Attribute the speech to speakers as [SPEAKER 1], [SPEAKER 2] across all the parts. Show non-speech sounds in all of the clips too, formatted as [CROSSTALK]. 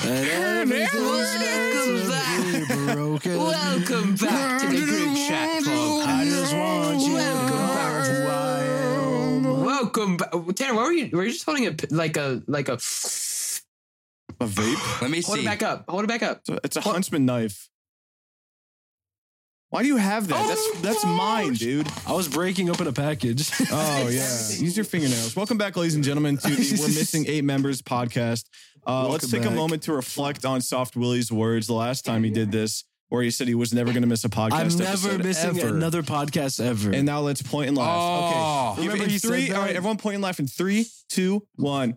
[SPEAKER 1] And
[SPEAKER 2] Welcome back.
[SPEAKER 1] broken.
[SPEAKER 2] Welcome back to the Group Chat
[SPEAKER 1] I
[SPEAKER 2] podcast.
[SPEAKER 1] just want you
[SPEAKER 2] Welcome
[SPEAKER 1] to know who I am.
[SPEAKER 2] Welcome back, Tanner. What were you? Were you just holding a p- like a like a?
[SPEAKER 3] A vape?
[SPEAKER 4] Let me
[SPEAKER 2] Hold it
[SPEAKER 4] see.
[SPEAKER 2] back up. Hold it back
[SPEAKER 4] [LAUGHS]
[SPEAKER 2] up.
[SPEAKER 3] It's a, it's a huntsman knife. Why do you have that?
[SPEAKER 2] Oh,
[SPEAKER 3] that's that's mine,
[SPEAKER 2] gosh.
[SPEAKER 3] dude.
[SPEAKER 1] I was breaking open a [LAUGHS] package.
[SPEAKER 3] Oh yeah. Use your fingernails. Welcome back, ladies and gentlemen, to the We're Missing Eight Members podcast. Uh, let's
[SPEAKER 1] Welcome
[SPEAKER 3] take
[SPEAKER 1] back.
[SPEAKER 3] a moment to reflect on Soft Willie's words the last time he did this, where he said he was never going to miss a podcast.
[SPEAKER 1] [LAUGHS] I'm never
[SPEAKER 3] episode
[SPEAKER 1] missing
[SPEAKER 3] ever.
[SPEAKER 1] another podcast ever. [LAUGHS]
[SPEAKER 3] And now let's point and laugh.
[SPEAKER 4] Oh.
[SPEAKER 3] okay. Give it
[SPEAKER 1] Remember
[SPEAKER 3] in
[SPEAKER 1] he said
[SPEAKER 3] three.
[SPEAKER 1] that?
[SPEAKER 3] All right, everyone point and laugh in three, two, one.
[SPEAKER 2] Who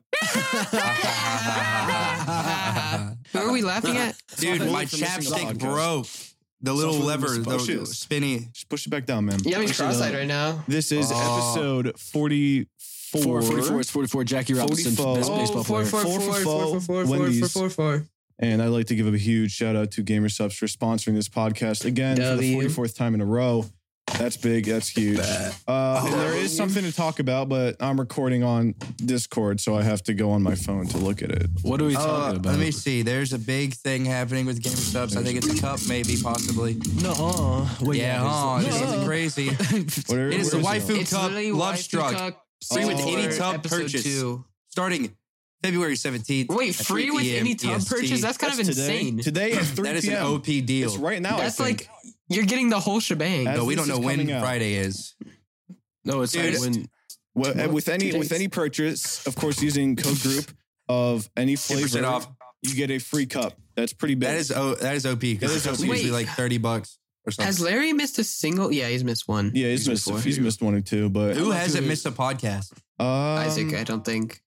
[SPEAKER 2] are we laughing at?
[SPEAKER 4] Dude,
[SPEAKER 3] Welcome
[SPEAKER 4] my
[SPEAKER 3] to Missing
[SPEAKER 4] chapstick
[SPEAKER 3] Podcast.
[SPEAKER 4] broke. The little
[SPEAKER 3] Welcome to
[SPEAKER 4] lever,
[SPEAKER 3] Missing
[SPEAKER 4] the
[SPEAKER 3] Podcast.
[SPEAKER 4] spinny.
[SPEAKER 3] Just push it back down, man.
[SPEAKER 2] Yeah, I'm
[SPEAKER 3] Push it
[SPEAKER 2] cross-eyed
[SPEAKER 3] up.
[SPEAKER 2] right now.
[SPEAKER 3] This is
[SPEAKER 4] Oh.
[SPEAKER 3] episode 44.
[SPEAKER 1] 444. It's 44. Jackie Robinson,
[SPEAKER 3] 44.
[SPEAKER 1] best
[SPEAKER 3] Oh,
[SPEAKER 1] baseball
[SPEAKER 2] four,
[SPEAKER 1] player.
[SPEAKER 2] four,
[SPEAKER 3] Four
[SPEAKER 2] four,
[SPEAKER 3] for
[SPEAKER 2] four,
[SPEAKER 3] fall,
[SPEAKER 2] four, four, four,
[SPEAKER 3] Wendy's.
[SPEAKER 2] four, four, four.
[SPEAKER 3] And I'd like to give a huge shout out to GamerSubs for sponsoring this podcast again
[SPEAKER 2] W.
[SPEAKER 3] for the 44th time in a row. That's big. That's huge. Uh,
[SPEAKER 4] Oh,
[SPEAKER 3] and there is something to talk about, but I'm recording on Discord, so I have to go on my phone to look at it.
[SPEAKER 1] What are we
[SPEAKER 4] Uh,
[SPEAKER 1] talking about?
[SPEAKER 4] let me see. There's a big thing happening with Game of Subs. I think it's a cup, maybe, possibly.
[SPEAKER 1] No, uh, wait,
[SPEAKER 4] yeah,
[SPEAKER 1] yeah,
[SPEAKER 4] oh,
[SPEAKER 1] it
[SPEAKER 4] this
[SPEAKER 1] is.
[SPEAKER 4] is
[SPEAKER 1] No.
[SPEAKER 4] crazy.
[SPEAKER 3] [LAUGHS] Where-
[SPEAKER 4] It is the
[SPEAKER 3] where
[SPEAKER 4] waifu
[SPEAKER 2] It's
[SPEAKER 4] cup,
[SPEAKER 2] literally
[SPEAKER 4] love
[SPEAKER 2] Waifu
[SPEAKER 4] struck.
[SPEAKER 2] Cup,
[SPEAKER 4] Free with
[SPEAKER 2] Star
[SPEAKER 4] any
[SPEAKER 2] Wars
[SPEAKER 4] tub
[SPEAKER 2] episode
[SPEAKER 4] purchase.
[SPEAKER 2] two. E
[SPEAKER 4] Starting February 17th.
[SPEAKER 2] Wait,
[SPEAKER 4] at
[SPEAKER 2] free
[SPEAKER 4] 3
[SPEAKER 2] with
[SPEAKER 4] PM
[SPEAKER 2] any tub
[SPEAKER 4] EST.
[SPEAKER 2] purchase? That's kind of
[SPEAKER 3] That's today.
[SPEAKER 2] insane.
[SPEAKER 3] Today at 3
[SPEAKER 4] That is an
[SPEAKER 3] p.m.
[SPEAKER 4] OP deal.
[SPEAKER 3] It's right now. I
[SPEAKER 2] That's
[SPEAKER 3] think.
[SPEAKER 2] like you're getting the whole shebang.
[SPEAKER 3] As
[SPEAKER 4] Though we
[SPEAKER 3] this
[SPEAKER 4] don't know
[SPEAKER 3] is
[SPEAKER 4] when
[SPEAKER 3] coming out.
[SPEAKER 4] Friday is.
[SPEAKER 1] no, it's
[SPEAKER 4] Dude,
[SPEAKER 1] like when
[SPEAKER 3] Well,
[SPEAKER 2] Well,
[SPEAKER 3] uh, with any
[SPEAKER 2] two
[SPEAKER 3] with
[SPEAKER 2] days.
[SPEAKER 3] any purchase, of course, using code group of any
[SPEAKER 4] 10%
[SPEAKER 3] flavor,
[SPEAKER 4] off.
[SPEAKER 3] you get a free cup. That's pretty big.
[SPEAKER 4] That is, o- that is OP.
[SPEAKER 3] That
[SPEAKER 4] Because
[SPEAKER 3] is
[SPEAKER 4] it's
[SPEAKER 3] OP.
[SPEAKER 4] usually
[SPEAKER 2] Wait.
[SPEAKER 4] like 30 bucks or
[SPEAKER 2] Has
[SPEAKER 4] something.
[SPEAKER 2] Larry missed a single? Yeah, he's missed one.
[SPEAKER 3] yeah, he's, missed
[SPEAKER 2] four.
[SPEAKER 3] he's missed one or two, but
[SPEAKER 4] Who
[SPEAKER 2] Like,
[SPEAKER 4] hasn't
[SPEAKER 2] dude.
[SPEAKER 4] missed a podcast?
[SPEAKER 3] um,
[SPEAKER 2] Isaac, I don't think.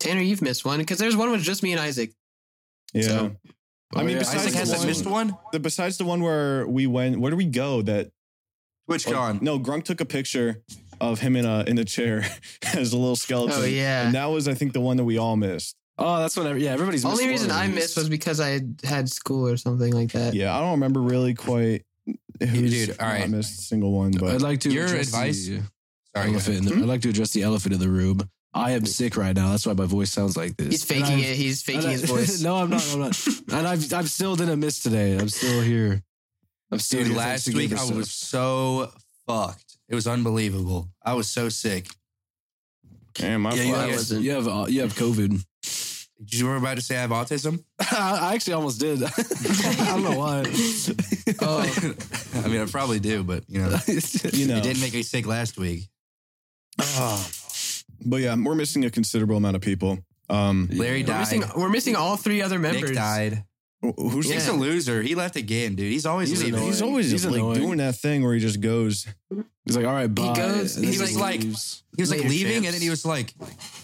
[SPEAKER 2] Tanner, you've missed one because there's one with just me and Isaac.
[SPEAKER 3] Yeah,
[SPEAKER 2] So-
[SPEAKER 3] I mean,
[SPEAKER 1] Oh, yeah,
[SPEAKER 3] besides
[SPEAKER 4] Isaac
[SPEAKER 1] Isaac's
[SPEAKER 4] hasn't
[SPEAKER 3] one-
[SPEAKER 4] missed one?
[SPEAKER 3] the, besides the one where we went, where did we go? That
[SPEAKER 4] Which
[SPEAKER 3] like, Oh, no, Grunk took a picture of him in a in a chair [LAUGHS] as a little skeleton.
[SPEAKER 2] Oh yeah.
[SPEAKER 3] and that was I think the one that we all missed.
[SPEAKER 1] Oh, that's when. every- Yeah, everybody's.
[SPEAKER 2] Only
[SPEAKER 1] missed
[SPEAKER 2] reason
[SPEAKER 1] one.
[SPEAKER 2] I missed was because I had school or something like that.
[SPEAKER 3] Yeah, I don't remember really quite who's
[SPEAKER 4] Dude, all
[SPEAKER 3] not
[SPEAKER 4] right.
[SPEAKER 3] missed a single one, but
[SPEAKER 1] I'd like to.
[SPEAKER 4] Your
[SPEAKER 1] address
[SPEAKER 4] advice- Hmm?
[SPEAKER 1] the
[SPEAKER 4] Sorry. go ahead.
[SPEAKER 1] elephant. in the- I'd like to address the elephant in the room. I am sick right now. That's why my voice sounds like this.
[SPEAKER 2] He's
[SPEAKER 1] And
[SPEAKER 2] faking
[SPEAKER 1] I've-
[SPEAKER 2] it. He's faking
[SPEAKER 1] and I- [LAUGHS]
[SPEAKER 2] his voice.
[SPEAKER 1] no, I'm not. I'm not. and I've I've still didn't miss today. I'm still here. I'm still
[SPEAKER 4] Dude,
[SPEAKER 1] here.
[SPEAKER 4] last
[SPEAKER 1] Thanks to
[SPEAKER 4] week I
[SPEAKER 1] Gamersubs.
[SPEAKER 4] was so fucked. It was unbelievable. I was so sick.
[SPEAKER 3] damn, my
[SPEAKER 4] Yeah, you
[SPEAKER 3] flag-
[SPEAKER 2] I
[SPEAKER 4] have-
[SPEAKER 2] wasn't.
[SPEAKER 1] You have uh, you have COVID.
[SPEAKER 4] [LAUGHS] Did you were about to say I have autism?
[SPEAKER 1] I actually almost did. [LAUGHS] I don't know
[SPEAKER 4] [LAUGHS]
[SPEAKER 1] why. [LAUGHS]
[SPEAKER 2] Oh,
[SPEAKER 4] I mean, I probably do, but you
[SPEAKER 1] [LAUGHS]
[SPEAKER 4] know,
[SPEAKER 3] you know.
[SPEAKER 4] it didn't make me sick last week.
[SPEAKER 3] But yeah, we're missing a considerable amount of people. Um,
[SPEAKER 4] Larry
[SPEAKER 2] we're
[SPEAKER 4] died.
[SPEAKER 2] missing, we're missing all three other members.
[SPEAKER 4] Nick died.
[SPEAKER 3] wh- who's
[SPEAKER 4] Nick's
[SPEAKER 2] Yeah.
[SPEAKER 4] a loser. He left again, dude. He's always
[SPEAKER 1] He's
[SPEAKER 4] leaving.
[SPEAKER 1] annoying.
[SPEAKER 3] he's always
[SPEAKER 1] He's
[SPEAKER 3] just like
[SPEAKER 1] annoying.
[SPEAKER 3] doing that thing where he just goes.
[SPEAKER 1] He's like, all right, bye.
[SPEAKER 2] goes-
[SPEAKER 1] And then
[SPEAKER 4] he's
[SPEAKER 1] he
[SPEAKER 4] just like-
[SPEAKER 1] leaves.
[SPEAKER 4] He was like
[SPEAKER 2] Later,
[SPEAKER 4] leaving,
[SPEAKER 2] champs.
[SPEAKER 4] and then he was like,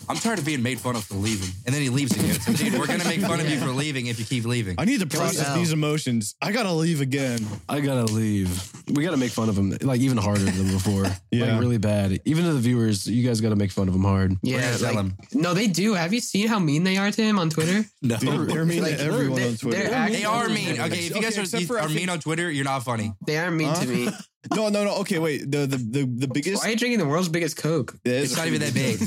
[SPEAKER 4] "I'm tired of being made fun of for leaving." And then he leaves again. So, dude, we're gonna make fun of you for leaving if you keep leaving.
[SPEAKER 3] I need to
[SPEAKER 2] we
[SPEAKER 3] process
[SPEAKER 2] go?
[SPEAKER 3] these emotions. I gotta leave again.
[SPEAKER 1] I gotta leave. We gotta make fun of him like even harder than before.
[SPEAKER 3] Yeah.
[SPEAKER 1] like, really bad. Even to the viewers, you guys gotta make fun of him hard.
[SPEAKER 4] We're
[SPEAKER 2] Yeah,
[SPEAKER 4] gonna tell
[SPEAKER 2] like-
[SPEAKER 4] him.
[SPEAKER 2] no, they do. Have you seen how mean they are to him on Twitter?
[SPEAKER 4] No,
[SPEAKER 1] [LAUGHS]
[SPEAKER 3] Dude, they're mean
[SPEAKER 2] Like,
[SPEAKER 3] to everyone
[SPEAKER 2] they're-
[SPEAKER 3] on Twitter.
[SPEAKER 2] they're act-
[SPEAKER 4] they are mean. Okay, if you guys
[SPEAKER 3] Okay,
[SPEAKER 4] are,
[SPEAKER 3] except
[SPEAKER 4] you
[SPEAKER 3] for I
[SPEAKER 4] are
[SPEAKER 3] think-
[SPEAKER 4] mean on Twitter, you're not funny.
[SPEAKER 2] They are mean
[SPEAKER 3] Huh?
[SPEAKER 2] to me.
[SPEAKER 3] no, no, no. Okay, wait. The the the, the biggest.
[SPEAKER 2] Why are you drinking the world's biggest Coke?
[SPEAKER 3] Yeah,
[SPEAKER 4] It's not even that
[SPEAKER 3] [LAUGHS]
[SPEAKER 4] big.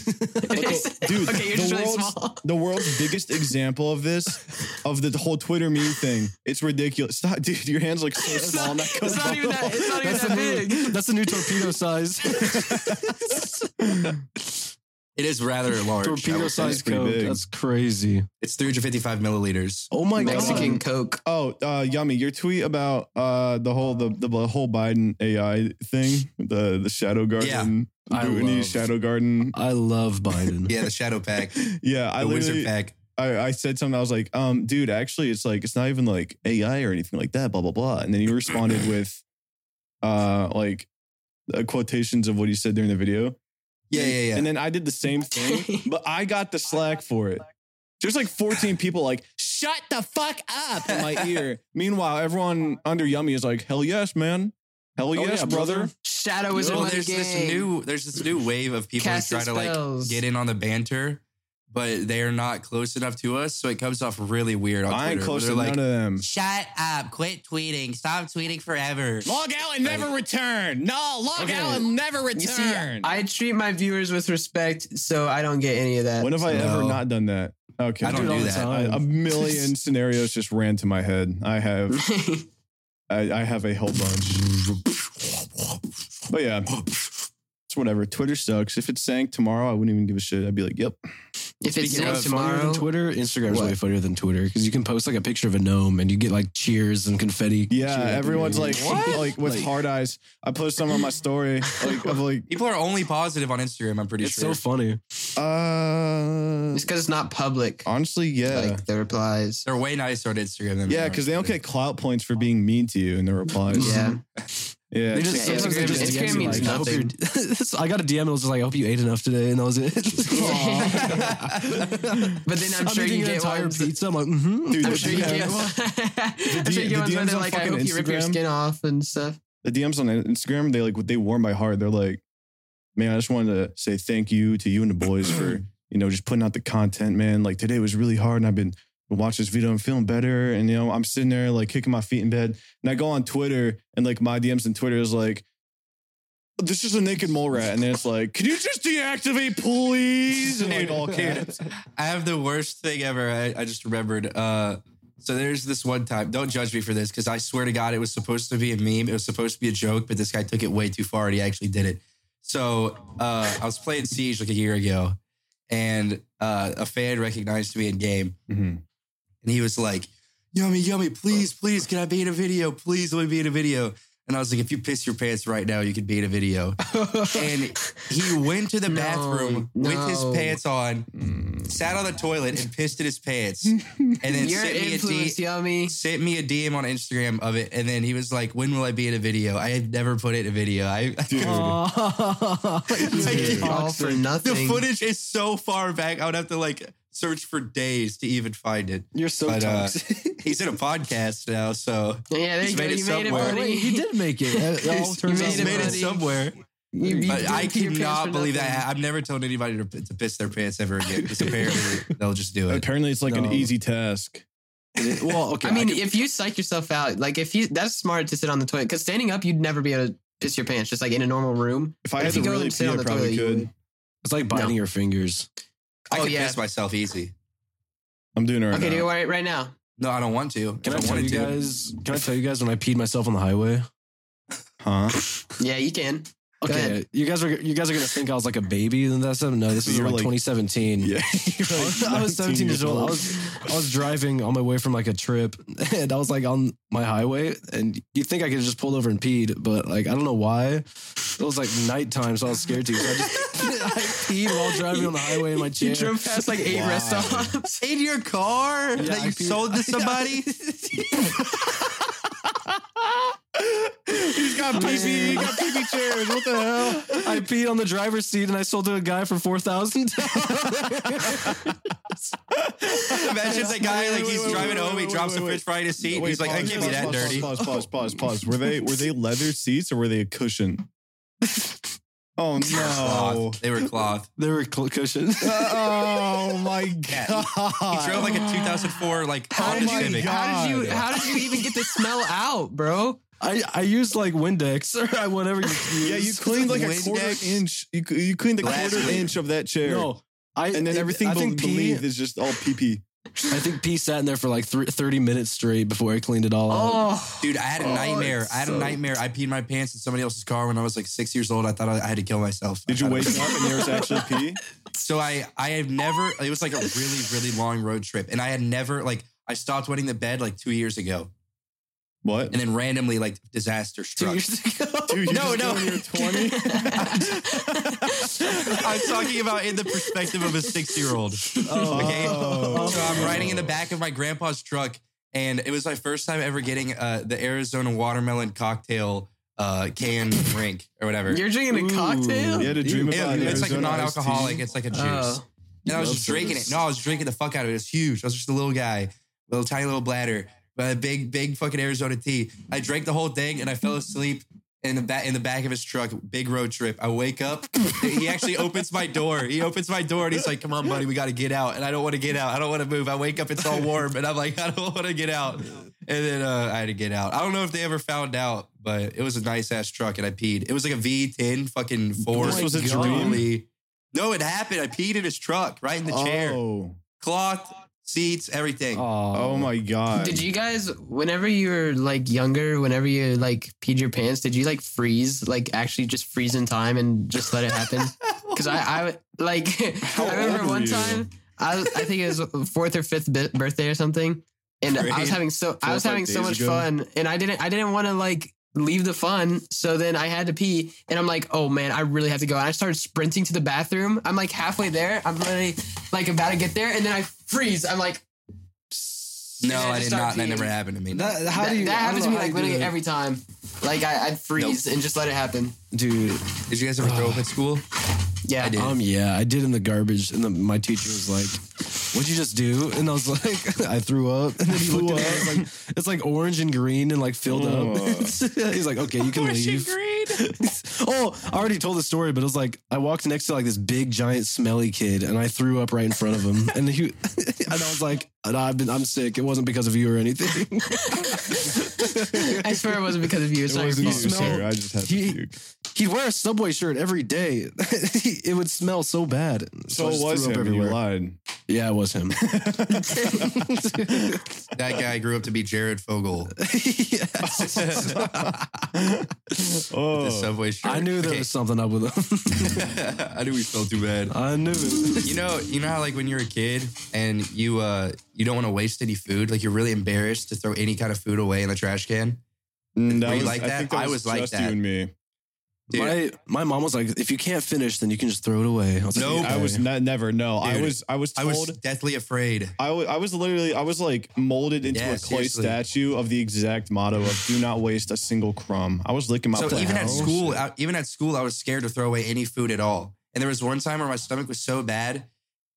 [SPEAKER 3] Dude,
[SPEAKER 2] okay,
[SPEAKER 3] the
[SPEAKER 2] you're just really
[SPEAKER 3] world's- [LAUGHS]
[SPEAKER 2] small.
[SPEAKER 3] The world's biggest example of this, of the whole Twitter meme thing. It's ridiculous. Stop, dude. Your hands look so small. in that
[SPEAKER 2] It's not
[SPEAKER 3] Coke
[SPEAKER 2] even that. It's not even
[SPEAKER 1] That's
[SPEAKER 2] that
[SPEAKER 1] a new- [LAUGHS]
[SPEAKER 2] big.
[SPEAKER 1] That's a new torpedo size.
[SPEAKER 4] It is rather large. I would
[SPEAKER 1] torpedo
[SPEAKER 4] say.
[SPEAKER 1] size
[SPEAKER 3] pretty
[SPEAKER 1] coke.
[SPEAKER 3] big.
[SPEAKER 1] That's crazy.
[SPEAKER 4] It's 355 milliliters.
[SPEAKER 1] Oh my
[SPEAKER 2] Mexican Coke.
[SPEAKER 3] Oh, uh, yummy! Your tweet about uh, the whole the, the whole Biden AI thing, the the shadow garden,
[SPEAKER 1] I
[SPEAKER 3] Bhutanese
[SPEAKER 1] love-
[SPEAKER 3] shadow garden.
[SPEAKER 1] I love Biden.
[SPEAKER 4] Yeah, the shadow pack, the
[SPEAKER 3] Yeah, [LAUGHS] I
[SPEAKER 4] wizard
[SPEAKER 3] literally,
[SPEAKER 4] pack.
[SPEAKER 3] I, I said something. I was like, um, dude, actually, it's like it's not even like AI or anything like that. Blah blah blah. And then you
[SPEAKER 4] [COUGHS]
[SPEAKER 3] responded with, uh, like uh, quotations of what he said during the video.
[SPEAKER 4] Yeah, yeah, yeah.
[SPEAKER 3] And then I did the same thing, [LAUGHS] but I got the slack for it. There's like 14 people like, shut the fuck up in my
[SPEAKER 4] [LAUGHS]
[SPEAKER 3] ear. Meanwhile, everyone under Yummy is like, hell yes, man. Hell
[SPEAKER 4] Oh,
[SPEAKER 3] yes,
[SPEAKER 1] yeah,
[SPEAKER 3] brother.
[SPEAKER 1] brother.
[SPEAKER 2] Shadow is
[SPEAKER 4] Well,
[SPEAKER 2] a my
[SPEAKER 4] Oh, there's this
[SPEAKER 2] gang.
[SPEAKER 4] new there's this new wave of people
[SPEAKER 2] Casting
[SPEAKER 4] who try to
[SPEAKER 2] spells.
[SPEAKER 4] like get in on the banter, but they are not close enough to us, so it comes off really weird on
[SPEAKER 3] I ain't
[SPEAKER 4] Twitter. where
[SPEAKER 3] close to
[SPEAKER 4] they're like,
[SPEAKER 3] none of them.
[SPEAKER 4] "Shut up! Quit tweeting! Stop tweeting forever!"
[SPEAKER 3] Log out and never return. No, log
[SPEAKER 2] Okay.
[SPEAKER 3] out and never return.
[SPEAKER 2] You see,
[SPEAKER 4] uh,
[SPEAKER 2] I treat my viewers with respect, so I don't get any of that.
[SPEAKER 3] when have I ever
[SPEAKER 4] No.
[SPEAKER 3] not done that? Okay.
[SPEAKER 4] I don't
[SPEAKER 1] it all
[SPEAKER 4] do
[SPEAKER 1] the
[SPEAKER 4] that.
[SPEAKER 1] time.
[SPEAKER 3] A
[SPEAKER 4] [LAUGHS]
[SPEAKER 3] million scenarios just ran to my head. I have I, I have a whole bunch. But yeah, it's whatever. Twitter sucks. If it sank tomorrow, I wouldn't even give a shit. I'd be like, yep.
[SPEAKER 2] if it's
[SPEAKER 4] Speaking
[SPEAKER 2] next
[SPEAKER 4] of
[SPEAKER 1] Funnier
[SPEAKER 2] tomorrow,
[SPEAKER 1] than Twitter, Instagram's
[SPEAKER 3] What?
[SPEAKER 1] way funnier than Twitter because you can post like a picture of a gnome and you get like cheers and confetti.
[SPEAKER 3] Yeah,
[SPEAKER 1] Shit.
[SPEAKER 3] everyone's like
[SPEAKER 4] What?
[SPEAKER 3] like with
[SPEAKER 4] Like-
[SPEAKER 3] hard eyes. I post some on my story like of
[SPEAKER 4] [LAUGHS]
[SPEAKER 3] like
[SPEAKER 4] People are only positive on Instagram. I'm pretty
[SPEAKER 1] it's
[SPEAKER 4] sure.
[SPEAKER 1] so funny.
[SPEAKER 3] uh
[SPEAKER 2] it's because it's not public.
[SPEAKER 4] Oh,
[SPEAKER 3] honestly, yeah.
[SPEAKER 2] Like the replies.
[SPEAKER 4] They're way nicer on Instagram than
[SPEAKER 3] yeah, because they don't get clout points for being mean to you in their replies.
[SPEAKER 2] Yeah.
[SPEAKER 3] Yeah.
[SPEAKER 1] They
[SPEAKER 3] it's-
[SPEAKER 1] just
[SPEAKER 2] yeah,
[SPEAKER 1] sometimes they
[SPEAKER 2] Instagram-
[SPEAKER 1] just
[SPEAKER 2] Instagram
[SPEAKER 1] DM you,
[SPEAKER 2] means
[SPEAKER 1] like, I, hope
[SPEAKER 2] nothing.
[SPEAKER 1] you're- [LAUGHS] I got a DM and I was just like, I hope you ate enough today, and that was
[SPEAKER 2] [LAUGHS]
[SPEAKER 1] it.
[SPEAKER 2] But then I'm,
[SPEAKER 1] I'm
[SPEAKER 2] sure
[SPEAKER 1] eating
[SPEAKER 2] you
[SPEAKER 1] an
[SPEAKER 2] get
[SPEAKER 1] entire
[SPEAKER 2] ones.
[SPEAKER 1] pizza. I'm like, mm-hmm.
[SPEAKER 3] Dude,
[SPEAKER 2] I'm
[SPEAKER 3] the
[SPEAKER 2] sure you [LAUGHS] get
[SPEAKER 3] DMs,
[SPEAKER 2] one. I'm sure
[SPEAKER 3] the
[SPEAKER 2] you get ones where
[SPEAKER 3] DMs
[SPEAKER 2] they're
[SPEAKER 3] on
[SPEAKER 2] like, I
[SPEAKER 3] fucking
[SPEAKER 2] hope you rip your
[SPEAKER 3] Instagram?
[SPEAKER 2] skin off and stuff.
[SPEAKER 3] the DMs on Instagram, they like they warm my heart. They're like, man, I just wanted to say thank you to you and the boys
[SPEAKER 2] [CLEARS THROAT]
[SPEAKER 3] for you know just putting out the content, man. Like today was really hard, and I've been watching this video and feeling better. And you know, I'm sitting there like kicking my feet in bed, and I go on Twitter, and like my DMs on Twitter is like. This is a naked mole rat, and then it's like, can you just deactivate, please? And like all
[SPEAKER 2] [LAUGHS]
[SPEAKER 3] caps.
[SPEAKER 4] I have the worst thing ever. I, I just remembered. Uh, so there's this one time. Don't judge me for this because I swear to God, it was supposed to be a meme. It was supposed to be a joke, but this guy took it way too far and he actually did it. So uh, I was playing Siege like a year ago, and uh, a fan recognized me in game,
[SPEAKER 2] Mm-hmm.
[SPEAKER 3] Mhm.
[SPEAKER 4] and he was like, "Yummy, yummy, please, please, can I be in a video? Please, let me be in a video." And I was like, "If you piss your pants right now, you could be in a video." [LAUGHS] and he went to the
[SPEAKER 2] [LAUGHS] No,
[SPEAKER 4] bathroom with his
[SPEAKER 2] no.
[SPEAKER 4] pants on
[SPEAKER 2] Mm-hmm.
[SPEAKER 3] Mm.
[SPEAKER 4] sat on the toilet and pissed in his pants, and then
[SPEAKER 2] Your
[SPEAKER 4] sent me, a
[SPEAKER 2] influence,
[SPEAKER 4] D- [LAUGHS]
[SPEAKER 2] yummy.
[SPEAKER 4] sent me a DM on Instagram of it. And then he was like, "When will I be in a video? I had never put it in a video. I [LAUGHS]
[SPEAKER 3] Dude.
[SPEAKER 2] [LAUGHS] Dude, all for nothing.
[SPEAKER 4] the footage is so far back. I would have to like search for days to even find it.
[SPEAKER 1] You're so
[SPEAKER 4] But,
[SPEAKER 2] [LAUGHS]
[SPEAKER 4] uh,
[SPEAKER 1] toxic.
[SPEAKER 4] He's in a podcast now, so
[SPEAKER 2] Yeah, there
[SPEAKER 4] He's
[SPEAKER 2] you go.
[SPEAKER 4] made it
[SPEAKER 2] You made it,
[SPEAKER 4] somewhere.
[SPEAKER 1] Oh,
[SPEAKER 2] buddy.
[SPEAKER 1] wait, he did make it. It all
[SPEAKER 2] He's-
[SPEAKER 1] turns
[SPEAKER 2] he
[SPEAKER 1] out
[SPEAKER 4] he's made it
[SPEAKER 2] buddy.
[SPEAKER 4] somewhere.
[SPEAKER 2] [LAUGHS] You- you
[SPEAKER 4] But
[SPEAKER 2] did
[SPEAKER 4] I
[SPEAKER 2] pee your pants for
[SPEAKER 4] cannot believe
[SPEAKER 2] nothing.
[SPEAKER 4] that. I've never told anybody to, to piss their pants ever again because apparently they'll just do it.
[SPEAKER 3] Apparently, it's like an
[SPEAKER 1] No.
[SPEAKER 3] easy task.
[SPEAKER 1] well, okay.
[SPEAKER 2] I mean,
[SPEAKER 1] can-
[SPEAKER 2] if you psych yourself out, like if you, that's smart to sit on the toilet because standing up, you'd never be able to piss your pants just like in a normal room.
[SPEAKER 3] If I
[SPEAKER 2] If
[SPEAKER 3] had
[SPEAKER 2] you
[SPEAKER 3] to
[SPEAKER 2] go
[SPEAKER 3] really
[SPEAKER 2] and sit
[SPEAKER 3] pee,
[SPEAKER 2] on
[SPEAKER 3] I
[SPEAKER 2] the
[SPEAKER 3] probably
[SPEAKER 2] toilet, you
[SPEAKER 3] could.
[SPEAKER 2] would.
[SPEAKER 1] it's like biting
[SPEAKER 2] No.
[SPEAKER 1] your fingers.
[SPEAKER 4] I
[SPEAKER 2] Oh,
[SPEAKER 4] could
[SPEAKER 2] yeah.
[SPEAKER 4] piss myself easy.
[SPEAKER 3] I'm doing it right
[SPEAKER 2] Okay, do
[SPEAKER 3] now.
[SPEAKER 2] it right, right now.
[SPEAKER 4] No, I don't want to.
[SPEAKER 1] Can
[SPEAKER 4] If
[SPEAKER 1] I tell
[SPEAKER 4] wanted
[SPEAKER 1] you
[SPEAKER 4] to-
[SPEAKER 1] guys? Can I tell you guys when I peed myself on the highway?
[SPEAKER 3] Huh?
[SPEAKER 2] Yeah, you can. Go ahead.
[SPEAKER 1] you guys are you guys are gonna think I was like a baby and that's no. This was
[SPEAKER 3] You were
[SPEAKER 1] like,
[SPEAKER 3] like-
[SPEAKER 1] 2017.
[SPEAKER 3] Yeah. [LAUGHS]
[SPEAKER 1] I was- [LAUGHS] I was 17 years old. I was I was driving on my way from like a trip, [LAUGHS] and I was like on my highway, and you think I could have just pulled over and peed, but like I don't know why. It was like nighttime, so I was scared to. So I just I
[SPEAKER 4] [LAUGHS]
[SPEAKER 1] peed while driving on the highway in my chair.
[SPEAKER 2] You drove past like eight
[SPEAKER 3] Wow.
[SPEAKER 2] [LAUGHS] restaurants.
[SPEAKER 4] in your car
[SPEAKER 1] Yeah,
[SPEAKER 4] that
[SPEAKER 1] I
[SPEAKER 4] you
[SPEAKER 1] feel-
[SPEAKER 3] [LAUGHS]
[SPEAKER 4] sold to somebody?
[SPEAKER 3] He's got PB, he got PB chairs. What the hell?
[SPEAKER 1] I peed on the driver's seat, and I sold to a guy for four thousand.
[SPEAKER 4] Imagine it's a guy
[SPEAKER 3] Wait,
[SPEAKER 4] like
[SPEAKER 3] wait,
[SPEAKER 4] he's
[SPEAKER 3] wait,
[SPEAKER 4] driving
[SPEAKER 3] wait,
[SPEAKER 4] home, he
[SPEAKER 3] wait,
[SPEAKER 4] drops
[SPEAKER 3] wait,
[SPEAKER 4] a
[SPEAKER 3] wait.
[SPEAKER 4] french fry in his seat, and
[SPEAKER 3] Wait,
[SPEAKER 4] he's like, I
[SPEAKER 3] pause,
[SPEAKER 4] can't be
[SPEAKER 3] pause,
[SPEAKER 4] that
[SPEAKER 3] pause,
[SPEAKER 4] dirty.
[SPEAKER 3] Pause, pause, pause, pause. Were they
[SPEAKER 4] [LAUGHS]
[SPEAKER 3] were they leather seats or were they a cushion? Oh no!
[SPEAKER 4] Cloth. They were cloth.
[SPEAKER 1] they were cl- cushions.
[SPEAKER 3] oh my
[SPEAKER 4] [LAUGHS] Yeah. He
[SPEAKER 3] god!
[SPEAKER 4] drove like a 2004 like
[SPEAKER 2] How
[SPEAKER 4] Honda
[SPEAKER 2] did, you,
[SPEAKER 4] Civic.
[SPEAKER 2] how did you?
[SPEAKER 3] Oh God.
[SPEAKER 2] How did you even get the smell out, bro?
[SPEAKER 1] I I used like Windex [LAUGHS] or whatever. You use.
[SPEAKER 3] yeah,
[SPEAKER 4] [LAUGHS]
[SPEAKER 3] you cleaned like a quarter
[SPEAKER 4] Windex.
[SPEAKER 3] inch. You, you cleaned a
[SPEAKER 4] Glass
[SPEAKER 3] quarter
[SPEAKER 4] cleaner.
[SPEAKER 3] inch of that chair,
[SPEAKER 1] No, I
[SPEAKER 3] and then
[SPEAKER 1] it-
[SPEAKER 3] everything
[SPEAKER 1] I
[SPEAKER 3] be-
[SPEAKER 1] think P.
[SPEAKER 3] beneath is just all pee pee.
[SPEAKER 1] I think P sat in there for like thr- thirty minutes straight before I cleaned it all up.
[SPEAKER 2] Oh,
[SPEAKER 4] Dude, I had a
[SPEAKER 2] Oh,
[SPEAKER 4] nightmare.
[SPEAKER 2] it's
[SPEAKER 4] I had a
[SPEAKER 2] so-
[SPEAKER 4] nightmare. I peed my pants in somebody else's car when I was like six years old. I thought I, I had to kill myself.
[SPEAKER 3] Did
[SPEAKER 4] I
[SPEAKER 3] you
[SPEAKER 4] thought it
[SPEAKER 3] wake
[SPEAKER 4] was-
[SPEAKER 3] up and there was actually pee?
[SPEAKER 4] So I I have never. It was like a really really long road trip, and I had never like I stopped wetting the bed like two years ago,
[SPEAKER 3] What?
[SPEAKER 4] and then randomly like disaster
[SPEAKER 1] Two
[SPEAKER 4] [LAUGHS] struck.
[SPEAKER 1] years ago.
[SPEAKER 3] Dude, you
[SPEAKER 4] No,
[SPEAKER 3] just
[SPEAKER 4] no.
[SPEAKER 3] go when You're
[SPEAKER 4] [LAUGHS]
[SPEAKER 2] [LAUGHS]
[SPEAKER 3] twenty.
[SPEAKER 4] I'm talking about in the perspective of a six year old. Okay.
[SPEAKER 3] Oh.
[SPEAKER 4] So I'm riding in the back of my grandpa's truck, and it was my first time ever getting uh, the Arizona watermelon cocktail uh, can drink or whatever.
[SPEAKER 2] you're drinking a
[SPEAKER 1] Ooh.
[SPEAKER 2] cocktail.
[SPEAKER 3] You had a dream
[SPEAKER 4] Ew,
[SPEAKER 3] about
[SPEAKER 4] it's like
[SPEAKER 3] Arizona
[SPEAKER 4] non alcoholic,
[SPEAKER 3] iced tea.
[SPEAKER 4] it's like a juice.
[SPEAKER 2] Oh.
[SPEAKER 4] and I was
[SPEAKER 1] love
[SPEAKER 4] just drinking
[SPEAKER 1] sodas.
[SPEAKER 4] it. No, I was drinking the fuck out of it. It was huge. I was just a little guy, little tiny little bladder, but a big, big fucking Arizona tea. I drank the whole thing and I fell asleep in the back in the back of his truck. Big road trip. I wake up. he actually opens my door. He opens my door and he's like, "Come on, buddy, we got to get out." And I don't want to get out. I don't want to move. I wake up. It's all warm, and I'm like, I don't want to get out. And then uh, I had to get out. I don't know if they ever found out, but it was a nice ass truck, and I peed. It was like a V10 fucking four.
[SPEAKER 3] This was a
[SPEAKER 4] Totally-
[SPEAKER 3] dream?
[SPEAKER 4] No, it happened. I peed in his truck, right in the chair.
[SPEAKER 3] Oh.
[SPEAKER 4] cloth, seats, everything.
[SPEAKER 3] [LAUGHS] Oh my god.
[SPEAKER 2] Did you guys, whenever you were like younger, whenever you like peed your pants, did you like freeze, like actually just freeze in time and just let it happen? Because I, I would- like, [LAUGHS]
[SPEAKER 3] How
[SPEAKER 2] I
[SPEAKER 3] old
[SPEAKER 2] remember
[SPEAKER 3] were
[SPEAKER 2] one
[SPEAKER 3] you?
[SPEAKER 2] time, I, was- I think it was fourth or fifth bi- birthday or something, and I
[SPEAKER 4] Great.
[SPEAKER 2] was having so, I
[SPEAKER 3] Four,
[SPEAKER 2] was
[SPEAKER 3] five
[SPEAKER 2] having so
[SPEAKER 3] days
[SPEAKER 2] much
[SPEAKER 3] ago.
[SPEAKER 2] fun, and I didn't, I didn't want to like leave the fun, so then I had to pee, and I'm like, oh man, I really have to go, and I started sprinting to the bathroom. I'm like halfway there, I'm really like about to get there, and then I freeze. I'm like.
[SPEAKER 4] no,
[SPEAKER 2] Yeah,
[SPEAKER 4] I
[SPEAKER 2] just
[SPEAKER 4] did
[SPEAKER 2] start
[SPEAKER 4] not. That
[SPEAKER 2] peeing.
[SPEAKER 4] never happened to me.
[SPEAKER 1] That, how
[SPEAKER 2] that,
[SPEAKER 1] do you,
[SPEAKER 2] that
[SPEAKER 1] I don't
[SPEAKER 2] happens
[SPEAKER 1] know
[SPEAKER 2] to me
[SPEAKER 1] how
[SPEAKER 2] like
[SPEAKER 1] you
[SPEAKER 2] literally
[SPEAKER 1] do it.
[SPEAKER 2] every time. Like I, I'd freeze and just let it happen.
[SPEAKER 1] dude.
[SPEAKER 4] Did you guys ever throw
[SPEAKER 1] [SIGHS]
[SPEAKER 4] up at school?
[SPEAKER 2] Yeah,
[SPEAKER 4] I did.
[SPEAKER 1] Um, yeah, I did in the garbage, and the, my teacher was like, "What'd you just do?" And I was like, [LAUGHS] "I threw up." And then he looked at me, and I was like, "It's like orange and green and like filled
[SPEAKER 3] Oh.
[SPEAKER 1] up." [LAUGHS] He's like, "Okay, you can leave." [LAUGHS] oh, I already told the story, but it was like I walked next to like this big, giant, smelly kid, and I threw up right in front of him, and he, [LAUGHS] and I was like, "No, "I've been, I'm sick. It wasn't because of you or
[SPEAKER 3] [LAUGHS]
[SPEAKER 1] anything."
[SPEAKER 2] I swear it wasn't because of you. It's
[SPEAKER 3] It
[SPEAKER 2] not
[SPEAKER 3] wasn't
[SPEAKER 2] your
[SPEAKER 3] you,
[SPEAKER 2] fault.
[SPEAKER 1] you smell-
[SPEAKER 3] sir. I just had
[SPEAKER 1] He-
[SPEAKER 3] to puke.
[SPEAKER 1] He'd wear a Subway shirt every day. [LAUGHS] He- it would smell so bad.
[SPEAKER 3] So
[SPEAKER 1] I
[SPEAKER 3] it
[SPEAKER 1] just
[SPEAKER 3] was
[SPEAKER 1] threw up
[SPEAKER 3] him. and You lied.
[SPEAKER 1] Yeah, it was him.
[SPEAKER 4] That guy grew up to be Jared Fogle.
[SPEAKER 1] Yes.
[SPEAKER 4] The
[SPEAKER 3] oh,
[SPEAKER 4] subway shirt.
[SPEAKER 1] I knew there
[SPEAKER 4] Okay. [LAUGHS]
[SPEAKER 1] was something up with him. [LAUGHS]
[SPEAKER 4] I knew we felt too bad.
[SPEAKER 1] I knew it.
[SPEAKER 4] You know, you know how like when you're a kid and you uh you don't want to waste any food, like you're really embarrassed to throw any kind of food away in the trash can.
[SPEAKER 3] Mm, that
[SPEAKER 4] Were you
[SPEAKER 3] was,
[SPEAKER 4] like
[SPEAKER 3] I
[SPEAKER 4] that?
[SPEAKER 3] think
[SPEAKER 4] I
[SPEAKER 3] that was
[SPEAKER 4] was like
[SPEAKER 3] just you
[SPEAKER 4] that.
[SPEAKER 3] and me.
[SPEAKER 4] Dude,
[SPEAKER 1] My my mom was like, if you can't finish, then you can just throw it away. I was like,
[SPEAKER 4] Nope.
[SPEAKER 3] I was
[SPEAKER 1] "Okay."
[SPEAKER 3] ne- never. No, I
[SPEAKER 4] Dude,
[SPEAKER 3] was. I was
[SPEAKER 4] I
[SPEAKER 3] told.
[SPEAKER 4] was deathly afraid.
[SPEAKER 3] I wa- I was literally, I was like molded into
[SPEAKER 4] Yeah,
[SPEAKER 3] a clay
[SPEAKER 4] seriously.
[SPEAKER 3] statue of the exact motto of "Do not waste a single crumb." I was licking my.
[SPEAKER 4] So
[SPEAKER 3] plate.
[SPEAKER 4] even at
[SPEAKER 3] Oh,
[SPEAKER 4] school,
[SPEAKER 3] [LAUGHS] shit.
[SPEAKER 4] I, even at school, I was scared to throw away any food at all. And there was one time where my stomach was so bad,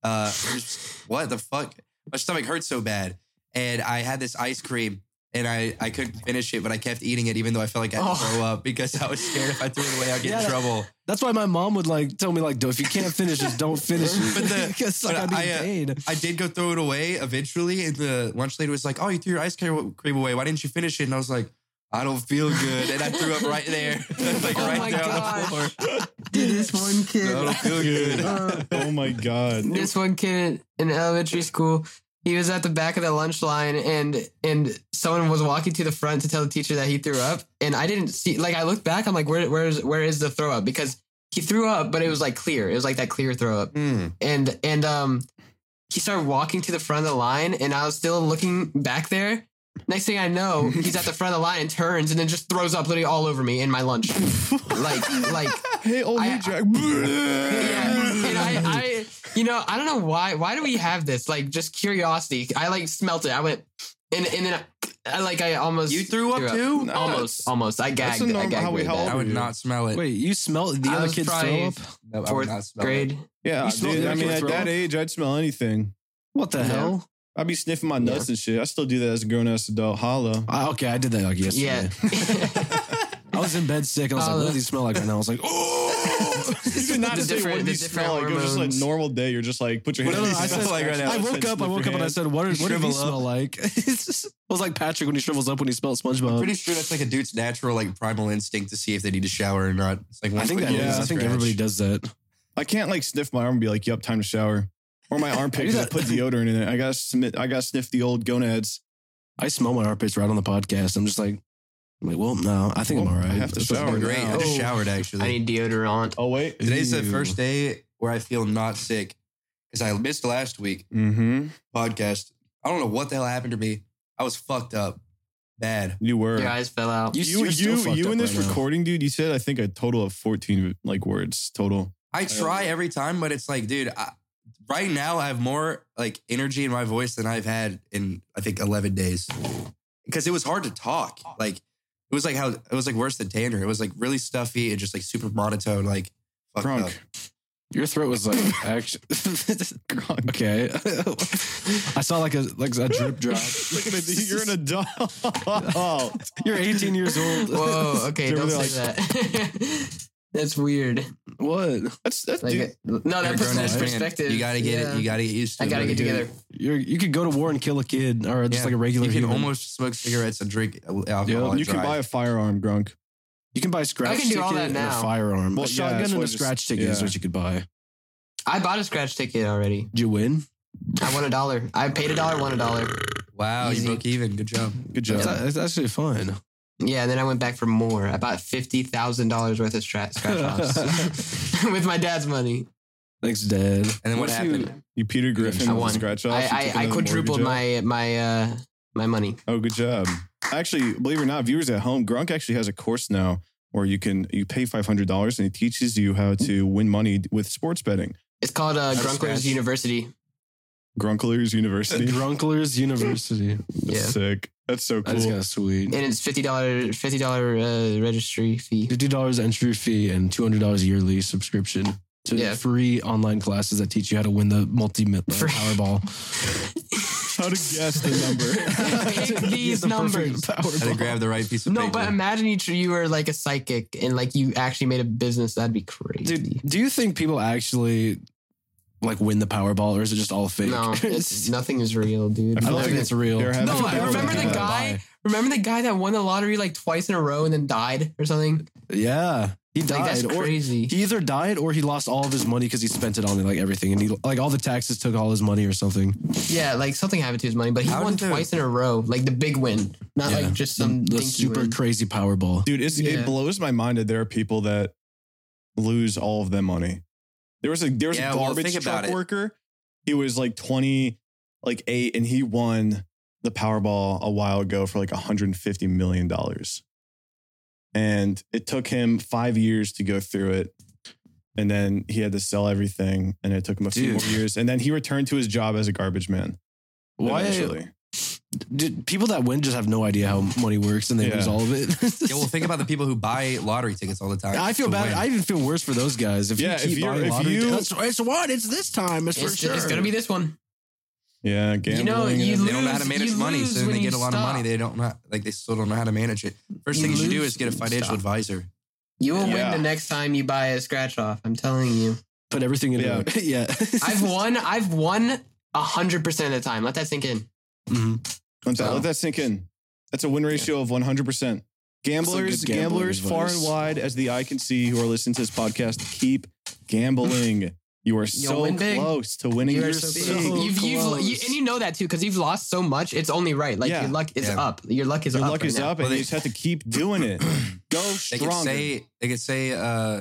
[SPEAKER 4] uh, it
[SPEAKER 2] [LAUGHS]
[SPEAKER 4] was just- what the fuck? My stomach hurt so bad, and I had this ice cream, and I I couldn't finish it, but I kept eating it, even though I felt like I'd
[SPEAKER 2] Oh.
[SPEAKER 4] throw up because I was scared if I threw it away, I'd get
[SPEAKER 1] Yeah,
[SPEAKER 4] in
[SPEAKER 1] that-
[SPEAKER 4] trouble.
[SPEAKER 1] That's why my mom would like tell me like, if you can't finish, just
[SPEAKER 4] [LAUGHS]
[SPEAKER 1] don't finish.
[SPEAKER 4] But
[SPEAKER 1] [LAUGHS]
[SPEAKER 4] the-
[SPEAKER 1] because like,
[SPEAKER 4] but
[SPEAKER 1] I'd be
[SPEAKER 4] I,
[SPEAKER 1] in
[SPEAKER 4] uh,
[SPEAKER 1] pain.
[SPEAKER 4] I did go throw it away eventually, and the lunch lady was like, "Oh, you threw your ice cream cream away. Why didn't you finish it?" And I was like, "I don't feel good," and I threw up right there, [LAUGHS] like
[SPEAKER 2] [LAUGHS] Oh my
[SPEAKER 4] right there
[SPEAKER 2] gosh.
[SPEAKER 4] on the floor.
[SPEAKER 2] Dude, this one kid.
[SPEAKER 4] I don't feel good.
[SPEAKER 2] [LAUGHS] Uh,
[SPEAKER 3] oh my
[SPEAKER 4] [LAUGHS]
[SPEAKER 3] god!
[SPEAKER 2] this one kid in elementary school. He was at the back of the lunch line, and and someone was walking to the front to tell the teacher that he threw up, and I didn't see. Like I looked back, I'm like, where where is where is the throw up? Because he threw up, but it was like clear. It was like that clear throw up.
[SPEAKER 4] Mm.
[SPEAKER 2] and and um he started walking to the front of the line and I was still looking back there. Next thing I know, he's at the front of the line and turns and then just throws up literally all over me in my
[SPEAKER 4] [LAUGHS]
[SPEAKER 2] lunch. like like
[SPEAKER 3] Hey, old
[SPEAKER 2] I-
[SPEAKER 3] me, Jack.
[SPEAKER 2] yeah. And I, I you know, I don't know why why do we have this? Like just curiosity. I like smelt it. I went and and then I, I like I almost
[SPEAKER 4] You threw up too?
[SPEAKER 3] No,
[SPEAKER 2] Almost,
[SPEAKER 3] it's-
[SPEAKER 2] almost. I gagged.
[SPEAKER 3] a norm-
[SPEAKER 2] I gagged
[SPEAKER 3] how we-
[SPEAKER 2] really
[SPEAKER 3] how
[SPEAKER 2] bad.
[SPEAKER 4] I would not smell it.
[SPEAKER 1] Wait, you smell the
[SPEAKER 2] I
[SPEAKER 1] other
[SPEAKER 2] was
[SPEAKER 1] kids
[SPEAKER 2] probably
[SPEAKER 1] throw up?
[SPEAKER 4] No, I would not
[SPEAKER 2] Fourth
[SPEAKER 4] smell
[SPEAKER 1] [LAUGHS]
[SPEAKER 4] it.
[SPEAKER 2] grade.
[SPEAKER 3] yeah,
[SPEAKER 1] You smelled
[SPEAKER 3] dude.
[SPEAKER 1] the
[SPEAKER 3] I mean,
[SPEAKER 1] actual
[SPEAKER 3] at that
[SPEAKER 1] throw?
[SPEAKER 3] age, I'd smell anything.
[SPEAKER 1] What the
[SPEAKER 2] Yeah.
[SPEAKER 1] hell?
[SPEAKER 3] I'd be sniffing my nuts and shit. I still do that as a grown ass adult. Holla.
[SPEAKER 1] I, okay, I did that like yesterday.
[SPEAKER 2] Yeah.
[SPEAKER 4] [LAUGHS]
[SPEAKER 1] I was in bed sick. and I was
[SPEAKER 2] Oh,
[SPEAKER 1] like, what
[SPEAKER 2] that-
[SPEAKER 1] does he smell like right now? I was like, oh.
[SPEAKER 3] you did not
[SPEAKER 2] The
[SPEAKER 3] say
[SPEAKER 2] different-
[SPEAKER 3] what
[SPEAKER 2] the
[SPEAKER 3] you
[SPEAKER 2] different
[SPEAKER 3] smell like. It was just like
[SPEAKER 2] hormones.
[SPEAKER 3] normal day. You're just like put your
[SPEAKER 1] Well,
[SPEAKER 3] hand.
[SPEAKER 1] no, no,
[SPEAKER 3] in
[SPEAKER 1] I
[SPEAKER 3] your
[SPEAKER 1] said-
[SPEAKER 3] mouth.
[SPEAKER 4] like right now.
[SPEAKER 1] I woke up. I woke up and I said, "What? Did, what did he
[SPEAKER 4] Shrivel up.
[SPEAKER 1] smell like?" [LAUGHS] It's just- it was like Patrick when he shrivels up when he smells SpongeBob.
[SPEAKER 4] Pretty sure that's like a dude's natural, like primal instinct to see if they need to shower or not. It's like
[SPEAKER 1] I think that
[SPEAKER 3] Yeah,
[SPEAKER 1] is. I think everybody does that.
[SPEAKER 3] I can't like sniff my arm and be like, "Yep, time to shower." Or my armpit because I put deodorant in it. I gotta submit. I gotta sniff the old gonads.
[SPEAKER 1] I smell my armpits right on the podcast. I'm just like, I'm like, well, no, I think
[SPEAKER 3] Well,
[SPEAKER 1] I'm all right.
[SPEAKER 3] I have to
[SPEAKER 1] This doesn't
[SPEAKER 3] shower
[SPEAKER 1] look
[SPEAKER 4] Great. I
[SPEAKER 1] bad.
[SPEAKER 2] Oh.
[SPEAKER 4] just showered actually.
[SPEAKER 2] I need deodorant.
[SPEAKER 3] Oh wait,
[SPEAKER 4] Today's the
[SPEAKER 1] Ew.
[SPEAKER 4] first day where I feel not sick because I missed last week
[SPEAKER 3] Mm-hmm.
[SPEAKER 4] podcast. I don't know what the hell happened to me. I was fucked up bad.
[SPEAKER 3] You were.
[SPEAKER 2] Your eyes fell out.
[SPEAKER 1] You,
[SPEAKER 3] You
[SPEAKER 1] you're
[SPEAKER 3] you
[SPEAKER 1] still
[SPEAKER 3] you,
[SPEAKER 1] fucked up
[SPEAKER 3] in this
[SPEAKER 1] right now.
[SPEAKER 3] recording, dude. You said I think a total of fourteen like words
[SPEAKER 2] [LAUGHS]
[SPEAKER 3] total.
[SPEAKER 4] I try every time, but it's like, dude, I, right now I have more like energy in my voice than I've had in I think eleven days because it was hard to talk. Like it was like how it was like worse than Tanner. It was like really stuffy and just like super monotone. Like fucked up.
[SPEAKER 3] Drunk.
[SPEAKER 1] Your throat was like,
[SPEAKER 3] [LAUGHS]
[SPEAKER 1] actually, [LAUGHS]
[SPEAKER 3] Drunk.
[SPEAKER 1] okay. I saw like a like a drip drop.
[SPEAKER 3] [LAUGHS] Look at it. You're an [LAUGHS] adult.
[SPEAKER 1] You're 18 years old.
[SPEAKER 4] [LAUGHS]
[SPEAKER 1] [LAUGHS]
[SPEAKER 2] Whoa, okay,
[SPEAKER 3] Remember
[SPEAKER 2] don't
[SPEAKER 3] they're
[SPEAKER 2] say that. [LAUGHS] That's weird.
[SPEAKER 1] what?
[SPEAKER 3] That's that's
[SPEAKER 2] Like,
[SPEAKER 3] dude,
[SPEAKER 2] no, that
[SPEAKER 4] You're a
[SPEAKER 2] puts it
[SPEAKER 4] grown-ass
[SPEAKER 2] in
[SPEAKER 4] man.
[SPEAKER 2] perspective.
[SPEAKER 4] You gotta get
[SPEAKER 2] Yeah.
[SPEAKER 4] it. You gotta get used to.
[SPEAKER 2] I
[SPEAKER 4] it.
[SPEAKER 2] gotta get
[SPEAKER 4] You
[SPEAKER 2] together.
[SPEAKER 1] You're you could go to war and kill a kid, or just
[SPEAKER 4] Yeah.
[SPEAKER 1] like a regular.
[SPEAKER 4] You can
[SPEAKER 1] human.
[SPEAKER 4] almost smoke cigarettes and drink alcohol.
[SPEAKER 2] Oh,
[SPEAKER 1] Yeah,
[SPEAKER 4] and
[SPEAKER 3] you can
[SPEAKER 4] drive.
[SPEAKER 3] buy a firearm, Grunk.
[SPEAKER 1] you can buy a scratch.
[SPEAKER 2] I can do all
[SPEAKER 1] ticket
[SPEAKER 2] that
[SPEAKER 1] and
[SPEAKER 2] now.
[SPEAKER 1] A firearm.
[SPEAKER 3] Well,
[SPEAKER 1] a
[SPEAKER 3] yeah,
[SPEAKER 1] shotgun
[SPEAKER 3] that's
[SPEAKER 1] and a
[SPEAKER 3] what I just-
[SPEAKER 1] scratch ticket is
[SPEAKER 3] yeah.
[SPEAKER 1] what you could buy.
[SPEAKER 2] I bought a scratch ticket already.
[SPEAKER 1] Did you win?
[SPEAKER 2] I won a dollar. I paid a dollar, won a dollar.
[SPEAKER 4] Wow,
[SPEAKER 2] Easy.
[SPEAKER 4] you broke even. Good job.
[SPEAKER 3] Good job.
[SPEAKER 1] It's, a- it's actually fun.
[SPEAKER 2] Yeah, and then I went back for more. I bought fifty thousand dollars worth of stra-
[SPEAKER 3] [LAUGHS]
[SPEAKER 2] scratch offs [LAUGHS] with my dad's money.
[SPEAKER 1] Thanks, Dad.
[SPEAKER 4] And then what
[SPEAKER 1] What's
[SPEAKER 4] happened?
[SPEAKER 3] You Peter Griffin
[SPEAKER 2] I
[SPEAKER 3] with
[SPEAKER 2] won.
[SPEAKER 3] the scratch offs. You
[SPEAKER 2] I,
[SPEAKER 3] took
[SPEAKER 2] I, I
[SPEAKER 3] another
[SPEAKER 2] quadrupled
[SPEAKER 3] mortgage out?
[SPEAKER 2] my my uh my money.
[SPEAKER 3] Oh, good job. Actually, believe it or not, viewers at home, Grunk actually has a course now where you can you pay five hundred dollars and he teaches you how to win money with sports betting.
[SPEAKER 2] It's called uh,
[SPEAKER 4] That's
[SPEAKER 2] Grunkler's
[SPEAKER 4] scratch.
[SPEAKER 2] University.
[SPEAKER 1] [LAUGHS]
[SPEAKER 3] Grunklers University.
[SPEAKER 1] Drunklers University.
[SPEAKER 2] Yeah,
[SPEAKER 3] That's sick. That's so cool.
[SPEAKER 1] That's kind of sweet.
[SPEAKER 2] and it's fifty dollar fifty dollar uh, registry fee.
[SPEAKER 1] Fifty dollars entry fee and two hundred dollars yearly subscription to
[SPEAKER 2] Yeah.
[SPEAKER 1] free online classes that teach you how to win the multi uh,
[SPEAKER 2] Free.
[SPEAKER 1] Powerball.
[SPEAKER 3] [LAUGHS] [LAUGHS] How to guess the number.
[SPEAKER 1] [LAUGHS]
[SPEAKER 3] [LAUGHS]
[SPEAKER 2] [LAUGHS] Pick these
[SPEAKER 1] The perfect
[SPEAKER 2] numbers.
[SPEAKER 4] I had to
[SPEAKER 1] Powerball.
[SPEAKER 4] grab the right piece of
[SPEAKER 2] No,
[SPEAKER 4] paper.
[SPEAKER 2] but imagine you, tr- you were like a psychic and like you actually made a business. That'd be crazy.
[SPEAKER 1] Dude, do you think people actually like win the Powerball, or is it just all [LAUGHS] fake?
[SPEAKER 2] no,
[SPEAKER 3] [LAUGHS]
[SPEAKER 2] it's,
[SPEAKER 1] It's-
[SPEAKER 2] nothing is real, dude.
[SPEAKER 1] I
[SPEAKER 3] I feel
[SPEAKER 1] don't
[SPEAKER 3] like
[SPEAKER 1] think it's real.
[SPEAKER 3] there have-
[SPEAKER 2] No,
[SPEAKER 3] I
[SPEAKER 2] I remember the
[SPEAKER 3] Yeah.
[SPEAKER 2] guy. Remember the guy that won the lottery like twice in a row and then died or something.
[SPEAKER 1] Yeah, he
[SPEAKER 2] Like
[SPEAKER 1] died.
[SPEAKER 2] that's
[SPEAKER 1] or
[SPEAKER 2] crazy.
[SPEAKER 1] he either died or he lost all of his money because he spent it on like everything, and he like all the taxes took all his money or something.
[SPEAKER 2] yeah, like something happened to his money, but he
[SPEAKER 4] How
[SPEAKER 2] won
[SPEAKER 4] did the-
[SPEAKER 2] twice in a row, like the big win, not
[SPEAKER 1] Yeah.
[SPEAKER 2] like just
[SPEAKER 1] The-
[SPEAKER 2] some
[SPEAKER 1] the
[SPEAKER 2] dinky
[SPEAKER 1] super
[SPEAKER 2] win.
[SPEAKER 1] crazy Powerball.
[SPEAKER 3] Dude, it's,
[SPEAKER 2] Yeah.
[SPEAKER 3] it blows my mind that there are people that lose all of their money. There was a there was
[SPEAKER 4] Yeah,
[SPEAKER 3] a
[SPEAKER 4] well,
[SPEAKER 3] garbage
[SPEAKER 4] think about
[SPEAKER 3] truck
[SPEAKER 4] it.
[SPEAKER 3] worker. He was like twenty, like eight, and he won the Powerball a while ago for like one hundred and fifty million dollars. And it took him five years to go through it, and then he had to sell everything, and it took him a few
[SPEAKER 1] Dude.
[SPEAKER 3] more years, and then he returned to his job as a garbage man.
[SPEAKER 1] Why?
[SPEAKER 3] eventually.
[SPEAKER 1] Dude, people that win just have no idea how money works, and they
[SPEAKER 3] Yeah.
[SPEAKER 1] lose all of it. [LAUGHS]
[SPEAKER 4] yeah, well, think about the people who buy lottery tickets all the time.
[SPEAKER 1] I feel
[SPEAKER 4] to
[SPEAKER 1] bad.
[SPEAKER 4] win.
[SPEAKER 1] I even feel worse for those guys. If
[SPEAKER 3] Yeah,
[SPEAKER 1] you
[SPEAKER 3] if
[SPEAKER 1] keep
[SPEAKER 3] you're-
[SPEAKER 1] buying
[SPEAKER 3] if
[SPEAKER 1] lottery,
[SPEAKER 3] you-
[SPEAKER 1] tickets, it's, what it's this time. It's,
[SPEAKER 2] It's,
[SPEAKER 1] for sure.
[SPEAKER 2] it's gonna be this one.
[SPEAKER 3] Yeah, gambling.
[SPEAKER 2] You know,
[SPEAKER 3] and
[SPEAKER 2] you
[SPEAKER 3] everything.
[SPEAKER 4] they don't know how to
[SPEAKER 2] lose-
[SPEAKER 4] manage
[SPEAKER 2] you
[SPEAKER 4] money,
[SPEAKER 2] lose
[SPEAKER 4] so then
[SPEAKER 2] when
[SPEAKER 4] they
[SPEAKER 2] you
[SPEAKER 4] get a lot of
[SPEAKER 2] stop.
[SPEAKER 4] money. They don't not like they still don't know how to manage it. First
[SPEAKER 2] You
[SPEAKER 4] thing you should do
[SPEAKER 2] lose
[SPEAKER 4] is get a
[SPEAKER 2] when you
[SPEAKER 4] financial
[SPEAKER 2] stop.
[SPEAKER 4] advisor.
[SPEAKER 2] You will
[SPEAKER 3] Yeah.
[SPEAKER 2] win the next time you buy a scratch off. I'm telling you.
[SPEAKER 1] Put everything in
[SPEAKER 3] Yeah.
[SPEAKER 1] it. [LAUGHS] yeah.
[SPEAKER 2] I've won. I've won hundred percent of the time. Let that sink in.
[SPEAKER 1] Mhm.
[SPEAKER 3] Let that,
[SPEAKER 2] So-
[SPEAKER 3] let that sink in. That's a win ratio of 100%. Gamblers,
[SPEAKER 1] good gambling
[SPEAKER 3] gamblers far
[SPEAKER 1] advice.
[SPEAKER 3] and wide as the eye can see who are listening to this podcast, keep gambling. You are so
[SPEAKER 2] win big.
[SPEAKER 3] close to winning
[SPEAKER 2] You
[SPEAKER 3] your
[SPEAKER 2] are
[SPEAKER 1] so
[SPEAKER 3] so
[SPEAKER 1] close.
[SPEAKER 3] big.
[SPEAKER 2] you've, you've you, and you know that too because you've lost so much. It's only right. Like
[SPEAKER 3] Yeah.
[SPEAKER 2] your luck is
[SPEAKER 4] Yeah.
[SPEAKER 2] up. Your luck is
[SPEAKER 3] Your
[SPEAKER 2] up.
[SPEAKER 3] luck
[SPEAKER 2] right
[SPEAKER 3] is
[SPEAKER 2] now.
[SPEAKER 3] up,
[SPEAKER 4] Well,
[SPEAKER 3] and
[SPEAKER 4] they-
[SPEAKER 3] you just have to keep doing it. Go
[SPEAKER 4] They could
[SPEAKER 3] strong.
[SPEAKER 4] say they could say uh,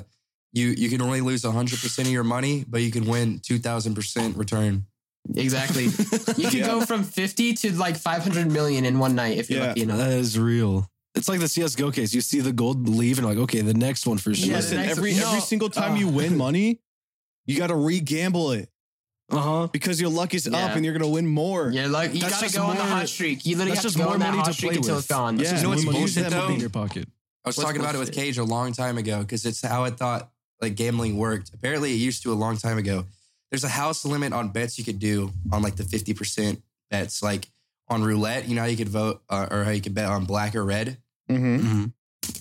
[SPEAKER 4] you you can only lose hundred percent of your money, but you can win two thousand percent return.
[SPEAKER 2] Exactly. You could
[SPEAKER 3] Yeah.
[SPEAKER 2] go from fifty to like five hundred million in one night if you're
[SPEAKER 3] Yeah.
[SPEAKER 2] lucky enough.
[SPEAKER 1] That is real. It's like the CSGO case. You see the gold leave and like, okay, the next one for sure.
[SPEAKER 2] Yeah,
[SPEAKER 3] Listen,
[SPEAKER 2] the next-
[SPEAKER 3] every e- every
[SPEAKER 2] no,
[SPEAKER 3] single time
[SPEAKER 2] uh.
[SPEAKER 3] you win money, you got to re-gamble it
[SPEAKER 1] uh-huh.
[SPEAKER 3] because your luck is
[SPEAKER 2] Yeah.
[SPEAKER 3] up and you're gonna win more.
[SPEAKER 2] Your luck. You
[SPEAKER 1] That's
[SPEAKER 2] gotta
[SPEAKER 1] just
[SPEAKER 2] go on the
[SPEAKER 1] more-
[SPEAKER 2] hot streak. You literally
[SPEAKER 1] that's
[SPEAKER 2] have
[SPEAKER 1] just
[SPEAKER 2] to go
[SPEAKER 1] more
[SPEAKER 2] on that
[SPEAKER 1] money to
[SPEAKER 2] hot streak
[SPEAKER 1] play
[SPEAKER 2] until
[SPEAKER 1] with.
[SPEAKER 2] it's gone.
[SPEAKER 3] Yeah.
[SPEAKER 2] That's
[SPEAKER 1] That's
[SPEAKER 2] just
[SPEAKER 4] You know
[SPEAKER 1] more
[SPEAKER 4] what's
[SPEAKER 1] money that
[SPEAKER 4] bullshit,
[SPEAKER 1] would be
[SPEAKER 4] though?
[SPEAKER 1] in your pocket.
[SPEAKER 4] I was
[SPEAKER 2] What's
[SPEAKER 4] talking about it with
[SPEAKER 2] bullshit?
[SPEAKER 4] Cage a long time ago because it's how I thought like gambling worked. Apparently, it used to a long time ago. There's a house limit on bets you could do on like the 50% bets, like on roulette. You know how you could vote uh, or how you could bet on black or red?
[SPEAKER 3] Mhm.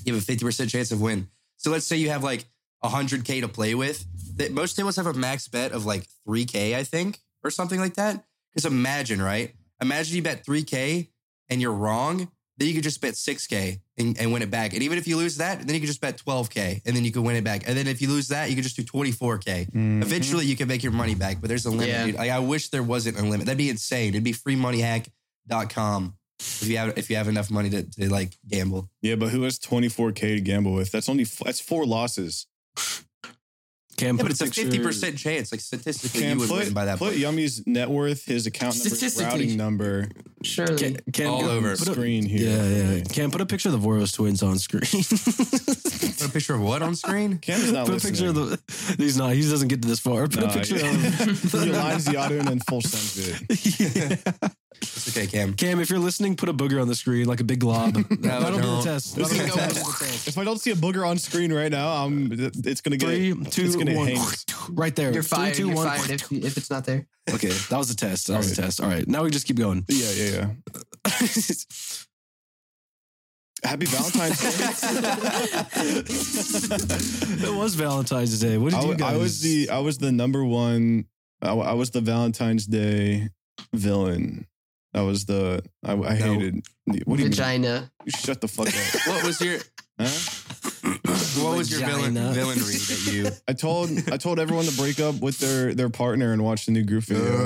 [SPEAKER 4] You have a 50% chance of win. So let's say you have like 100K to play with. That most tables have a max bet of like 3K, I think, or something like that. Because imagine, right? Imagine you bet 3K and you're wrong. Then you could just bet 6K and, and win it back. And even if you lose that, then you could just bet 12K and then you could win it back. And then if you lose that, you could just do 24K.
[SPEAKER 3] Mhm.
[SPEAKER 4] Eventually, you can make your money back, but there's a limit.
[SPEAKER 2] Yeah.
[SPEAKER 4] Dude. Like, I wish there wasn't a limit. That'd be insane. It'd be freemoneyhack.com if you have if you have enough money to, to like gamble.
[SPEAKER 3] Yeah, but who has 24k to gamble with? That's only f- that's four losses.
[SPEAKER 1] Cam put
[SPEAKER 4] Yeah, but it's a
[SPEAKER 1] picture-
[SPEAKER 4] fifty percent chance. Like statistically,
[SPEAKER 3] Cam,
[SPEAKER 4] you would
[SPEAKER 3] put,
[SPEAKER 4] win by that.
[SPEAKER 3] put
[SPEAKER 4] point.
[SPEAKER 3] Yummy's net worth, his account number, his
[SPEAKER 2] Statistically.
[SPEAKER 3] routing number.
[SPEAKER 2] [LAUGHS] surely.
[SPEAKER 1] Cam, Cam,
[SPEAKER 4] All over.
[SPEAKER 1] put a-
[SPEAKER 3] Screen here.
[SPEAKER 1] Yeah, yeah. Cam, put a picture of the Voros twins on
[SPEAKER 3] [LAUGHS]
[SPEAKER 1] screen.
[SPEAKER 4] Put a picture of what on screen?
[SPEAKER 3] Cam is not
[SPEAKER 1] put a
[SPEAKER 3] listening.
[SPEAKER 1] picture of the. [LAUGHS] He's not. He doesn't get to this far. Put
[SPEAKER 3] No,
[SPEAKER 1] a picture
[SPEAKER 3] [LAUGHS] yeah.
[SPEAKER 1] of. [LAUGHS]
[SPEAKER 3] he aligns the auto and then full sends it.
[SPEAKER 4] [LAUGHS] It's okay, Cam.
[SPEAKER 1] Cam, if you're listening, put a booger on the screen like a big
[SPEAKER 3] [LAUGHS]
[SPEAKER 1] glob. That'll be the
[SPEAKER 4] don't.
[SPEAKER 1] test.
[SPEAKER 3] This
[SPEAKER 1] That'll be [LAUGHS]
[SPEAKER 3] is
[SPEAKER 1] the
[SPEAKER 3] a
[SPEAKER 1] test.
[SPEAKER 3] If I don't see a booger on screen right now, I'm it's gonna get
[SPEAKER 1] Three,
[SPEAKER 3] it's
[SPEAKER 1] two,
[SPEAKER 3] gonna
[SPEAKER 1] one.
[SPEAKER 3] hang.
[SPEAKER 1] [LAUGHS] Right there.
[SPEAKER 2] You're fired.
[SPEAKER 1] Three, two,
[SPEAKER 2] you're
[SPEAKER 1] one.
[SPEAKER 2] fired if, if it's not there.
[SPEAKER 1] Okay, that was a test. That was a
[SPEAKER 3] Alright.
[SPEAKER 1] test. All right, now we just keep going. [LAUGHS]
[SPEAKER 3] Yeah, yeah, yeah. Happy Valentine's
[SPEAKER 1] [LAUGHS]
[SPEAKER 3] Day.
[SPEAKER 1] it was Valentine's Day. What did
[SPEAKER 3] I,
[SPEAKER 1] you
[SPEAKER 3] w-
[SPEAKER 1] guys?
[SPEAKER 3] I
[SPEAKER 1] [COUGHS]
[SPEAKER 3] was the I was the number one. I, w- I was the Valentine's Day villain. I was the I, I
[SPEAKER 4] No.
[SPEAKER 3] hated. What do you mean?
[SPEAKER 2] Vagina.
[SPEAKER 3] Shut the fuck up.
[SPEAKER 4] What was your
[SPEAKER 3] Huh?
[SPEAKER 4] what was your villain,
[SPEAKER 1] Vagina. [LAUGHS]
[SPEAKER 4] villainry that you?
[SPEAKER 3] I told I told everyone to break up with their their partner and watch the new group
[SPEAKER 4] [LAUGHS]
[SPEAKER 3] video. and
[SPEAKER 4] Uh,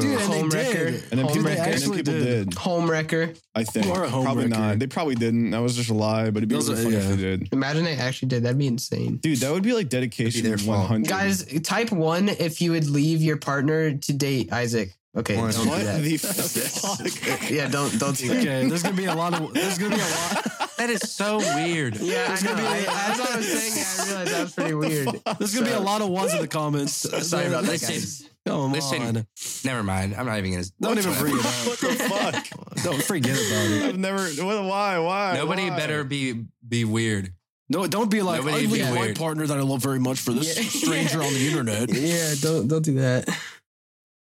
[SPEAKER 3] then,
[SPEAKER 1] Dude, and they
[SPEAKER 2] Home wrecker.
[SPEAKER 1] did.
[SPEAKER 3] and then
[SPEAKER 2] Home
[SPEAKER 3] people,
[SPEAKER 2] wrecker.
[SPEAKER 3] and then
[SPEAKER 1] Actually
[SPEAKER 3] people
[SPEAKER 1] did.
[SPEAKER 3] did.
[SPEAKER 2] Home wrecker.
[SPEAKER 3] I think
[SPEAKER 1] Or a home
[SPEAKER 3] probably
[SPEAKER 1] wrecker.
[SPEAKER 3] not. They probably didn't. That was just a lie. But it'd be
[SPEAKER 1] Those are-
[SPEAKER 3] really funny if
[SPEAKER 1] yeah.
[SPEAKER 3] they did.
[SPEAKER 2] Imagine they actually did. That'd be insane.
[SPEAKER 3] Dude, that would be like dedication
[SPEAKER 4] their fault.
[SPEAKER 3] one hundred.
[SPEAKER 2] Guys, type one if you would leave your partner to date Isaac. Okay,
[SPEAKER 4] One.
[SPEAKER 2] don't do
[SPEAKER 3] what
[SPEAKER 2] that.
[SPEAKER 3] the [LAUGHS] fuck?
[SPEAKER 2] Yeah, don't don't do that.
[SPEAKER 1] [LAUGHS] Okay, there's gonna be a lot of there's gonna be a lot
[SPEAKER 4] That is so weird.
[SPEAKER 2] Yeah, I know. I, as I was saying, I realized that was
[SPEAKER 1] [LAUGHS]
[SPEAKER 2] pretty weird.
[SPEAKER 1] there's gonna be a lot of ones in the comments.
[SPEAKER 2] [LAUGHS] Sorry about that,
[SPEAKER 4] Listen,
[SPEAKER 2] guys.
[SPEAKER 1] Come
[SPEAKER 4] Listen.
[SPEAKER 1] on,
[SPEAKER 4] never mind. I'm not even gonna.
[SPEAKER 1] don't even
[SPEAKER 2] [LAUGHS]
[SPEAKER 1] bring it up.
[SPEAKER 3] what the fuck?
[SPEAKER 1] Don't forget about it.
[SPEAKER 3] I've never. What, why? Why?
[SPEAKER 4] Nobody
[SPEAKER 3] why?
[SPEAKER 4] better be be weird.
[SPEAKER 1] No, don't be like
[SPEAKER 4] Nobody
[SPEAKER 1] I
[SPEAKER 4] be
[SPEAKER 1] leave my
[SPEAKER 4] weird.
[SPEAKER 1] partner that I love very much for this
[SPEAKER 2] Yeah. [LAUGHS]
[SPEAKER 1] stranger on the internet.
[SPEAKER 2] Yeah, don't don't do that.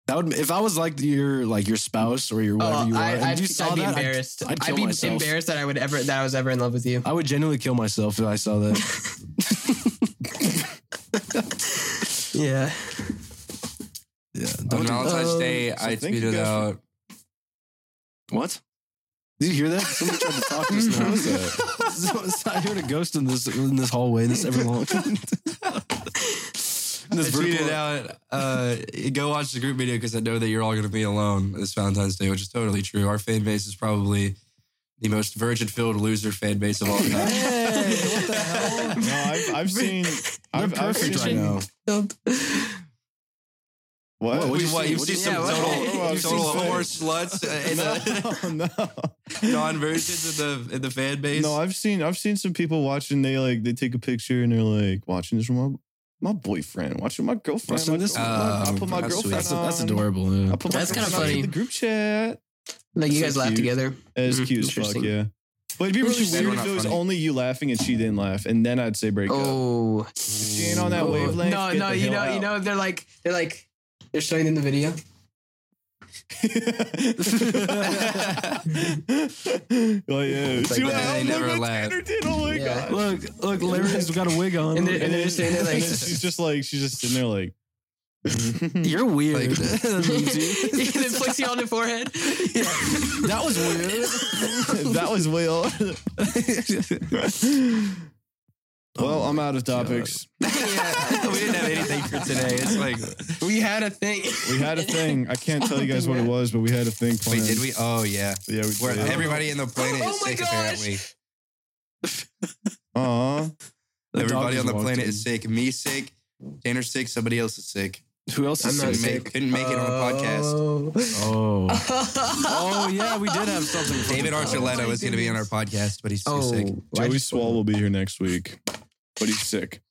[SPEAKER 1] That would if I was like your like your spouse or your whatever
[SPEAKER 2] Oh,
[SPEAKER 1] you are,
[SPEAKER 2] I,
[SPEAKER 1] and
[SPEAKER 2] I'd,
[SPEAKER 1] you saw
[SPEAKER 2] I'd be
[SPEAKER 1] that, I'd-
[SPEAKER 2] embarrassed. I'd,
[SPEAKER 1] I'd kill
[SPEAKER 2] be
[SPEAKER 1] myself.
[SPEAKER 2] embarrassed that I would ever that I was ever in love with you.
[SPEAKER 1] I would genuinely kill myself if I saw
[SPEAKER 2] [LAUGHS]
[SPEAKER 1] that.
[SPEAKER 2] Yeah.
[SPEAKER 1] yeah,
[SPEAKER 4] On
[SPEAKER 1] don't do-
[SPEAKER 4] Valentine's
[SPEAKER 2] Oh,
[SPEAKER 4] Day, I
[SPEAKER 3] thank you
[SPEAKER 4] tweeted
[SPEAKER 3] guys for-
[SPEAKER 4] out.
[SPEAKER 1] what? Did you hear that? Somebody tried to talk
[SPEAKER 2] [LAUGHS]
[SPEAKER 1] just now. [LAUGHS] So- so I heard a ghost in this in this hallway. This
[SPEAKER 2] [LAUGHS]
[SPEAKER 1] every long. [LAUGHS] in
[SPEAKER 4] I
[SPEAKER 1] this
[SPEAKER 4] tweeted
[SPEAKER 1] vertical-
[SPEAKER 4] out, uh, go watch the group video because I know that you're all going to be alone this Valentine's Day, which is totally true. Our fan base is probably the most virgin filled loser fan base of all time. [LAUGHS]
[SPEAKER 1] Hey, what the hell?
[SPEAKER 3] No, I've, I've seen. I've, I've
[SPEAKER 1] perfect
[SPEAKER 3] seen-
[SPEAKER 1] right now.
[SPEAKER 2] Don't-
[SPEAKER 3] What?
[SPEAKER 1] What,
[SPEAKER 4] We
[SPEAKER 1] you
[SPEAKER 4] what,
[SPEAKER 1] see?
[SPEAKER 4] you've
[SPEAKER 1] What
[SPEAKER 4] seen
[SPEAKER 1] you
[SPEAKER 4] some
[SPEAKER 1] see?
[SPEAKER 2] Yeah, what-
[SPEAKER 4] total,
[SPEAKER 2] you've
[SPEAKER 4] total
[SPEAKER 3] seen-
[SPEAKER 4] whore sluts and uh,
[SPEAKER 3] [LAUGHS] no, no.
[SPEAKER 4] non-virgins in the in the fan base.
[SPEAKER 3] No, I've seen I've seen some people watching. They like they take a picture and they're like watching this with my my boyfriend, watching my girlfriend.
[SPEAKER 1] Watching
[SPEAKER 3] my
[SPEAKER 1] this-
[SPEAKER 3] girlfriend. I
[SPEAKER 4] Um,
[SPEAKER 3] put my
[SPEAKER 4] that's sweet.
[SPEAKER 3] girlfriend.
[SPEAKER 1] That's, that's
[SPEAKER 3] on.
[SPEAKER 1] adorable.
[SPEAKER 3] I
[SPEAKER 1] Yeah.
[SPEAKER 3] put my
[SPEAKER 2] Oh, That's kinda
[SPEAKER 3] girlfriend
[SPEAKER 2] funny.
[SPEAKER 3] in the group chat.
[SPEAKER 2] like you
[SPEAKER 3] So
[SPEAKER 2] guys laugh
[SPEAKER 3] cute.
[SPEAKER 2] together.
[SPEAKER 3] It's
[SPEAKER 2] Mhm.
[SPEAKER 3] cute as fuck.
[SPEAKER 2] Interesting.
[SPEAKER 3] Yeah. But it'd be really
[SPEAKER 4] Interesting.
[SPEAKER 3] weird
[SPEAKER 4] We're
[SPEAKER 3] if it
[SPEAKER 4] not
[SPEAKER 3] was
[SPEAKER 4] funny.
[SPEAKER 3] only you laughing and she didn't laugh, and then I'd say break up.
[SPEAKER 2] Oh.
[SPEAKER 3] She ain't on that
[SPEAKER 2] Oh.
[SPEAKER 3] wavelength.
[SPEAKER 2] No,
[SPEAKER 3] get
[SPEAKER 2] no,
[SPEAKER 3] the
[SPEAKER 2] you
[SPEAKER 3] hell
[SPEAKER 2] know, you
[SPEAKER 3] out.
[SPEAKER 2] know, they're like, they're like, they're showing in the video.
[SPEAKER 3] [LAUGHS] oh yeah.
[SPEAKER 2] like
[SPEAKER 3] See
[SPEAKER 2] that.
[SPEAKER 3] what
[SPEAKER 4] They
[SPEAKER 3] hell-
[SPEAKER 4] never
[SPEAKER 3] look what
[SPEAKER 4] laugh.
[SPEAKER 3] Tanner did. Oh my
[SPEAKER 2] Yeah.
[SPEAKER 3] god.
[SPEAKER 1] Look, look, Larry's got a wig on.
[SPEAKER 2] And they're-
[SPEAKER 3] And
[SPEAKER 2] they're
[SPEAKER 3] then,
[SPEAKER 2] just standing there
[SPEAKER 3] and
[SPEAKER 2] like-
[SPEAKER 3] then she's just like she's just sitting there like.
[SPEAKER 1] [LAUGHS]
[SPEAKER 2] [LAUGHS]
[SPEAKER 1] You're weird.
[SPEAKER 4] Like-
[SPEAKER 2] it flicks you on the forehead.
[SPEAKER 1] [LAUGHS] that was weird. [LAUGHS]
[SPEAKER 3] that was Will. [LAUGHS] well, I'm out of topics.
[SPEAKER 4] yeah, [LAUGHS] we didn't have anything for today. It's like,
[SPEAKER 2] We had a thing.
[SPEAKER 3] We had a thing. I can't tell you guys what it was, but we had a thing planned.
[SPEAKER 4] wait, did we? Oh yeah,
[SPEAKER 3] Yeah, we
[SPEAKER 4] We're,
[SPEAKER 3] did. [LAUGHS]
[SPEAKER 4] everybody in the planet
[SPEAKER 2] Oh
[SPEAKER 4] is
[SPEAKER 2] my
[SPEAKER 4] sick
[SPEAKER 2] gosh.
[SPEAKER 4] apparently.
[SPEAKER 3] Aw.
[SPEAKER 1] The
[SPEAKER 4] everybody
[SPEAKER 1] dog
[SPEAKER 4] on the
[SPEAKER 1] just walked
[SPEAKER 4] planet
[SPEAKER 1] in.
[SPEAKER 4] is sick. Me sick. Tanner's sick. Somebody else is sick.
[SPEAKER 3] Oh
[SPEAKER 1] Who else is
[SPEAKER 4] I'm not
[SPEAKER 1] sick?
[SPEAKER 4] sick. couldn't make it on a
[SPEAKER 3] [LAUGHS]
[SPEAKER 4] podcast.
[SPEAKER 1] Oh.
[SPEAKER 2] [LAUGHS] oh
[SPEAKER 1] Oh yeah, we did have something.
[SPEAKER 2] [LAUGHS]
[SPEAKER 1] from
[SPEAKER 4] David
[SPEAKER 1] the planet.
[SPEAKER 4] Archuleta was going to be on our podcast, but he's too
[SPEAKER 2] Oh,
[SPEAKER 4] sick.
[SPEAKER 1] Oh.
[SPEAKER 3] Joey Swall will be here next week, but he's sick.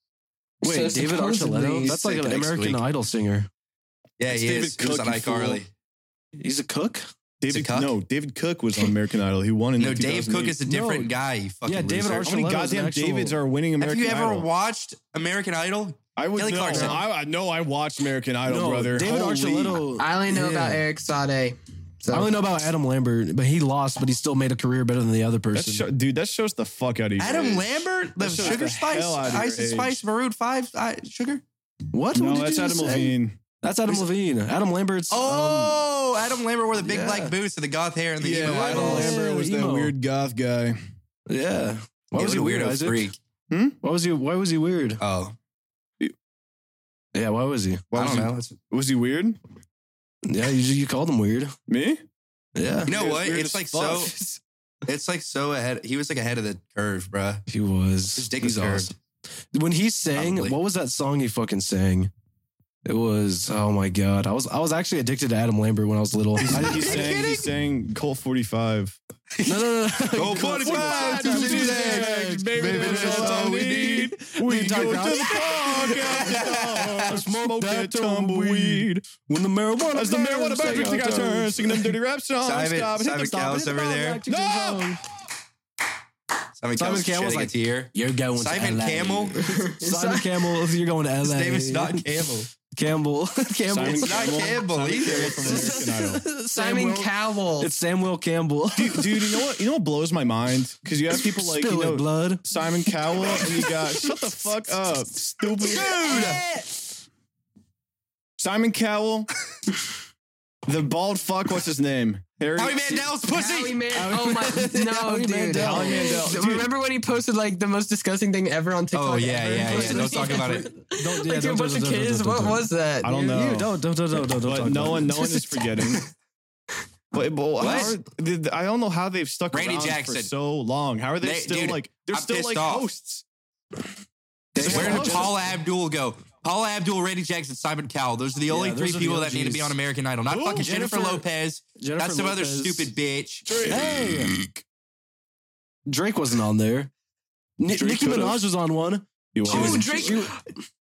[SPEAKER 1] Wait,
[SPEAKER 2] So
[SPEAKER 1] David
[SPEAKER 2] supposedly
[SPEAKER 1] Archuleta?
[SPEAKER 2] he's
[SPEAKER 1] That's like
[SPEAKER 4] sick
[SPEAKER 1] an
[SPEAKER 4] next
[SPEAKER 1] American
[SPEAKER 4] week.
[SPEAKER 1] Idol singer.
[SPEAKER 4] Yeah,
[SPEAKER 3] It's
[SPEAKER 4] he
[SPEAKER 3] David
[SPEAKER 4] is. He was
[SPEAKER 3] Cook,
[SPEAKER 4] on
[SPEAKER 3] you
[SPEAKER 4] iCarly.
[SPEAKER 1] He's a cook.
[SPEAKER 3] David
[SPEAKER 4] Cook?
[SPEAKER 3] No, David Cook was on American Idol. He won in
[SPEAKER 4] No,
[SPEAKER 3] like,
[SPEAKER 4] Dave Cook
[SPEAKER 3] 2008.
[SPEAKER 4] is a different
[SPEAKER 1] No.
[SPEAKER 4] guy. You fucking
[SPEAKER 1] Yeah, David
[SPEAKER 4] loser.
[SPEAKER 1] Archuleta.
[SPEAKER 3] How many
[SPEAKER 1] Archuleta was an
[SPEAKER 3] goddamn
[SPEAKER 1] actual-
[SPEAKER 3] Davids are winning
[SPEAKER 4] Have
[SPEAKER 3] American
[SPEAKER 4] you ever
[SPEAKER 3] Idol?
[SPEAKER 4] watched American Idol?
[SPEAKER 3] I would
[SPEAKER 4] Kelly
[SPEAKER 3] know.
[SPEAKER 4] Clarkson?
[SPEAKER 3] I, I know I watched American Idol, brother.
[SPEAKER 1] David
[SPEAKER 3] Holy-
[SPEAKER 1] Archuleta.
[SPEAKER 2] I only
[SPEAKER 1] Yeah.
[SPEAKER 2] know about Eric Sade. So
[SPEAKER 1] I only know about Adam Lambert, but he lost, but he still made a career better than the other
[SPEAKER 3] That
[SPEAKER 1] person.
[SPEAKER 3] sho- dude, that shows the fuck out of you.
[SPEAKER 4] Adam Lambert, the
[SPEAKER 3] That shows
[SPEAKER 4] Sugar
[SPEAKER 3] the
[SPEAKER 4] Spice,
[SPEAKER 3] hell out of your
[SPEAKER 4] Ice and
[SPEAKER 3] age.
[SPEAKER 4] Spice, Maroon Five, I, Sugar.
[SPEAKER 1] what? What
[SPEAKER 3] No,
[SPEAKER 1] did
[SPEAKER 3] that's
[SPEAKER 1] you
[SPEAKER 3] Adam
[SPEAKER 1] say?
[SPEAKER 3] Levine.
[SPEAKER 1] That's Adam Levine. Adam Lambert's. um,
[SPEAKER 4] Oh, Adam Lambert wore the big
[SPEAKER 1] yeah.
[SPEAKER 4] black boots and the goth hair and the emo
[SPEAKER 1] Adam
[SPEAKER 4] idol.
[SPEAKER 1] Lambert. emo.
[SPEAKER 3] goth guy.
[SPEAKER 1] yeah. Why
[SPEAKER 4] Yeah,
[SPEAKER 1] was
[SPEAKER 4] what
[SPEAKER 1] he
[SPEAKER 4] a
[SPEAKER 1] weird,
[SPEAKER 4] weirdo
[SPEAKER 1] Isaac?
[SPEAKER 4] freak.
[SPEAKER 1] Why was he? Why was he weird?
[SPEAKER 4] Oh,
[SPEAKER 1] Yeah. Why was he?
[SPEAKER 3] Why
[SPEAKER 4] I
[SPEAKER 3] was
[SPEAKER 4] don't
[SPEAKER 3] he,
[SPEAKER 4] know. It's-
[SPEAKER 3] Was he weird?
[SPEAKER 1] Yeah. You, you called him weird.
[SPEAKER 3] Me?
[SPEAKER 1] Yeah.
[SPEAKER 4] You know
[SPEAKER 3] He was
[SPEAKER 4] what?
[SPEAKER 3] weird
[SPEAKER 4] It's
[SPEAKER 3] as
[SPEAKER 4] like
[SPEAKER 3] fuck.
[SPEAKER 4] so.
[SPEAKER 3] [LAUGHS]
[SPEAKER 4] It's like so ahead. He was like ahead of the curve, bruh.
[SPEAKER 1] He was.
[SPEAKER 4] His dick
[SPEAKER 1] He's
[SPEAKER 4] was curved.
[SPEAKER 1] awesome. When he sang,
[SPEAKER 4] Probably.
[SPEAKER 1] what was that song he fucking sang? It was oh my god. I was I was actually addicted to Adam Lambert when I was
[SPEAKER 4] [LAUGHS]
[SPEAKER 1] little. I,
[SPEAKER 3] He's saying he's saying Colt 45.
[SPEAKER 1] no, no, no.
[SPEAKER 4] [LAUGHS] Go
[SPEAKER 3] Ah,
[SPEAKER 4] 45 to Tuesday, baby, that's all we need.
[SPEAKER 1] We go to the
[SPEAKER 3] [LAUGHS] park
[SPEAKER 4] and
[SPEAKER 1] smoke that tumbleweed. When the marijuana
[SPEAKER 3] As the marijuana
[SPEAKER 1] burns,
[SPEAKER 3] birds
[SPEAKER 1] take
[SPEAKER 3] with the
[SPEAKER 1] out
[SPEAKER 3] guy turns, singing them dirty rap songs.
[SPEAKER 4] Simon-
[SPEAKER 3] Stop, hit
[SPEAKER 4] Simon
[SPEAKER 3] them, stop,
[SPEAKER 4] Cowell's
[SPEAKER 3] hit them,
[SPEAKER 4] over
[SPEAKER 3] stop,
[SPEAKER 4] there.
[SPEAKER 3] like, No!
[SPEAKER 4] Simon
[SPEAKER 1] Cowell's
[SPEAKER 4] Cowell's shedding
[SPEAKER 1] like-
[SPEAKER 4] a tear.
[SPEAKER 1] You're going
[SPEAKER 4] Simon
[SPEAKER 1] to LA.
[SPEAKER 4] Camel. [LAUGHS]
[SPEAKER 2] [LAUGHS]
[SPEAKER 1] Simon Camel. [LAUGHS] You're going to LA.
[SPEAKER 4] His name is not Camel.
[SPEAKER 1] Campbell. [LAUGHS] Campbell.
[SPEAKER 3] Simon
[SPEAKER 4] It's not
[SPEAKER 3] Camel.
[SPEAKER 4] Campbell
[SPEAKER 3] Simon
[SPEAKER 4] either.
[SPEAKER 3] Camel from American Idol.
[SPEAKER 2] Simon
[SPEAKER 1] Camel.
[SPEAKER 2] Cowell.
[SPEAKER 1] It's Samuel [LAUGHS] Campbell.
[SPEAKER 3] Dude, dude, you know what? You know what blows my mind? Because you have people like
[SPEAKER 1] Spill
[SPEAKER 3] you know
[SPEAKER 1] it, blood.
[SPEAKER 3] Simon Cowell, and you got shut the fuck up, stupid
[SPEAKER 4] Dude!
[SPEAKER 3] Simon Cowell, The bald fuck, what's his name? Harry.
[SPEAKER 4] Howie Mandel's
[SPEAKER 2] Howie
[SPEAKER 4] pussy.
[SPEAKER 2] Man- oh my no,
[SPEAKER 1] Howie
[SPEAKER 2] dude.
[SPEAKER 1] Mandel.
[SPEAKER 3] Howie Mandel. Dude.
[SPEAKER 2] Remember when he posted like the most disgusting thing ever on TikTok?
[SPEAKER 4] Oh, yeah,
[SPEAKER 2] ever?
[SPEAKER 4] yeah,
[SPEAKER 2] He
[SPEAKER 4] yeah.
[SPEAKER 2] posted,
[SPEAKER 4] Don't talk
[SPEAKER 2] [LAUGHS]
[SPEAKER 4] about it.
[SPEAKER 1] Don't,
[SPEAKER 2] Like to a bunch of kids. What was that?
[SPEAKER 3] I don't
[SPEAKER 2] dude?
[SPEAKER 3] know.
[SPEAKER 1] You don't, don't, don't, don't, don't.
[SPEAKER 3] but
[SPEAKER 1] talk
[SPEAKER 3] no
[SPEAKER 1] about
[SPEAKER 3] one,
[SPEAKER 1] it.
[SPEAKER 3] no
[SPEAKER 1] [LAUGHS]
[SPEAKER 3] one [LAUGHS] is forgetting. But, but
[SPEAKER 4] What?
[SPEAKER 3] how are- did- I don't know how they've stuck
[SPEAKER 4] Randy
[SPEAKER 3] around for
[SPEAKER 4] Jackson.
[SPEAKER 3] so long. How are they,
[SPEAKER 4] They-
[SPEAKER 3] still
[SPEAKER 4] dude,
[SPEAKER 3] like? They're
[SPEAKER 4] I'm
[SPEAKER 3] still
[SPEAKER 4] pissed
[SPEAKER 3] like
[SPEAKER 4] off.
[SPEAKER 3] hosts.
[SPEAKER 4] Where
[SPEAKER 3] Yeah.
[SPEAKER 4] did Paula Abdul go? Paula Abdul, Randy Jackson, Simon Cowell. Those are the
[SPEAKER 1] Yeah,
[SPEAKER 4] only
[SPEAKER 1] those
[SPEAKER 4] three
[SPEAKER 1] are the
[SPEAKER 4] people that need to be
[SPEAKER 1] OGs.
[SPEAKER 4] on American Idol. Not
[SPEAKER 3] Ooh,
[SPEAKER 4] fucking Jennifer,
[SPEAKER 1] Jennifer-
[SPEAKER 4] Lopez.
[SPEAKER 1] Jennifer
[SPEAKER 4] That's some other
[SPEAKER 1] Lopez.
[SPEAKER 4] stupid bitch.
[SPEAKER 1] Hey, [LAUGHS] Drake wasn't on there. Ni-
[SPEAKER 3] Drake
[SPEAKER 1] Nicki
[SPEAKER 3] could've.
[SPEAKER 1] Minaj was on one.
[SPEAKER 3] You
[SPEAKER 1] She
[SPEAKER 3] are-
[SPEAKER 1] was-
[SPEAKER 2] Oh, Drake-
[SPEAKER 1] she-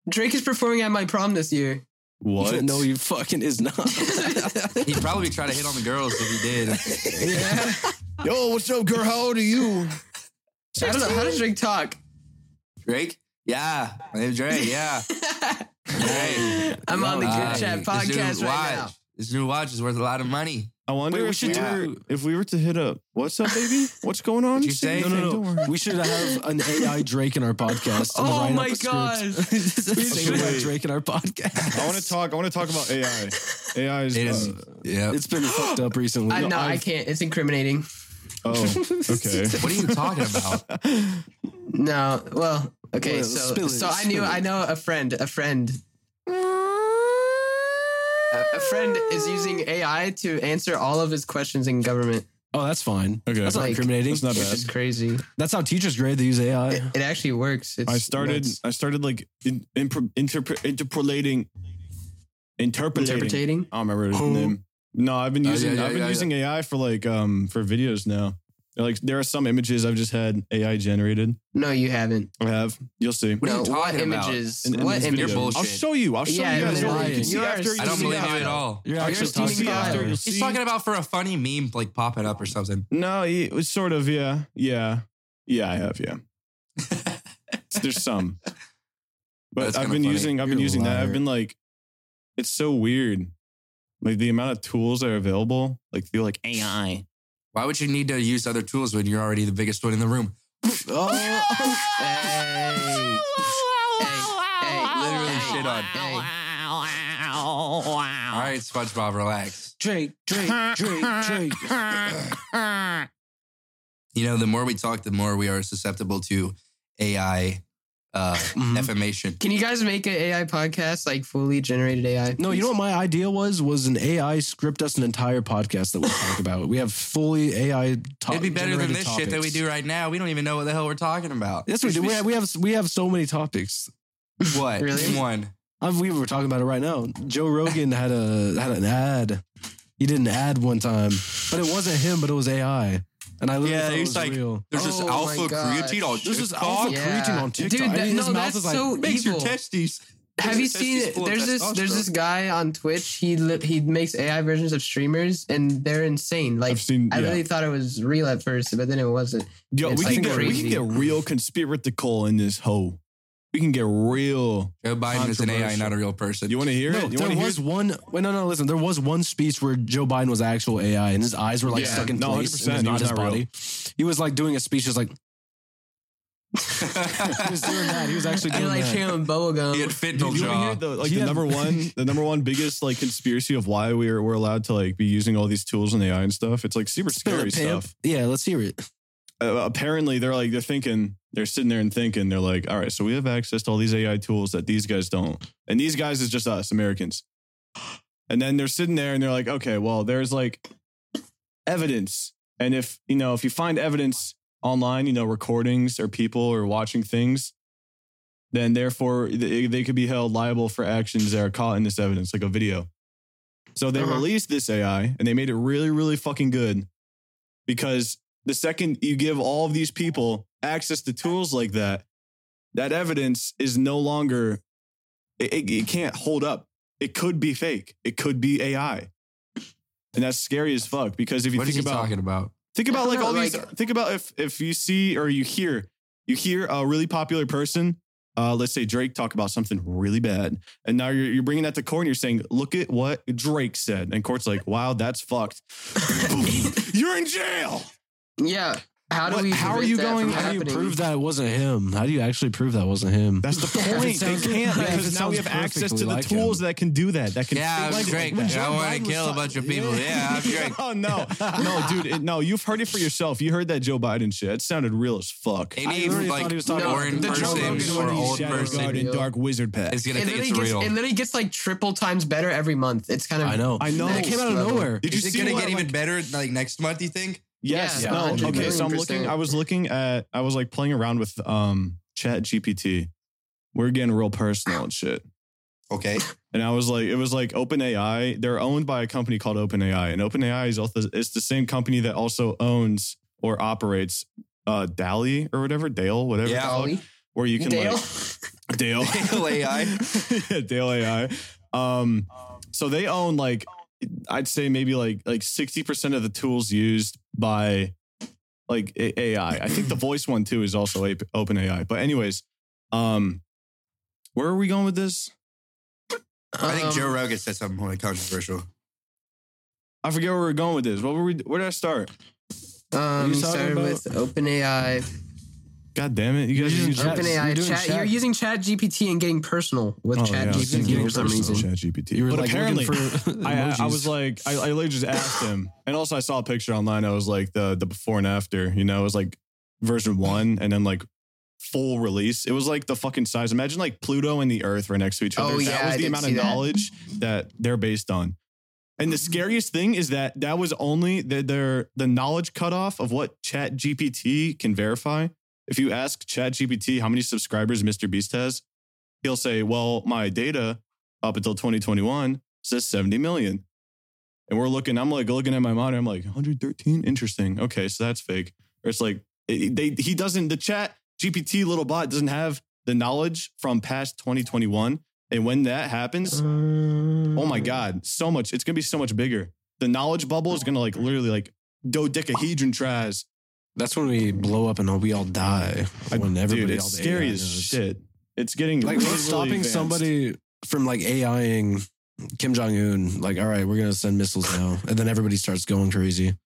[SPEAKER 2] Drake is performing at my prom this year. [LAUGHS]
[SPEAKER 3] What?
[SPEAKER 1] No, he fucking is not.
[SPEAKER 4] He'd probably try to hit on the girls if he did.
[SPEAKER 2] Yeah.
[SPEAKER 3] Yo, what's up, girl? How old are you?
[SPEAKER 2] I don't know. How does Drake talk?
[SPEAKER 4] Drake? Yeah. My name's Drake. Yeah. Hey.
[SPEAKER 2] I'm on the
[SPEAKER 4] Wow.
[SPEAKER 2] Good Chat
[SPEAKER 4] this
[SPEAKER 2] podcast
[SPEAKER 4] new
[SPEAKER 2] right
[SPEAKER 4] watch, This new watch is worth a lot of money.
[SPEAKER 3] I wonder
[SPEAKER 1] Wait, we
[SPEAKER 3] if,
[SPEAKER 1] should
[SPEAKER 3] we
[SPEAKER 1] do-
[SPEAKER 3] were, if we were to hit up. What's up, baby? What's going on?
[SPEAKER 4] What'd you say?
[SPEAKER 1] no, no, no. [LAUGHS] We should have an AI Drake in our podcast. and
[SPEAKER 2] Oh
[SPEAKER 1] write up
[SPEAKER 2] my
[SPEAKER 1] a script. [LAUGHS]
[SPEAKER 2] god.
[SPEAKER 1] Same
[SPEAKER 3] Wait.
[SPEAKER 1] AI Drake in our podcast. [LAUGHS]
[SPEAKER 3] I want to talk. I want to talk about
[SPEAKER 4] [LAUGHS]
[SPEAKER 3] AI. AI is.
[SPEAKER 4] It is.
[SPEAKER 3] uh,
[SPEAKER 4] yeah.
[SPEAKER 1] Oh, It's been fucked up recently.
[SPEAKER 2] [LAUGHS] [GASPS] I, no, I
[SPEAKER 3] I've-
[SPEAKER 2] can't. It's incriminating.
[SPEAKER 3] oh, okay.
[SPEAKER 4] What are
[SPEAKER 1] [LAUGHS]
[SPEAKER 4] you talking about?
[SPEAKER 2] No. Well, okay.
[SPEAKER 1] Well,
[SPEAKER 2] so,
[SPEAKER 1] spill it,
[SPEAKER 2] so I
[SPEAKER 1] spill
[SPEAKER 2] knew.
[SPEAKER 1] it.
[SPEAKER 2] I know a friend. A friend. A, a friend is using AI to answer all of his questions in government,
[SPEAKER 1] Oh, that's fine.
[SPEAKER 3] Okay.
[SPEAKER 1] That's not
[SPEAKER 2] Like-
[SPEAKER 1] incriminating.
[SPEAKER 3] That's not
[SPEAKER 2] which
[SPEAKER 3] bad.
[SPEAKER 2] is crazy.
[SPEAKER 1] That's how teachers grade. They use AI.
[SPEAKER 2] It, it actually works. It's
[SPEAKER 3] I started.
[SPEAKER 2] nuts.
[SPEAKER 3] I started like in, impro- interpre- interpolating, interpolating.
[SPEAKER 2] interpreting.
[SPEAKER 3] I don't remember
[SPEAKER 1] Who?
[SPEAKER 3] his name. No, I've been
[SPEAKER 4] Oh,
[SPEAKER 3] using.
[SPEAKER 4] yeah, yeah,
[SPEAKER 3] I've been
[SPEAKER 4] yeah,
[SPEAKER 3] using AI for like um for videos now. Like there are some images I've just had AI generated.
[SPEAKER 2] No, you haven't.
[SPEAKER 3] I have. You'll see.
[SPEAKER 4] What are
[SPEAKER 2] no,
[SPEAKER 4] you
[SPEAKER 2] what
[SPEAKER 4] talking about?
[SPEAKER 2] images?
[SPEAKER 3] In- in
[SPEAKER 2] what
[SPEAKER 3] this
[SPEAKER 4] You're
[SPEAKER 3] video.
[SPEAKER 2] images?
[SPEAKER 4] bullshit.
[SPEAKER 3] I'll show you. I'll show
[SPEAKER 2] Yeah,
[SPEAKER 3] you
[SPEAKER 2] you're
[SPEAKER 3] guys. what You
[SPEAKER 2] lying.
[SPEAKER 3] can see
[SPEAKER 2] You are
[SPEAKER 3] after.
[SPEAKER 4] I don't
[SPEAKER 2] Stealing
[SPEAKER 4] believe you at
[SPEAKER 2] out.
[SPEAKER 4] all.
[SPEAKER 1] You're
[SPEAKER 3] You'll
[SPEAKER 1] actually
[SPEAKER 2] stealing
[SPEAKER 1] talking
[SPEAKER 3] see
[SPEAKER 2] out.
[SPEAKER 1] about
[SPEAKER 3] after.
[SPEAKER 1] it.
[SPEAKER 3] You'll
[SPEAKER 4] He's
[SPEAKER 3] see.
[SPEAKER 4] talking about for a funny meme, like popping up or something.
[SPEAKER 3] No, it was sort of. Yeah, yeah, yeah. I
[SPEAKER 1] [LAUGHS]
[SPEAKER 3] have. Yeah, there's some, but
[SPEAKER 4] That's
[SPEAKER 3] I've
[SPEAKER 4] kinda
[SPEAKER 3] been
[SPEAKER 4] funny.
[SPEAKER 3] using. I've been
[SPEAKER 1] You're a
[SPEAKER 3] using that. I've
[SPEAKER 1] liar.
[SPEAKER 3] been like, it's so weird. Like the amount of tools that are available, like through like AI.
[SPEAKER 4] Why would you need to use other tools when you're already the biggest one in the room?
[SPEAKER 1] Oh,
[SPEAKER 2] [LAUGHS]
[SPEAKER 1] [LAUGHS]
[SPEAKER 2] Hey. Hey,
[SPEAKER 4] Literally shit on.
[SPEAKER 2] Hey.
[SPEAKER 4] All right, SpongeBob, relax.
[SPEAKER 1] Drake, Drake, Drake, Drake.
[SPEAKER 4] You know, the more we talk, the more we are susceptible to AI uh, defamation.
[SPEAKER 2] Can you guys make an AI podcast like fully generated AI?
[SPEAKER 1] [LAUGHS] No, you know what my idea was? Was an AI script us an entire podcast that we talk about. We have fully AI. To-
[SPEAKER 4] It'd be better than
[SPEAKER 1] generated
[SPEAKER 4] this shit that we
[SPEAKER 1] topics.
[SPEAKER 4] do right now. We don't even know what the hell we're talking about.
[SPEAKER 1] Yes, we do.
[SPEAKER 4] [LAUGHS]
[SPEAKER 1] We have,
[SPEAKER 4] What?
[SPEAKER 1] we have we have so many topics.
[SPEAKER 2] Really?
[SPEAKER 4] Name One.
[SPEAKER 1] i we were talking about it right now. Joe Rogan had a had an ad. He did an ad one time, but it wasn't him, but it was AI. And I literally
[SPEAKER 4] Yeah,
[SPEAKER 1] yeah, thought it
[SPEAKER 4] he's
[SPEAKER 1] was
[SPEAKER 4] like-
[SPEAKER 1] real.
[SPEAKER 4] There's this
[SPEAKER 2] Oh my
[SPEAKER 4] alpha
[SPEAKER 2] gosh.
[SPEAKER 4] creatine Oh, on
[SPEAKER 1] There's this
[SPEAKER 4] TikTok.
[SPEAKER 1] alpha
[SPEAKER 2] Yeah.
[SPEAKER 1] creating on
[SPEAKER 2] Dude,
[SPEAKER 1] TikTok.
[SPEAKER 2] that-
[SPEAKER 1] I mean, his
[SPEAKER 2] no,
[SPEAKER 1] mouth
[SPEAKER 2] that's
[SPEAKER 1] is like,
[SPEAKER 2] so
[SPEAKER 4] makes your
[SPEAKER 2] evil.
[SPEAKER 4] testes.
[SPEAKER 2] Have you seen
[SPEAKER 4] testes
[SPEAKER 2] it?
[SPEAKER 4] full of
[SPEAKER 2] There's this there's
[SPEAKER 4] testosterone.
[SPEAKER 2] this guy on Twitch. He li- he makes AI versions of streamers, and they're insane. Like
[SPEAKER 3] I've seen.
[SPEAKER 2] I
[SPEAKER 3] yeah.
[SPEAKER 2] really thought it was real at first, but then it wasn't.
[SPEAKER 3] Yo,
[SPEAKER 2] it's
[SPEAKER 3] we
[SPEAKER 2] like
[SPEAKER 3] can get we can
[SPEAKER 2] crazy.
[SPEAKER 3] get real conspiratical in this hoe. We can get real.
[SPEAKER 4] Joe Biden is an AI,
[SPEAKER 3] Controversial.
[SPEAKER 4] not a real
[SPEAKER 3] [LAUGHS]
[SPEAKER 4] person.
[SPEAKER 3] You want to hear
[SPEAKER 1] No,
[SPEAKER 3] it? You
[SPEAKER 1] there
[SPEAKER 3] wanna hear
[SPEAKER 1] was one. Wait, no, no, listen. There was one speech where Joe Biden was actual AI, and his eyes were like
[SPEAKER 2] Yeah.
[SPEAKER 1] stuck in
[SPEAKER 3] No,
[SPEAKER 1] place.
[SPEAKER 3] 100%,
[SPEAKER 1] And it was not
[SPEAKER 3] he was
[SPEAKER 1] his
[SPEAKER 3] not
[SPEAKER 1] body.
[SPEAKER 3] real.
[SPEAKER 1] He was like doing a speech, just like he was doing that. He was
[SPEAKER 2] [LAUGHS]
[SPEAKER 1] actually
[SPEAKER 2] I
[SPEAKER 1] doing
[SPEAKER 2] like
[SPEAKER 1] that.
[SPEAKER 2] chewing bubblegum.
[SPEAKER 4] [LAUGHS] he had fentanyl
[SPEAKER 3] Do you wanna
[SPEAKER 4] jaw.
[SPEAKER 3] hear the, like
[SPEAKER 1] He
[SPEAKER 3] the
[SPEAKER 1] had-
[SPEAKER 3] number
[SPEAKER 1] [LAUGHS]
[SPEAKER 3] one, the number one biggest like conspiracy of why we are we're allowed to like be using all these tools and AI and stuff. It's like super
[SPEAKER 1] Spill
[SPEAKER 3] scary
[SPEAKER 1] it, pimp.
[SPEAKER 3] stuff.
[SPEAKER 1] Yeah, let's hear it.
[SPEAKER 3] Uh, apparently, they're like they're thinking they're sitting there and thinking they're like, all right, so we have access to all these AI tools that these guys don't, and these guys is just us Americans. [GASPS] And then they're sitting there and they're like, okay, well, there's like evidence, and if you know if you find evidence online, you know recordings or people or watching things, then therefore they, they could be held liable for actions that are caught in this evidence, like a video. So they
[SPEAKER 2] Uh-huh.
[SPEAKER 3] released this AI and they made it really, really fucking good because the second you give all of these people access to tools like that, that evidence is no longer, it, it, it can't hold up. It could be fake. It could be AI. And that's scary as fuck because if you
[SPEAKER 4] What is
[SPEAKER 3] think
[SPEAKER 4] he
[SPEAKER 3] about
[SPEAKER 4] talking about?
[SPEAKER 3] Think about
[SPEAKER 2] don't
[SPEAKER 3] like
[SPEAKER 2] know,
[SPEAKER 3] all these.
[SPEAKER 2] like-
[SPEAKER 3] Think about if if you see or you hear you hear a really popular person, uh, let's say Drake, talk about something really bad, and now you're you're bringing that to court and you're saying, "Look at what Drake said," and court's like, "Wow, that's fucked. Boom. you're in jail."
[SPEAKER 2] Yeah, How do
[SPEAKER 3] What-
[SPEAKER 2] we?
[SPEAKER 3] how are
[SPEAKER 2] prevent
[SPEAKER 3] you
[SPEAKER 2] that
[SPEAKER 3] going-
[SPEAKER 2] from
[SPEAKER 1] How do you
[SPEAKER 2] happening?
[SPEAKER 1] prove that wasn't him? How do you actually prove that wasn't him?
[SPEAKER 3] That's the
[SPEAKER 2] Yeah,
[SPEAKER 1] if
[SPEAKER 3] point.
[SPEAKER 1] it
[SPEAKER 3] they
[SPEAKER 1] sounds-
[SPEAKER 3] can't
[SPEAKER 1] yeah, if
[SPEAKER 3] because
[SPEAKER 1] it
[SPEAKER 3] now we
[SPEAKER 1] sounds
[SPEAKER 3] have access to the
[SPEAKER 1] perfectly like
[SPEAKER 3] tools
[SPEAKER 1] him.
[SPEAKER 3] that can do that. That can
[SPEAKER 4] Yeah,
[SPEAKER 3] fix
[SPEAKER 4] I'm
[SPEAKER 3] it.
[SPEAKER 4] Drake.
[SPEAKER 3] When
[SPEAKER 4] I
[SPEAKER 3] Joe
[SPEAKER 4] want
[SPEAKER 3] Biden
[SPEAKER 4] to
[SPEAKER 3] was
[SPEAKER 4] kill a
[SPEAKER 3] talking-
[SPEAKER 4] bunch of people.
[SPEAKER 3] Yeah.
[SPEAKER 4] Yeah, I'm
[SPEAKER 3] [LAUGHS]
[SPEAKER 4] Drake.
[SPEAKER 3] Oh no, no, dude, it- no! You've heard it for yourself. You heard that Joe Biden shit. It sounded real as fuck.
[SPEAKER 1] I
[SPEAKER 4] Any
[SPEAKER 1] literally
[SPEAKER 4] like
[SPEAKER 1] thought he was talking
[SPEAKER 4] foreign
[SPEAKER 2] about the Joe
[SPEAKER 4] person
[SPEAKER 2] Rogan
[SPEAKER 4] or
[SPEAKER 2] one he
[SPEAKER 4] old
[SPEAKER 2] shadow
[SPEAKER 4] person
[SPEAKER 2] guarded.
[SPEAKER 3] and dark wizard pack.
[SPEAKER 4] is gonna
[SPEAKER 2] It
[SPEAKER 4] think
[SPEAKER 2] literally,
[SPEAKER 4] it's
[SPEAKER 2] gets,
[SPEAKER 4] real.
[SPEAKER 2] it literally gets like triple times better every month. It's kind of
[SPEAKER 1] I know.
[SPEAKER 3] I know.
[SPEAKER 1] It came out of
[SPEAKER 2] Struggle.
[SPEAKER 1] nowhere.
[SPEAKER 3] Did you
[SPEAKER 4] Is it
[SPEAKER 3] see
[SPEAKER 4] gonna
[SPEAKER 3] what,
[SPEAKER 4] get
[SPEAKER 3] like-
[SPEAKER 4] even better like next month? You think?
[SPEAKER 3] Yes.
[SPEAKER 2] Yeah,
[SPEAKER 3] no. Okay.
[SPEAKER 2] 100
[SPEAKER 3] So I'm
[SPEAKER 2] million
[SPEAKER 3] looking.
[SPEAKER 2] percent.
[SPEAKER 3] I was looking at. I was like playing around with um Chat GPT. We're getting real personal and shit.
[SPEAKER 4] Okay.
[SPEAKER 3] And I was like, it was like OpenAI. They're owned by a company called OpenAI, and OpenAI is also it's the same company that also owns or operates uh Dali or whatever Dale, whatever. the
[SPEAKER 4] Yeah.
[SPEAKER 3] fuck,
[SPEAKER 2] Dolly.
[SPEAKER 3] Where you can
[SPEAKER 2] Dale.
[SPEAKER 3] like Dale
[SPEAKER 4] Dale AI.
[SPEAKER 3] [LAUGHS] yeah, Dale AI. Um, so they own like I'd say maybe like like sixty percent of the tools used by like A- AI. I think the voice one too is also a- open AI. But anyways, um, where are we going with this?
[SPEAKER 4] I think
[SPEAKER 2] Um,
[SPEAKER 4] Joe Rogan said something really controversial.
[SPEAKER 3] I forget where we we're going with this. What were we? Where did I start?
[SPEAKER 2] Um,
[SPEAKER 1] you talking
[SPEAKER 2] you started
[SPEAKER 1] about?
[SPEAKER 2] with OpenAI.
[SPEAKER 3] God damn it! You guys
[SPEAKER 1] You're using
[SPEAKER 3] are using
[SPEAKER 1] Chat-
[SPEAKER 2] OpenAI.
[SPEAKER 1] you're doing
[SPEAKER 2] Chat,
[SPEAKER 1] chat. Oh,
[SPEAKER 2] You're using Chat GPT and getting personal
[SPEAKER 3] Oh,
[SPEAKER 2] with Chat GPT for some reason.
[SPEAKER 3] Chat GPT.
[SPEAKER 1] You were
[SPEAKER 3] but
[SPEAKER 1] like
[SPEAKER 3] apparently,
[SPEAKER 1] looking [LAUGHS] for
[SPEAKER 3] [LAUGHS] I, I
[SPEAKER 1] emojis.
[SPEAKER 3] was like, I, I literally just asked him, and also I saw a picture online. I was like, the the before and after. You know, it was like version one, and then like full release. It was like the fucking size. Imagine like Pluto and the Earth right next to each other.
[SPEAKER 2] Oh,
[SPEAKER 3] that
[SPEAKER 2] yeah,
[SPEAKER 3] was
[SPEAKER 2] I
[SPEAKER 3] the
[SPEAKER 2] did
[SPEAKER 3] amount of
[SPEAKER 2] see that. Mm-hmm.
[SPEAKER 3] knowledge that they're based on. And the scariest thing is that that was only the their, the knowledge cutoff of what Chat GPT can verify. If you ask Chat GPT how many subscribers Mr. Beast has, he'll say, "Well, my data up until 2021 says 70 million. And we're looking, I'm like looking at my monitor, I'm like 113, interesting. Okay, so that's fake. Or it's like it- they he doesn't the chat GPT little bot doesn't have the knowledge from past 2021. And when that happens,
[SPEAKER 2] Um,
[SPEAKER 3] oh
[SPEAKER 1] Mm.
[SPEAKER 3] my god, so much it's going to be so much bigger. The knowledge bubble is going to like literally like dodecahedron tries.
[SPEAKER 1] That's when we blow up and we all die. When everybody
[SPEAKER 3] Dude,
[SPEAKER 1] all
[SPEAKER 3] it's
[SPEAKER 1] the
[SPEAKER 3] scary
[SPEAKER 1] AI
[SPEAKER 3] as
[SPEAKER 1] knows.
[SPEAKER 3] shit. It's getting
[SPEAKER 1] Like
[SPEAKER 3] really,
[SPEAKER 1] we're stopping
[SPEAKER 3] advanced.
[SPEAKER 1] somebody from like AIing Kim Jong Un. Like, all right, we're gonna send missiles now, and then everybody starts going crazy.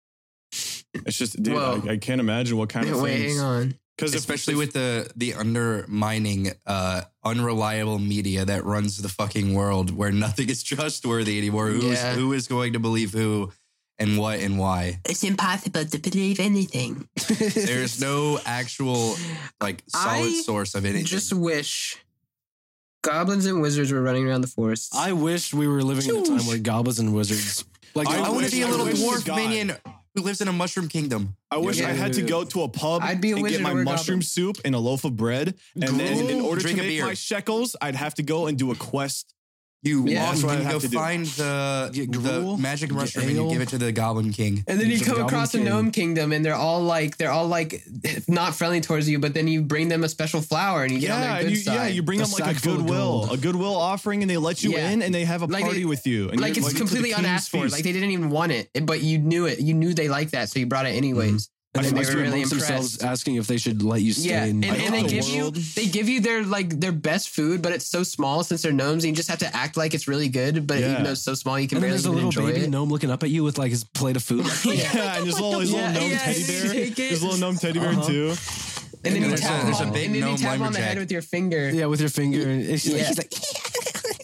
[SPEAKER 3] It's just dude,
[SPEAKER 2] Whoa.
[SPEAKER 3] I, I can't imagine what kind of
[SPEAKER 2] Wait, hang
[SPEAKER 3] things.
[SPEAKER 2] on.
[SPEAKER 3] Because
[SPEAKER 4] Especially with the the undermining, uh, unreliable media that runs the fucking world, where nothing is [LAUGHS] trustworthy anymore. Who is
[SPEAKER 2] Yeah.
[SPEAKER 4] who is going to believe who, and what and why?
[SPEAKER 2] It's impossible to believe
[SPEAKER 4] [LAUGHS]
[SPEAKER 2] anything.
[SPEAKER 4] There's no actual like solid
[SPEAKER 2] I
[SPEAKER 4] source of anything.
[SPEAKER 2] Just wish goblins and wizards were running around the forest.
[SPEAKER 1] I wish we were living in a time where goblins and wizards. Like,
[SPEAKER 3] I
[SPEAKER 4] I, want
[SPEAKER 3] wish-
[SPEAKER 4] to be a
[SPEAKER 3] I
[SPEAKER 4] little
[SPEAKER 3] wish to
[SPEAKER 4] dwarf
[SPEAKER 3] God.
[SPEAKER 4] minion who lives in a mushroom kingdom.
[SPEAKER 3] I wish
[SPEAKER 2] Yeah,
[SPEAKER 3] I had to
[SPEAKER 1] yeah.
[SPEAKER 3] go to a pub
[SPEAKER 2] I'd be a
[SPEAKER 3] and
[SPEAKER 2] wizard
[SPEAKER 3] get my
[SPEAKER 2] or a
[SPEAKER 3] mushroom
[SPEAKER 2] goblin.
[SPEAKER 3] soup and a loaf of bread. And then, in
[SPEAKER 4] Ooh,
[SPEAKER 3] order to
[SPEAKER 4] drink a
[SPEAKER 3] make
[SPEAKER 4] beer.
[SPEAKER 3] my shekels, I'd have to go and do a quest.
[SPEAKER 4] You
[SPEAKER 2] Yeah,
[SPEAKER 4] walk
[SPEAKER 3] that's what I
[SPEAKER 4] and
[SPEAKER 3] have
[SPEAKER 4] go
[SPEAKER 3] to do.
[SPEAKER 4] find the,
[SPEAKER 1] Get
[SPEAKER 4] the
[SPEAKER 1] gruel,
[SPEAKER 4] magic
[SPEAKER 1] get
[SPEAKER 4] mushroom and you
[SPEAKER 1] ale.
[SPEAKER 4] give it to the goblin king.
[SPEAKER 2] and then you
[SPEAKER 1] He's a
[SPEAKER 2] come
[SPEAKER 1] goblin
[SPEAKER 2] across a
[SPEAKER 1] king.
[SPEAKER 2] gnome kingdom, and they're all like they're all like [LAUGHS] not friendly towards you. But then you bring them a special flower, and you get on
[SPEAKER 3] Yeah,
[SPEAKER 2] their
[SPEAKER 3] and
[SPEAKER 2] good
[SPEAKER 3] you,
[SPEAKER 2] side.
[SPEAKER 3] yeah, you bring
[SPEAKER 1] A
[SPEAKER 3] them like a
[SPEAKER 1] sack full of
[SPEAKER 3] goodwill,
[SPEAKER 1] gold.
[SPEAKER 3] a goodwill offering, and they let you
[SPEAKER 2] Yeah.
[SPEAKER 3] in and they have a
[SPEAKER 2] Like
[SPEAKER 3] party
[SPEAKER 2] they-
[SPEAKER 3] with you. And
[SPEAKER 2] like
[SPEAKER 3] you're
[SPEAKER 2] it's
[SPEAKER 3] invited to the
[SPEAKER 2] completely
[SPEAKER 3] king's
[SPEAKER 2] unasked for.
[SPEAKER 3] feast. [LAUGHS]
[SPEAKER 2] Like they didn't even want it, but you knew it. You knew they liked that, so you brought it anyways.
[SPEAKER 1] I
[SPEAKER 2] And
[SPEAKER 1] feel
[SPEAKER 2] then
[SPEAKER 1] like
[SPEAKER 2] they were really
[SPEAKER 1] amongst
[SPEAKER 2] impressed.
[SPEAKER 1] asking if they should let you stay.
[SPEAKER 2] Yeah,
[SPEAKER 1] in
[SPEAKER 2] and, and
[SPEAKER 3] I
[SPEAKER 2] they
[SPEAKER 3] don't
[SPEAKER 2] give
[SPEAKER 3] know.
[SPEAKER 2] you they give you their like their best food, but it's so small since they're gnomes, and you just have to act like it's really good. But
[SPEAKER 3] Yeah.
[SPEAKER 2] even though it's so small, you can
[SPEAKER 1] And then
[SPEAKER 2] barely
[SPEAKER 1] there's a
[SPEAKER 2] even
[SPEAKER 1] little
[SPEAKER 2] enjoy
[SPEAKER 1] baby
[SPEAKER 2] it.
[SPEAKER 1] gnome looking up at you with like his plate of food.
[SPEAKER 2] [LAUGHS]
[SPEAKER 3] yeah, and his little, his little
[SPEAKER 2] Yeah,
[SPEAKER 3] gnome
[SPEAKER 2] yeah,
[SPEAKER 3] teddy
[SPEAKER 2] you
[SPEAKER 3] bear,
[SPEAKER 2] take it.
[SPEAKER 3] his little gnome teddy bear
[SPEAKER 1] Uh-huh.
[SPEAKER 3] too.
[SPEAKER 2] And then
[SPEAKER 4] And
[SPEAKER 2] you
[SPEAKER 4] there's
[SPEAKER 2] tap
[SPEAKER 4] a- there's a
[SPEAKER 2] on-
[SPEAKER 4] big
[SPEAKER 2] and then
[SPEAKER 4] gnome
[SPEAKER 2] you tap on the
[SPEAKER 4] lumberjack.
[SPEAKER 2] head with your finger. Yeah,
[SPEAKER 1] yeah, with your finger. And it's like,
[SPEAKER 2] Yeah.
[SPEAKER 1] He's like,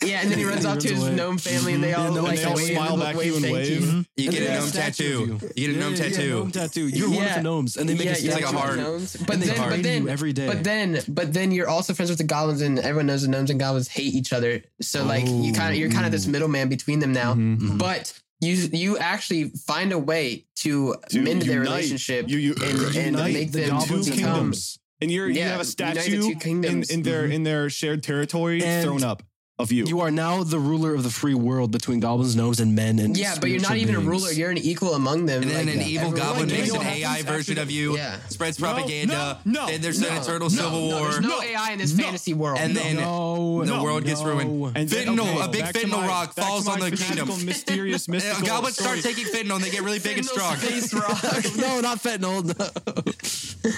[SPEAKER 2] and then he
[SPEAKER 1] And
[SPEAKER 2] runs
[SPEAKER 1] he
[SPEAKER 2] off to
[SPEAKER 1] runs
[SPEAKER 2] his
[SPEAKER 1] away.
[SPEAKER 2] gnome family, and they all
[SPEAKER 1] And then
[SPEAKER 2] like
[SPEAKER 1] they all
[SPEAKER 2] wave-
[SPEAKER 3] smile back at you and
[SPEAKER 2] thank
[SPEAKER 3] wave. Mm-hmm.
[SPEAKER 4] You
[SPEAKER 1] And
[SPEAKER 4] get
[SPEAKER 1] they
[SPEAKER 4] a
[SPEAKER 1] make
[SPEAKER 4] gnome
[SPEAKER 1] statue of
[SPEAKER 4] tattoo. You get a
[SPEAKER 1] Yeah,
[SPEAKER 4] gnome
[SPEAKER 1] yeah, yeah,
[SPEAKER 4] tattoo.
[SPEAKER 1] gnome tattoo. You're one of
[SPEAKER 2] Yeah.
[SPEAKER 1] the gnomes, and they make
[SPEAKER 2] yeah,
[SPEAKER 1] a
[SPEAKER 2] yeah,
[SPEAKER 1] statue.
[SPEAKER 4] like a
[SPEAKER 1] of
[SPEAKER 4] heart.
[SPEAKER 1] you.
[SPEAKER 2] gnomes. But
[SPEAKER 1] And they
[SPEAKER 2] then,
[SPEAKER 1] party
[SPEAKER 2] but
[SPEAKER 1] you
[SPEAKER 2] then,
[SPEAKER 1] every day.
[SPEAKER 2] But then, but then you're also friends with the goblins, and everyone knows the gnomes and goblins hate each other. So like you kind of you're kind of this
[SPEAKER 1] Ooh.
[SPEAKER 2] middleman between them now.
[SPEAKER 3] Mhm.
[SPEAKER 4] Mm-hmm.
[SPEAKER 2] But you you actually find a way to,
[SPEAKER 3] To
[SPEAKER 2] mend their
[SPEAKER 3] unite.
[SPEAKER 2] relationship.
[SPEAKER 3] You, you
[SPEAKER 2] and- and
[SPEAKER 3] unite
[SPEAKER 2] make
[SPEAKER 3] the
[SPEAKER 2] them
[SPEAKER 3] two
[SPEAKER 2] become-
[SPEAKER 3] kingdoms, and you're, you
[SPEAKER 2] Yeah,
[SPEAKER 3] have a
[SPEAKER 2] unite the two
[SPEAKER 3] statue in,
[SPEAKER 2] kingdoms.
[SPEAKER 3] in their
[SPEAKER 2] Mhm.
[SPEAKER 3] in their shared territory
[SPEAKER 1] And
[SPEAKER 3] thrown up of you.
[SPEAKER 1] You are now the ruler of the free world between goblins, gnomes, and men. And
[SPEAKER 2] yeah, but you're not even
[SPEAKER 1] spiritual
[SPEAKER 2] a ruler.
[SPEAKER 1] beings.
[SPEAKER 2] You're an equal among them.
[SPEAKER 4] And then
[SPEAKER 2] like,
[SPEAKER 4] an
[SPEAKER 2] yeah,
[SPEAKER 4] evil
[SPEAKER 2] everyone-
[SPEAKER 4] goblin
[SPEAKER 3] like,
[SPEAKER 4] makes
[SPEAKER 3] you
[SPEAKER 4] an
[SPEAKER 3] know,
[SPEAKER 4] AI
[SPEAKER 3] happens
[SPEAKER 4] version
[SPEAKER 3] after
[SPEAKER 4] of you,
[SPEAKER 2] Yeah.
[SPEAKER 4] spreads
[SPEAKER 3] No,
[SPEAKER 4] propaganda,
[SPEAKER 3] no, no,
[SPEAKER 4] then there's an
[SPEAKER 2] no,
[SPEAKER 4] eternal
[SPEAKER 2] no,
[SPEAKER 4] civil
[SPEAKER 2] no,
[SPEAKER 4] war.
[SPEAKER 2] there's no AI in this
[SPEAKER 3] no.
[SPEAKER 2] fantasy world.
[SPEAKER 4] And then-
[SPEAKER 1] No,
[SPEAKER 4] The
[SPEAKER 1] no,
[SPEAKER 4] world gets
[SPEAKER 1] no. [LAUGHS]
[SPEAKER 4] ruined.
[SPEAKER 3] then-
[SPEAKER 4] Fentanyl, a big
[SPEAKER 3] back to
[SPEAKER 4] fentanyl
[SPEAKER 3] my-
[SPEAKER 4] rock
[SPEAKER 3] back to
[SPEAKER 4] falls on
[SPEAKER 3] my
[SPEAKER 4] the kingdom. [LAUGHS]
[SPEAKER 3] fantastical, mysterious, mystical.
[SPEAKER 4] Uh, goblins
[SPEAKER 3] story.
[SPEAKER 4] start taking fentanyl and [LAUGHS] they get really big and
[SPEAKER 1] [LAUGHS]
[SPEAKER 2] Fentanyl's
[SPEAKER 4] strong.
[SPEAKER 2] Space rock.
[SPEAKER 1] no, not fentanyl. No.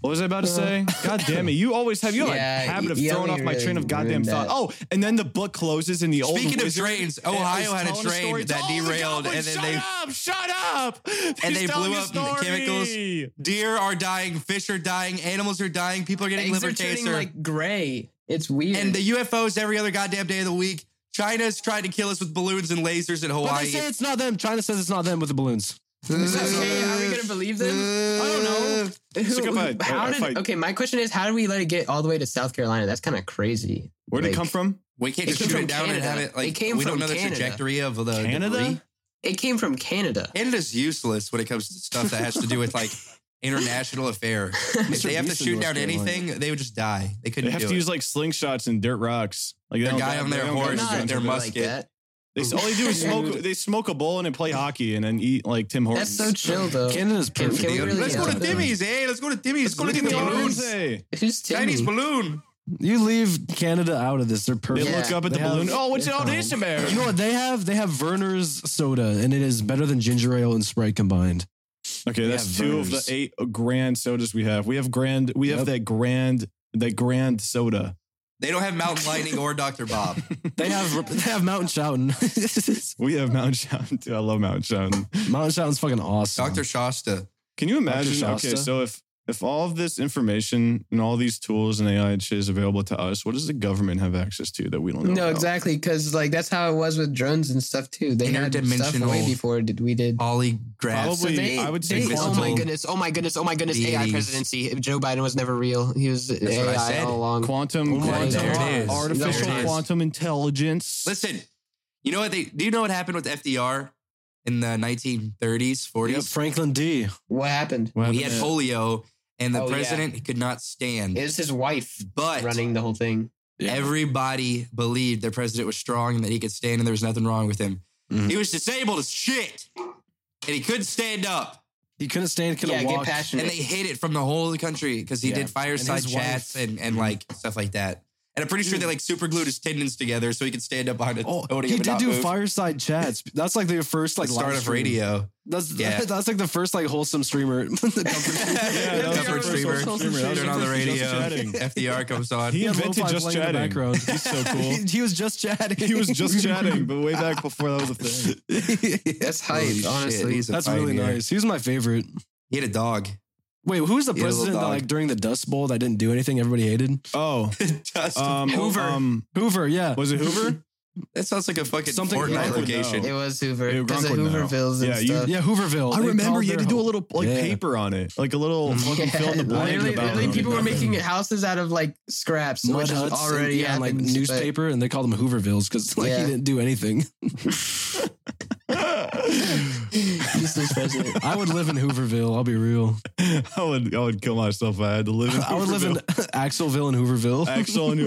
[SPEAKER 3] What was I about to say?
[SPEAKER 2] [LAUGHS]
[SPEAKER 3] God damn it. You always have you have
[SPEAKER 2] Uh, Yeah,
[SPEAKER 3] a habit of
[SPEAKER 2] you
[SPEAKER 3] throwing off
[SPEAKER 2] only
[SPEAKER 3] my train of
[SPEAKER 2] really
[SPEAKER 3] goddamn
[SPEAKER 2] ruined
[SPEAKER 3] thought.
[SPEAKER 2] that.
[SPEAKER 3] Oh, and then the book closes and the old
[SPEAKER 4] Speaking of
[SPEAKER 3] wizard
[SPEAKER 4] trains,
[SPEAKER 3] is
[SPEAKER 4] Ohio had a
[SPEAKER 3] telling
[SPEAKER 4] train
[SPEAKER 3] story.
[SPEAKER 4] that
[SPEAKER 3] Tell the
[SPEAKER 4] derailed,
[SPEAKER 3] cowboy,
[SPEAKER 4] and then
[SPEAKER 3] shut
[SPEAKER 4] they-
[SPEAKER 3] up, shut up. He's
[SPEAKER 4] they
[SPEAKER 3] telling
[SPEAKER 4] blew
[SPEAKER 3] a
[SPEAKER 4] up the chemicals.
[SPEAKER 3] story.
[SPEAKER 4] Deer are dying, fish are dying, animals are dying, people are getting
[SPEAKER 2] Eggs
[SPEAKER 4] liver
[SPEAKER 2] are turning
[SPEAKER 4] cancer.
[SPEAKER 2] like gray. It's weird.
[SPEAKER 4] and the UFOs every other goddamn day of the week. China's trying to kill us with balloons and lasers in
[SPEAKER 1] But
[SPEAKER 4] Hawaii.
[SPEAKER 1] they say it's not them. China says it's not them with the balloons.
[SPEAKER 2] Is that [LAUGHS] okay? Are we gonna believe
[SPEAKER 4] [LAUGHS]
[SPEAKER 2] them?
[SPEAKER 4] I
[SPEAKER 2] don't know.
[SPEAKER 3] Let's look up a-
[SPEAKER 2] how
[SPEAKER 3] a
[SPEAKER 2] did?
[SPEAKER 3] fight.
[SPEAKER 2] Okay, my question is, how do we let it get all the way to South Carolina? That's kind of crazy.
[SPEAKER 3] Where'd it
[SPEAKER 2] Like,
[SPEAKER 3] come from?
[SPEAKER 4] We can't
[SPEAKER 2] It
[SPEAKER 4] just
[SPEAKER 2] came
[SPEAKER 4] shoot
[SPEAKER 2] from
[SPEAKER 4] it down and
[SPEAKER 2] Canada.
[SPEAKER 4] have it like
[SPEAKER 2] It came
[SPEAKER 4] we don't
[SPEAKER 2] from
[SPEAKER 4] know the
[SPEAKER 2] Canada.
[SPEAKER 4] trajectory of the
[SPEAKER 3] Canada?
[SPEAKER 4] debris.
[SPEAKER 2] It came from Canada.
[SPEAKER 4] Canada's useless when it comes to stuff that has to do
[SPEAKER 2] [LAUGHS]
[SPEAKER 4] with like international affairs. if they have to
[SPEAKER 1] Beast in
[SPEAKER 4] shoot
[SPEAKER 1] North
[SPEAKER 4] down
[SPEAKER 1] Carolina.
[SPEAKER 4] anything, they would just die. They
[SPEAKER 3] They
[SPEAKER 4] couldn't
[SPEAKER 3] have
[SPEAKER 4] do
[SPEAKER 3] to
[SPEAKER 4] it.
[SPEAKER 3] use like slingshots and dirt rocks. Like they
[SPEAKER 4] The
[SPEAKER 3] don't
[SPEAKER 4] guy
[SPEAKER 3] got-
[SPEAKER 4] on
[SPEAKER 3] they
[SPEAKER 4] their
[SPEAKER 3] don't got
[SPEAKER 4] horse
[SPEAKER 3] guns
[SPEAKER 4] with
[SPEAKER 3] and
[SPEAKER 4] their
[SPEAKER 3] shit.
[SPEAKER 4] musket.
[SPEAKER 2] that.
[SPEAKER 3] They all they do is smoke.
[SPEAKER 2] Dude.
[SPEAKER 3] they smoke a bowl and then play hockey and then eat like Tim Hortons.
[SPEAKER 2] That's so chill, though.
[SPEAKER 1] Canada's
[SPEAKER 2] Oh. Can-
[SPEAKER 1] perfect.
[SPEAKER 2] can we really
[SPEAKER 4] Let's go
[SPEAKER 2] Yeah.
[SPEAKER 4] to Timmy's, eh? Let's go to Timmy's. Let's go to
[SPEAKER 2] look at
[SPEAKER 4] Timmy's.
[SPEAKER 2] the
[SPEAKER 4] Balloons.
[SPEAKER 2] balloons.
[SPEAKER 3] Hey,
[SPEAKER 2] Who's
[SPEAKER 4] Chinese
[SPEAKER 2] Timmy?
[SPEAKER 4] balloon.
[SPEAKER 1] you leave Canada out of this. They're
[SPEAKER 3] they
[SPEAKER 1] perfect.
[SPEAKER 2] Yeah.
[SPEAKER 3] look up at
[SPEAKER 1] They
[SPEAKER 3] the
[SPEAKER 1] have-
[SPEAKER 3] balloon. Oh, what's
[SPEAKER 2] they're
[SPEAKER 3] all
[SPEAKER 2] fine.
[SPEAKER 3] this about?
[SPEAKER 1] You know what they have? They have Verner's soda, and it is better than ginger ale and Sprite
[SPEAKER 4] [LAUGHS]
[SPEAKER 1] combined.
[SPEAKER 3] Okay, that's
[SPEAKER 1] have
[SPEAKER 3] two of the
[SPEAKER 1] Verners.
[SPEAKER 3] eight grand sodas we have. We have grand. We have
[SPEAKER 1] Yep.
[SPEAKER 3] that grand. That grand soda.
[SPEAKER 4] They don't have Mountain Lightning or Dr.
[SPEAKER 2] [LAUGHS]
[SPEAKER 4] Bob.
[SPEAKER 1] They have they have Mountain Shoutin. [LAUGHS]
[SPEAKER 3] We have Mount [LAUGHS] Shoutin too. I love Mount Shoutin.
[SPEAKER 1] Mountain Shoutin's fucking awesome.
[SPEAKER 4] Dr. Shasta.
[SPEAKER 3] Can you imagine?
[SPEAKER 1] Shasta.
[SPEAKER 3] Okay, so if if all of this information and all these tools and AI and shit is available to us, what does the government have access to that we don't know?
[SPEAKER 2] No,
[SPEAKER 3] about?
[SPEAKER 2] exactly, because like that's how it was with drones and stuff too. They had stuff way
[SPEAKER 4] Interdimensional-
[SPEAKER 2] before did we did.
[SPEAKER 4] Polygraphs.
[SPEAKER 3] Probably- I would say
[SPEAKER 2] they- oh
[SPEAKER 4] visible
[SPEAKER 2] my goodness! Oh my goodness! Oh my goodness! AI
[SPEAKER 4] deities.
[SPEAKER 2] presidency. If Joe Biden was never real, he was AI
[SPEAKER 4] what I said.
[SPEAKER 2] all along.
[SPEAKER 3] Quantum,
[SPEAKER 2] Okay,
[SPEAKER 3] quantum
[SPEAKER 2] there it is.
[SPEAKER 3] artificial
[SPEAKER 2] There it is.
[SPEAKER 3] quantum intelligence.
[SPEAKER 4] Listen, you know what they do you know what happened with FDR in the 1930s, 40s?
[SPEAKER 1] Yep, Franklin D.
[SPEAKER 2] what happened?
[SPEAKER 3] What
[SPEAKER 4] He had
[SPEAKER 3] happened to-
[SPEAKER 4] polio and the
[SPEAKER 2] Oh, yeah.
[SPEAKER 4] president could not stand.
[SPEAKER 2] It was his wife
[SPEAKER 4] but
[SPEAKER 2] running the whole thing.
[SPEAKER 4] everybody believed their president was strong and that he could stand and there was nothing wrong with him.
[SPEAKER 1] Mhm.
[SPEAKER 4] He was disabled as shit. And he couldn't stand up.
[SPEAKER 1] He couldn't stand, couldn't
[SPEAKER 2] Yeah,
[SPEAKER 1] walk.
[SPEAKER 2] get
[SPEAKER 4] And they
[SPEAKER 2] passionate.
[SPEAKER 4] hit it from the whole of the country because he
[SPEAKER 1] Yeah.
[SPEAKER 4] did fireside
[SPEAKER 1] And his
[SPEAKER 4] chats
[SPEAKER 1] wife.
[SPEAKER 4] and, and like stuff like that. And I'm pretty sure they like super glued his tendons together so he could stand up behind a
[SPEAKER 1] Oh,
[SPEAKER 4] podium
[SPEAKER 1] he
[SPEAKER 4] and
[SPEAKER 1] did
[SPEAKER 4] not
[SPEAKER 1] do
[SPEAKER 4] move.
[SPEAKER 1] fireside chats. That's like the first like
[SPEAKER 4] the start
[SPEAKER 1] live
[SPEAKER 4] of
[SPEAKER 1] stream.
[SPEAKER 4] radio.
[SPEAKER 1] That's [LAUGHS]
[SPEAKER 4] Yeah.
[SPEAKER 1] that's like the first like wholesome streamer.
[SPEAKER 4] [LAUGHS]
[SPEAKER 1] The comfort-
[SPEAKER 3] Yeah,
[SPEAKER 4] yeah,
[SPEAKER 3] that was the
[SPEAKER 4] comfort
[SPEAKER 3] first
[SPEAKER 4] streamer.
[SPEAKER 3] social streamer. That was
[SPEAKER 4] Turn
[SPEAKER 3] the
[SPEAKER 4] on the
[SPEAKER 3] first
[SPEAKER 4] radio.
[SPEAKER 3] just chatting.
[SPEAKER 4] FDR comes on.
[SPEAKER 3] He
[SPEAKER 1] had
[SPEAKER 3] invented
[SPEAKER 1] lo-fi
[SPEAKER 3] just
[SPEAKER 1] playing in the
[SPEAKER 3] chatting.
[SPEAKER 1] background.
[SPEAKER 3] [LAUGHS] He's so
[SPEAKER 1] [LAUGHS]
[SPEAKER 3] cool.
[SPEAKER 1] he, he was just chatting.
[SPEAKER 3] he was
[SPEAKER 1] [LAUGHS]
[SPEAKER 3] [LAUGHS] just chatting, but way back before that was a [LAUGHS] thing.
[SPEAKER 2] That's
[SPEAKER 4] Holy
[SPEAKER 2] hype,
[SPEAKER 4] Oh, shit,
[SPEAKER 2] honestly.
[SPEAKER 4] he's a
[SPEAKER 1] That's really
[SPEAKER 4] pioneer.
[SPEAKER 1] nice. He was my favorite.
[SPEAKER 4] He had a dog.
[SPEAKER 1] Wait, who was the
[SPEAKER 4] Yeah, little
[SPEAKER 1] president that,
[SPEAKER 4] dog.
[SPEAKER 1] like during the Dust Bowl that didn't do anything? Everybody hated
[SPEAKER 3] Oh,
[SPEAKER 4] Just-
[SPEAKER 3] um,
[SPEAKER 2] Hoover.
[SPEAKER 3] um,
[SPEAKER 1] Hoover. Yeah,
[SPEAKER 3] was it Hoover?
[SPEAKER 4] that sounds like a fucking
[SPEAKER 1] something
[SPEAKER 4] Fortnite
[SPEAKER 1] Gronk would
[SPEAKER 4] location.
[SPEAKER 2] It was Hoover
[SPEAKER 3] Yeah,
[SPEAKER 2] because of
[SPEAKER 3] Gronk would know.
[SPEAKER 2] Hoovervilles and
[SPEAKER 3] Yeah, you-
[SPEAKER 2] stuff.
[SPEAKER 1] yeah, Hooverville.
[SPEAKER 3] I
[SPEAKER 1] They
[SPEAKER 3] remember
[SPEAKER 1] called
[SPEAKER 3] you had to
[SPEAKER 1] their
[SPEAKER 3] do a
[SPEAKER 1] whole-
[SPEAKER 3] little like
[SPEAKER 1] Yeah.
[SPEAKER 3] paper on it, like a little fucking
[SPEAKER 2] Yeah,
[SPEAKER 3] fill in the blank
[SPEAKER 2] literally,
[SPEAKER 3] about.
[SPEAKER 2] literally
[SPEAKER 3] it.
[SPEAKER 2] people were making houses out of like scraps,
[SPEAKER 1] mud
[SPEAKER 2] which is
[SPEAKER 1] huts
[SPEAKER 2] already
[SPEAKER 1] and, yeah, and, like
[SPEAKER 2] happens, but-
[SPEAKER 1] newspaper, and they called them Hoovervilles because like
[SPEAKER 2] Yeah.
[SPEAKER 1] he didn't do anything.
[SPEAKER 2] Useless president.
[SPEAKER 1] I would live in Hooverville. I'll be real.
[SPEAKER 3] [LAUGHS] I would, I would kill myself if I had to live in.
[SPEAKER 1] I would live in [LAUGHS]
[SPEAKER 3] Hooverville.
[SPEAKER 1] Axelville and Hooverville.
[SPEAKER 3] Axel and [LAUGHS]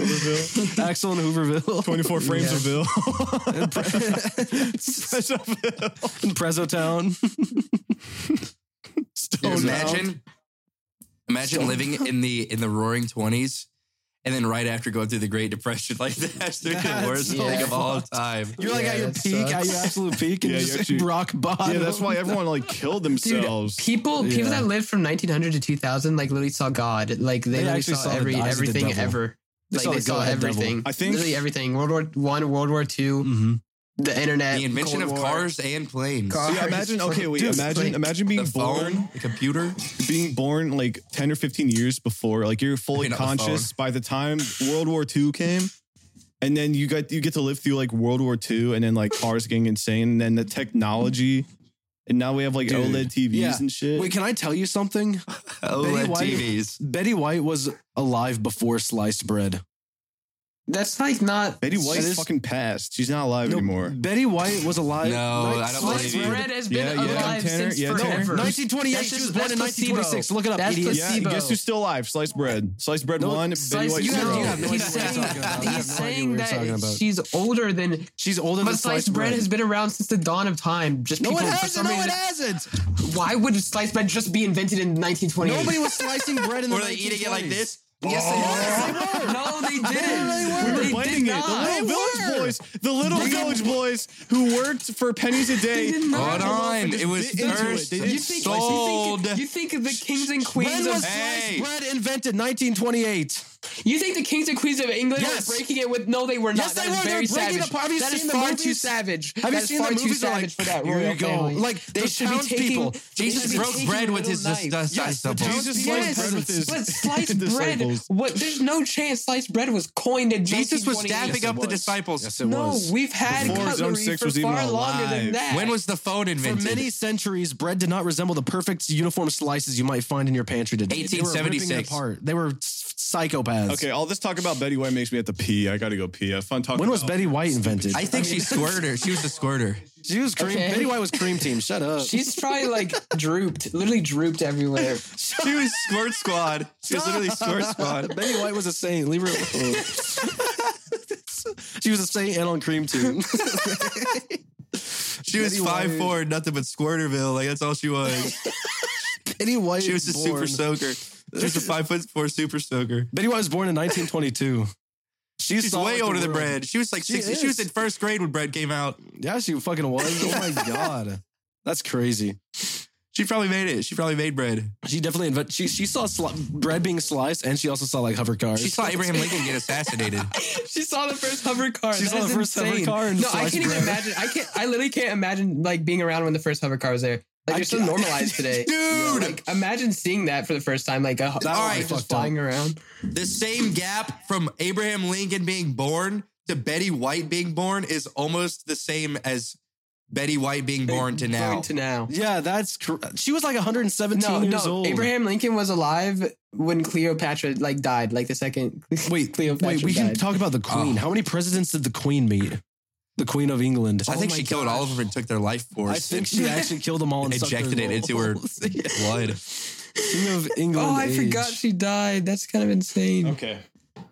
[SPEAKER 1] [LAUGHS]
[SPEAKER 3] Hooverville.
[SPEAKER 1] Axel and Hooverville. [LAUGHS]
[SPEAKER 3] Twenty-four frames
[SPEAKER 2] Yeah.
[SPEAKER 3] of [LAUGHS] Ville.
[SPEAKER 1] And Pre- [LAUGHS] in Prezzo Town.
[SPEAKER 3] Stone
[SPEAKER 4] imagine, imagine living in the in the Roaring Twenties, and then right after going through the Great Depression, like [LAUGHS] that's the
[SPEAKER 1] That's
[SPEAKER 4] worst
[SPEAKER 2] so
[SPEAKER 4] thing of all time.
[SPEAKER 1] You're like
[SPEAKER 2] Yeah,
[SPEAKER 1] at your
[SPEAKER 2] that
[SPEAKER 1] peak, at
[SPEAKER 2] sucks.
[SPEAKER 1] your absolute peak, and
[SPEAKER 3] Yeah,
[SPEAKER 1] you're
[SPEAKER 3] you're
[SPEAKER 1] just
[SPEAKER 3] actually-
[SPEAKER 1] rock bottom.
[SPEAKER 3] Yeah, that's why everyone like killed themselves.
[SPEAKER 2] People, people
[SPEAKER 1] Yeah.
[SPEAKER 2] that lived from 1900 to 2000, like literally saw God. Like they,
[SPEAKER 1] They
[SPEAKER 2] literally
[SPEAKER 1] actually
[SPEAKER 2] saw,
[SPEAKER 1] saw the
[SPEAKER 2] every
[SPEAKER 1] eyes of the
[SPEAKER 2] everything
[SPEAKER 1] devil.
[SPEAKER 2] ever.
[SPEAKER 1] They
[SPEAKER 2] like
[SPEAKER 1] saw
[SPEAKER 2] they
[SPEAKER 1] the
[SPEAKER 2] saw
[SPEAKER 1] God, devil.
[SPEAKER 2] everything.
[SPEAKER 3] I think-
[SPEAKER 2] literally everything. World War One, World War Two,
[SPEAKER 1] Mhm.
[SPEAKER 2] the internet,
[SPEAKER 4] The invention
[SPEAKER 2] Cold
[SPEAKER 4] of
[SPEAKER 2] War.
[SPEAKER 4] cars and planes,
[SPEAKER 2] Car-
[SPEAKER 3] yeah, imagine.
[SPEAKER 2] Sorry.
[SPEAKER 3] Okay, wait.
[SPEAKER 2] Dude,
[SPEAKER 3] imagine,
[SPEAKER 2] like,
[SPEAKER 3] imagine being
[SPEAKER 4] the
[SPEAKER 3] born,
[SPEAKER 4] phone, the computer.
[SPEAKER 3] being born like ten or fifteen years before. Like you're fully
[SPEAKER 4] Okay, not the
[SPEAKER 3] conscious by the time World War II came, and then you got you get to live through like World War II, and then like cars getting insane, and then the technology, and now we have like E
[SPEAKER 1] Dude.
[SPEAKER 3] OLED TVs
[SPEAKER 1] Yeah.
[SPEAKER 3] and shit.
[SPEAKER 1] Wait, can I tell you something?
[SPEAKER 4] OLED
[SPEAKER 1] White-
[SPEAKER 4] TVs.
[SPEAKER 1] Betty White was alive before sliced bread.
[SPEAKER 2] That's like not.
[SPEAKER 3] Betty White
[SPEAKER 1] That is-
[SPEAKER 3] fucking passed. She's not alive
[SPEAKER 1] No,
[SPEAKER 3] anymore.
[SPEAKER 1] Betty White was alive.
[SPEAKER 4] No,
[SPEAKER 1] Like,
[SPEAKER 4] I don't
[SPEAKER 1] sliced
[SPEAKER 4] believe you.
[SPEAKER 1] bread-
[SPEAKER 2] Red has
[SPEAKER 3] Yeah,
[SPEAKER 2] been
[SPEAKER 3] yeah.
[SPEAKER 2] alive
[SPEAKER 3] Tanner,
[SPEAKER 2] since
[SPEAKER 3] yeah, no,
[SPEAKER 2] forever.
[SPEAKER 1] 1928.
[SPEAKER 2] That's
[SPEAKER 1] she
[SPEAKER 2] just-
[SPEAKER 1] was born in
[SPEAKER 2] that's placebo.
[SPEAKER 1] 1926. Look it up,
[SPEAKER 2] That's
[SPEAKER 1] idiot.
[SPEAKER 2] placebo.
[SPEAKER 3] Yeah, guess who's still alive? Sliced bread. Sliced bread
[SPEAKER 1] No,
[SPEAKER 3] one. Betty
[SPEAKER 2] Slice-
[SPEAKER 3] White
[SPEAKER 2] you have-
[SPEAKER 3] zero.
[SPEAKER 2] you have
[SPEAKER 1] no
[SPEAKER 2] no
[SPEAKER 1] idea
[SPEAKER 2] he's
[SPEAKER 1] what you're
[SPEAKER 2] saying,
[SPEAKER 1] talking about.
[SPEAKER 2] he's
[SPEAKER 1] I have no idea
[SPEAKER 2] saying
[SPEAKER 1] what you're talking
[SPEAKER 2] that
[SPEAKER 1] about.
[SPEAKER 2] she's older than.
[SPEAKER 1] She's older
[SPEAKER 2] But
[SPEAKER 1] than
[SPEAKER 2] sliced bread has been around since the dawn of time. Just
[SPEAKER 1] No, it
[SPEAKER 2] people, for
[SPEAKER 1] hasn't.
[SPEAKER 2] some
[SPEAKER 1] No, it
[SPEAKER 2] reason,
[SPEAKER 1] hasn't.
[SPEAKER 2] why would sliced bread just be invented in 1928?
[SPEAKER 1] Nobody was slicing bread in the
[SPEAKER 4] [LAUGHS] Were they eating it like
[SPEAKER 1] 1920s.
[SPEAKER 4] this?
[SPEAKER 2] Yes, they were. No, they didn't.
[SPEAKER 3] We were
[SPEAKER 2] They
[SPEAKER 3] blaming
[SPEAKER 2] did
[SPEAKER 3] it. The
[SPEAKER 2] not.
[SPEAKER 3] little village
[SPEAKER 1] were.
[SPEAKER 3] boys, the little
[SPEAKER 2] They-
[SPEAKER 3] village boys who worked for pennies a day.
[SPEAKER 2] did not.
[SPEAKER 3] were the ones
[SPEAKER 4] Hold
[SPEAKER 3] that
[SPEAKER 4] on.
[SPEAKER 3] just
[SPEAKER 4] It was
[SPEAKER 3] bit into
[SPEAKER 4] first
[SPEAKER 3] They
[SPEAKER 2] You
[SPEAKER 3] didn't
[SPEAKER 2] think,
[SPEAKER 3] slice it.
[SPEAKER 2] you,
[SPEAKER 4] Sold.
[SPEAKER 2] think, you think the kings and queens
[SPEAKER 1] When
[SPEAKER 2] of
[SPEAKER 1] was
[SPEAKER 4] Hey.
[SPEAKER 1] sliced bread invented? 1928.
[SPEAKER 2] you think the kings and queens of England
[SPEAKER 1] Yes.
[SPEAKER 2] were breaking it with no they were not.
[SPEAKER 1] Yes, they
[SPEAKER 2] That is
[SPEAKER 1] were. They
[SPEAKER 2] very
[SPEAKER 1] were breaking
[SPEAKER 2] savage.
[SPEAKER 1] the- have you
[SPEAKER 2] That is
[SPEAKER 1] seen the
[SPEAKER 2] far too
[SPEAKER 1] movies?
[SPEAKER 2] savage.
[SPEAKER 1] Have you
[SPEAKER 2] That is
[SPEAKER 1] seen
[SPEAKER 2] far
[SPEAKER 1] the
[SPEAKER 2] too
[SPEAKER 1] movies? They're like,
[SPEAKER 2] savage for that
[SPEAKER 1] here
[SPEAKER 2] royal
[SPEAKER 1] you go.
[SPEAKER 2] family.
[SPEAKER 1] Like,
[SPEAKER 2] they
[SPEAKER 1] the
[SPEAKER 2] should be
[SPEAKER 1] townspeople.
[SPEAKER 2] taking
[SPEAKER 4] Jesus
[SPEAKER 2] they should be
[SPEAKER 4] broke
[SPEAKER 2] taking
[SPEAKER 4] bread with
[SPEAKER 2] little
[SPEAKER 4] his
[SPEAKER 2] knives.
[SPEAKER 4] just
[SPEAKER 1] Yes, the
[SPEAKER 3] Jesus
[SPEAKER 1] townspeople-
[SPEAKER 3] sliced bread with
[SPEAKER 2] Yes,
[SPEAKER 3] his
[SPEAKER 2] but [LAUGHS] sliced bread.
[SPEAKER 3] disciples.
[SPEAKER 2] What? There's no chance sliced bread was coined in
[SPEAKER 4] Jesus was
[SPEAKER 2] 1928.
[SPEAKER 4] dapping up the
[SPEAKER 3] was.
[SPEAKER 4] disciples.
[SPEAKER 1] Yes, it
[SPEAKER 2] No,
[SPEAKER 1] was.
[SPEAKER 2] we've had
[SPEAKER 3] Before Zone
[SPEAKER 2] cutlery
[SPEAKER 3] Six
[SPEAKER 2] for
[SPEAKER 3] was even
[SPEAKER 2] far longer than
[SPEAKER 3] alive.
[SPEAKER 2] that.
[SPEAKER 4] When was the phone
[SPEAKER 1] For
[SPEAKER 4] invented?
[SPEAKER 1] many centuries, bread did not resemble the perfect uniform slices you might find in your pantry today. They were ripping it
[SPEAKER 4] 1876.
[SPEAKER 1] apart. They were s- psychopaths.
[SPEAKER 3] Okay, all this talk about Betty White makes me have to pee. I gotta go pee. Have fun talking.
[SPEAKER 1] When was
[SPEAKER 3] about-
[SPEAKER 1] Betty White invented?
[SPEAKER 4] I think she squirted. She was a squirter.
[SPEAKER 1] she was cream.
[SPEAKER 2] Okay.
[SPEAKER 1] Betty White was cream team. Shut up.
[SPEAKER 2] She's probably like [LAUGHS] drooped, literally drooped everywhere.
[SPEAKER 4] She was squirt squad. She was literally squirt squad.
[SPEAKER 1] Betty White was a saint. Leave her alone. she was a saint and on cream team.
[SPEAKER 4] She was
[SPEAKER 1] Betty White.
[SPEAKER 4] five four, nothing but squirterville. Like that's all she was.
[SPEAKER 1] [LAUGHS] Betty White.
[SPEAKER 4] She was a super
[SPEAKER 1] born-
[SPEAKER 4] soaker. She was a five foot four super soaker.
[SPEAKER 1] Betty White was born in 1922. She
[SPEAKER 4] She's
[SPEAKER 1] saw
[SPEAKER 4] way
[SPEAKER 1] the
[SPEAKER 4] older than
[SPEAKER 1] world-
[SPEAKER 4] Bread. She was like
[SPEAKER 1] She
[SPEAKER 4] six. She was
[SPEAKER 1] is.
[SPEAKER 4] in first grade when Bread came out.
[SPEAKER 1] Yeah, she fucking was. [LAUGHS] Oh my god, that's crazy.
[SPEAKER 4] She probably made it. She probably made Bread.
[SPEAKER 1] She definitely invented. She she saw sli- bread being sliced, and she also saw like hover cars.
[SPEAKER 4] She saw Abraham Lincoln get assassinated.
[SPEAKER 2] she saw the first hover car.
[SPEAKER 1] She
[SPEAKER 2] That
[SPEAKER 1] saw the
[SPEAKER 2] is
[SPEAKER 1] first hover
[SPEAKER 2] insane.
[SPEAKER 1] car and
[SPEAKER 2] no, I
[SPEAKER 1] sliced
[SPEAKER 2] can't even
[SPEAKER 1] bread.
[SPEAKER 2] imagine. I can't. I literally can't imagine like being around when the first hover car was there.
[SPEAKER 1] I
[SPEAKER 2] Like they're so
[SPEAKER 1] can't- [LAUGHS]
[SPEAKER 2] normalized today,
[SPEAKER 4] Dude!
[SPEAKER 2] Like imagine seeing that for the first time, like a hover
[SPEAKER 4] All
[SPEAKER 2] car
[SPEAKER 4] right.
[SPEAKER 1] Fucked up.
[SPEAKER 2] just flying around.
[SPEAKER 4] [LAUGHS] The same gap from Abraham Lincoln being born to Betty White being born is almost the same as Betty White being born to now.
[SPEAKER 2] Going to now.
[SPEAKER 1] Yeah, that's cr- she was like 117
[SPEAKER 2] No,
[SPEAKER 1] years
[SPEAKER 2] no.
[SPEAKER 1] old.
[SPEAKER 2] Abraham Lincoln was alive when Cleopatra like died, like the second. [LAUGHS]
[SPEAKER 1] Wait,
[SPEAKER 2] Cleopatra
[SPEAKER 1] wait, we
[SPEAKER 2] died.
[SPEAKER 1] can talk about the queen.
[SPEAKER 4] Oh.
[SPEAKER 1] How many presidents did the queen meet? The queen of England.
[SPEAKER 4] I think she killed all of them and took their life force.
[SPEAKER 1] Oh I think she
[SPEAKER 4] [LAUGHS]
[SPEAKER 1] actually killed them [LAUGHS] all and sucked
[SPEAKER 4] Injected
[SPEAKER 1] their
[SPEAKER 4] it into her
[SPEAKER 1] balls.
[SPEAKER 4] blood.
[SPEAKER 1] Queen of England.
[SPEAKER 2] oh, I
[SPEAKER 1] age.
[SPEAKER 2] forgot she died. That's kind of insane.
[SPEAKER 3] Okay.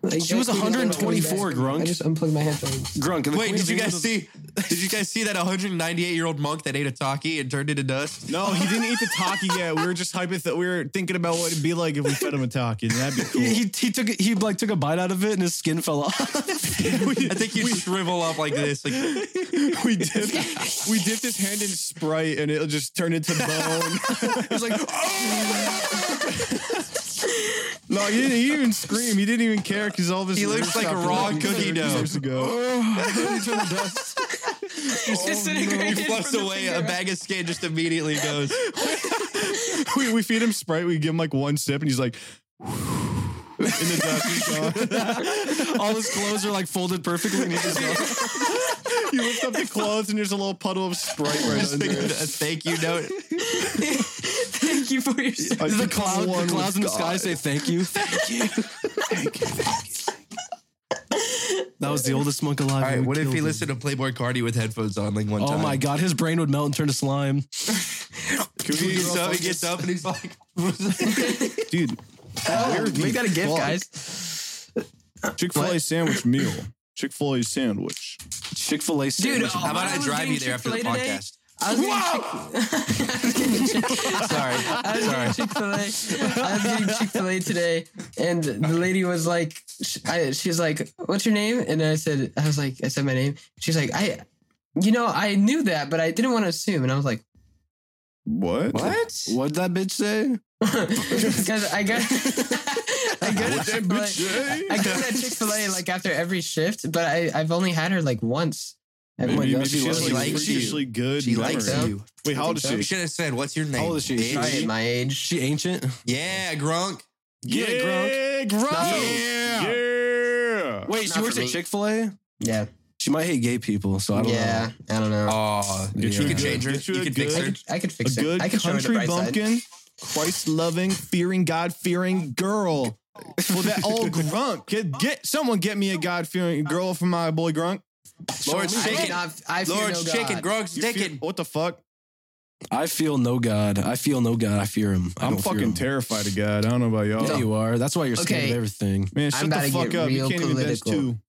[SPEAKER 2] Like,
[SPEAKER 1] She was
[SPEAKER 2] that-
[SPEAKER 1] 124, Grunk.
[SPEAKER 2] I just unplugged my headphones.
[SPEAKER 1] Grunk. the
[SPEAKER 4] Wait,
[SPEAKER 1] Queen
[SPEAKER 4] did
[SPEAKER 1] of
[SPEAKER 4] you guys
[SPEAKER 1] England-
[SPEAKER 4] see? Did you guys see that 198 year old monk that ate a taki and turned into
[SPEAKER 3] [LAUGHS]
[SPEAKER 4] dust?
[SPEAKER 3] No, he didn't eat the taki yet. We were just hypothetical. We were thinking about what it'd be like if we fed him a taki. And that'd be cool.
[SPEAKER 1] He, he he took it- he like took a bite out of it and his skin fell off.
[SPEAKER 4] I think you shrivel up like this. Like
[SPEAKER 3] we dipped we dipped his hand in Sprite and it'll just turn into bone. [LAUGHS] "Oh!"
[SPEAKER 1] He's like,
[SPEAKER 3] no, he didn't, he didn't even scream. He didn't even care because all of his
[SPEAKER 4] He
[SPEAKER 3] lyrics
[SPEAKER 4] looks like a
[SPEAKER 3] got
[SPEAKER 4] raw
[SPEAKER 3] deleted
[SPEAKER 4] cookie
[SPEAKER 3] 30
[SPEAKER 4] dough.
[SPEAKER 3] years ago.
[SPEAKER 1] Oh,
[SPEAKER 2] [LAUGHS]
[SPEAKER 4] he fluffs away a bag of skin just immediately goes.
[SPEAKER 3] We, we feed him Sprite. We give him like one sip and
[SPEAKER 1] [LAUGHS]
[SPEAKER 3] he's like, in the dust. He's gone.
[SPEAKER 1] all his clothes are like folded perfectly. And he's just like,
[SPEAKER 3] [LAUGHS] you lift up the clothes and there's a little puddle of Sprite right
[SPEAKER 4] Just
[SPEAKER 3] under
[SPEAKER 4] think of [LAUGHS] a
[SPEAKER 3] it.
[SPEAKER 4] thank you note.
[SPEAKER 2] Thank you for your.
[SPEAKER 3] I
[SPEAKER 1] [LAUGHS] the
[SPEAKER 3] think
[SPEAKER 1] cloud,
[SPEAKER 3] one
[SPEAKER 1] the clouds
[SPEAKER 3] was
[SPEAKER 1] in the
[SPEAKER 3] God.
[SPEAKER 1] sky say thank you. Thank you. That was the oldest monk alive.
[SPEAKER 4] All right,
[SPEAKER 1] and we
[SPEAKER 4] what if
[SPEAKER 1] killed
[SPEAKER 4] he
[SPEAKER 1] him.
[SPEAKER 4] listened to Playboy Cardi with headphones on like one
[SPEAKER 1] Oh
[SPEAKER 4] time?
[SPEAKER 1] my god, his brain would melt and turn to slime.
[SPEAKER 4] He gets up, he gets up, and he's like,
[SPEAKER 3] Dude, Oh,
[SPEAKER 2] Make that a gift,
[SPEAKER 3] Fuck.
[SPEAKER 2] guys.
[SPEAKER 3] Chick fil A sandwich meal. Chick fil A sandwich.
[SPEAKER 1] Chick Fil A
[SPEAKER 2] Dude,
[SPEAKER 4] "How about I drive you there after the podcast?"
[SPEAKER 2] I was getting Chick-
[SPEAKER 4] Sorry,
[SPEAKER 2] I was
[SPEAKER 4] sorry.
[SPEAKER 2] getting Chick-fil-A. I was getting Chick-fil-A today, and the lady was like, sh- I, she was like, "What's your name?" And I said, "I was like, I said my name." She's like, "I, you know, I knew that, but I didn't want to assume." And I was like, [LAUGHS]
[SPEAKER 3] What?
[SPEAKER 4] What?
[SPEAKER 1] What'd that bitch say?
[SPEAKER 2] "Because I got, [LAUGHS] I got Chick-fil-A." I go to Chick Fil A like after every shift, but I I've only had her like once. Oh
[SPEAKER 3] Maybe,
[SPEAKER 1] my God,
[SPEAKER 3] maybe
[SPEAKER 1] she
[SPEAKER 3] she
[SPEAKER 1] likes
[SPEAKER 3] has
[SPEAKER 1] you.
[SPEAKER 3] like
[SPEAKER 4] She likes you.
[SPEAKER 3] freakishly good
[SPEAKER 4] She likes
[SPEAKER 3] memory.
[SPEAKER 4] you.
[SPEAKER 3] Wait, how old is
[SPEAKER 2] Think so?
[SPEAKER 4] You
[SPEAKER 3] she?
[SPEAKER 4] should have said, "What's your name?"
[SPEAKER 1] old is she?
[SPEAKER 4] bitch?"
[SPEAKER 2] Probably at my age.
[SPEAKER 1] She ancient.
[SPEAKER 4] Yeah, Grunk.
[SPEAKER 1] Yeah, Gronk.
[SPEAKER 3] Yeah. Yeah.
[SPEAKER 1] Wait,
[SPEAKER 2] Not
[SPEAKER 1] she
[SPEAKER 2] for
[SPEAKER 1] works at
[SPEAKER 2] me.
[SPEAKER 1] Chick Fil A.
[SPEAKER 2] Yeah,
[SPEAKER 1] She might hate gay people, so I don't
[SPEAKER 2] yeah. I don't know.
[SPEAKER 4] Oh,
[SPEAKER 1] Get
[SPEAKER 4] you
[SPEAKER 1] you a
[SPEAKER 4] can
[SPEAKER 1] good-
[SPEAKER 4] change her.
[SPEAKER 3] get you
[SPEAKER 4] You
[SPEAKER 3] a
[SPEAKER 4] can fix
[SPEAKER 2] I
[SPEAKER 3] good-
[SPEAKER 4] her.
[SPEAKER 2] could I could
[SPEAKER 3] A
[SPEAKER 2] fix it.
[SPEAKER 3] good
[SPEAKER 2] I could show her the
[SPEAKER 3] country
[SPEAKER 2] bright side.
[SPEAKER 3] bumpkin, Christ loving, fearing God fearing girl.
[SPEAKER 1] [LAUGHS]
[SPEAKER 3] Well, that [LAUGHS] old grunk. Get, get someone get me a God fearing girl for my boy grunk.
[SPEAKER 4] Lord's
[SPEAKER 2] I
[SPEAKER 4] chicken.
[SPEAKER 2] did not. I fear
[SPEAKER 4] Lord's
[SPEAKER 2] no
[SPEAKER 4] chicken.
[SPEAKER 2] God.
[SPEAKER 4] Grunk's
[SPEAKER 3] You feel-
[SPEAKER 4] chicken.
[SPEAKER 3] What the fuck?
[SPEAKER 1] know. I feel no god. I feel no god. I fear him. I
[SPEAKER 3] I'm
[SPEAKER 1] don't fear
[SPEAKER 3] fucking
[SPEAKER 1] him.
[SPEAKER 3] terrified of God. I don't know about y'all.
[SPEAKER 1] Yeah, you are. That's why you're scared
[SPEAKER 2] Okay.
[SPEAKER 1] of everything.
[SPEAKER 3] Man,
[SPEAKER 2] I'm
[SPEAKER 3] shut
[SPEAKER 2] about
[SPEAKER 3] the
[SPEAKER 2] to
[SPEAKER 3] fuck
[SPEAKER 2] get
[SPEAKER 3] up. You
[SPEAKER 2] real
[SPEAKER 3] can't even bench
[SPEAKER 2] political.
[SPEAKER 3] two.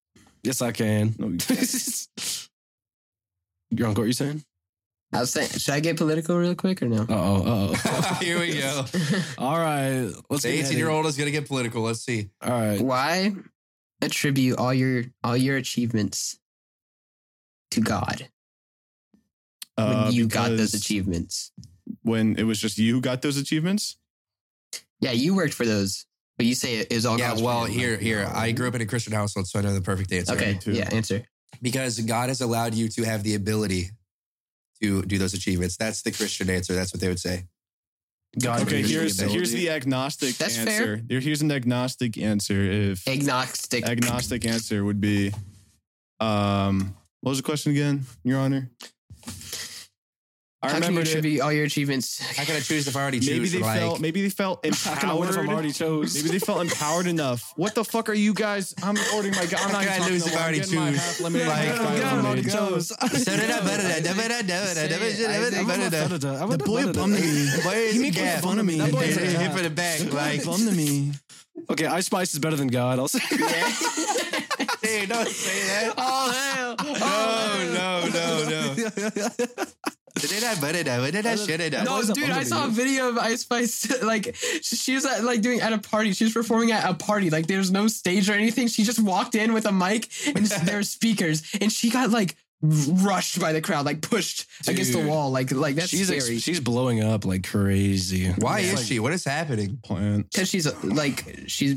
[SPEAKER 1] Yes, I can. [LAUGHS]
[SPEAKER 3] No, you
[SPEAKER 1] Your uncle, what are you saying?
[SPEAKER 2] I was saying, should I get political real quick or no?
[SPEAKER 1] Uh oh. Uh oh.
[SPEAKER 4] [LAUGHS] Here we
[SPEAKER 2] [LAUGHS]
[SPEAKER 4] go.
[SPEAKER 1] [LAUGHS] All right. Let's
[SPEAKER 4] The
[SPEAKER 1] get
[SPEAKER 4] 18
[SPEAKER 1] Eddie.
[SPEAKER 4] year old is going to get political. Let's see.
[SPEAKER 1] All right.
[SPEAKER 2] [LAUGHS] Why attribute all your all your achievements to God when
[SPEAKER 3] Uh,
[SPEAKER 2] you got those
[SPEAKER 3] because
[SPEAKER 2] achievements?
[SPEAKER 3] When it was just you who got those achievements?
[SPEAKER 2] Yeah, you worked for those, but you say it is all.
[SPEAKER 4] Yeah,
[SPEAKER 2] God's
[SPEAKER 4] well,
[SPEAKER 2] plan.
[SPEAKER 4] here, here. I grew up in a Christian household, so I know the perfect answer.
[SPEAKER 2] Okay.
[SPEAKER 3] me too.
[SPEAKER 2] Yeah. Answer.
[SPEAKER 4] Because God has allowed you to have the ability to do those achievements. That's the Christian answer. That's what they would say.
[SPEAKER 1] God.
[SPEAKER 3] Okay,
[SPEAKER 1] gave you
[SPEAKER 3] here's
[SPEAKER 1] the ability.
[SPEAKER 3] here's the agnostic
[SPEAKER 2] That's
[SPEAKER 3] answer.
[SPEAKER 2] fair.
[SPEAKER 3] There- Here's an agnostic answer. If
[SPEAKER 2] Agnostic.
[SPEAKER 3] agnostic answer would be, um, what was the question again, Your Honor? I
[SPEAKER 2] How can you
[SPEAKER 3] remembered it.
[SPEAKER 2] attribute all your achievements?
[SPEAKER 4] How can I choose if I already
[SPEAKER 3] Maybe
[SPEAKER 4] choose?
[SPEAKER 3] they
[SPEAKER 4] like,
[SPEAKER 3] felt. Maybe they felt
[SPEAKER 1] How can I win
[SPEAKER 3] empowered.
[SPEAKER 1] if I'm
[SPEAKER 3] [LAUGHS]
[SPEAKER 1] already [LAUGHS] chose?
[SPEAKER 3] Maybe they felt empowered enough. What the fuck are you guys? I'm ordering my. I'm
[SPEAKER 4] How
[SPEAKER 3] not
[SPEAKER 4] can I
[SPEAKER 3] even
[SPEAKER 4] lose
[SPEAKER 3] talking
[SPEAKER 4] if I
[SPEAKER 3] to
[SPEAKER 4] already
[SPEAKER 3] one. I'm getting my
[SPEAKER 4] choose?
[SPEAKER 3] half
[SPEAKER 1] [LAUGHS]
[SPEAKER 3] lemon
[SPEAKER 4] Yeah,
[SPEAKER 3] pie
[SPEAKER 4] I
[SPEAKER 3] and
[SPEAKER 4] got it, I
[SPEAKER 3] fried
[SPEAKER 4] got it, I'm
[SPEAKER 1] already
[SPEAKER 3] lemonade.
[SPEAKER 1] chose.
[SPEAKER 4] The
[SPEAKER 1] He making fun of me.
[SPEAKER 4] That boy's
[SPEAKER 1] Yeah.
[SPEAKER 4] hit for the back. Like,
[SPEAKER 3] to me.
[SPEAKER 1] Okay, Ice Spice is better than God. I'll say.
[SPEAKER 4] [LAUGHS] hey, don't say that.
[SPEAKER 2] Oh [LAUGHS] hell!
[SPEAKER 4] No, no, no, no.
[SPEAKER 1] [LAUGHS]
[SPEAKER 4] Did I butter that? What did I shit it up?
[SPEAKER 2] No,
[SPEAKER 1] Always a
[SPEAKER 2] dude, I
[SPEAKER 1] bumblebee.
[SPEAKER 2] saw a video of Ice Spice. [LAUGHS] Like she was at, like doing at a party. She was performing at a party. Like there's no stage or anything. She just walked in with a mic and there were speakers, and she got like rushed by the crowd, like pushed against the
[SPEAKER 4] Dude.
[SPEAKER 2] wall. Like like that's
[SPEAKER 1] she's ex-
[SPEAKER 2] scary
[SPEAKER 1] she's blowing up like crazy.
[SPEAKER 4] Why is she? What is happening?
[SPEAKER 3] Plant.
[SPEAKER 2] because she's like she's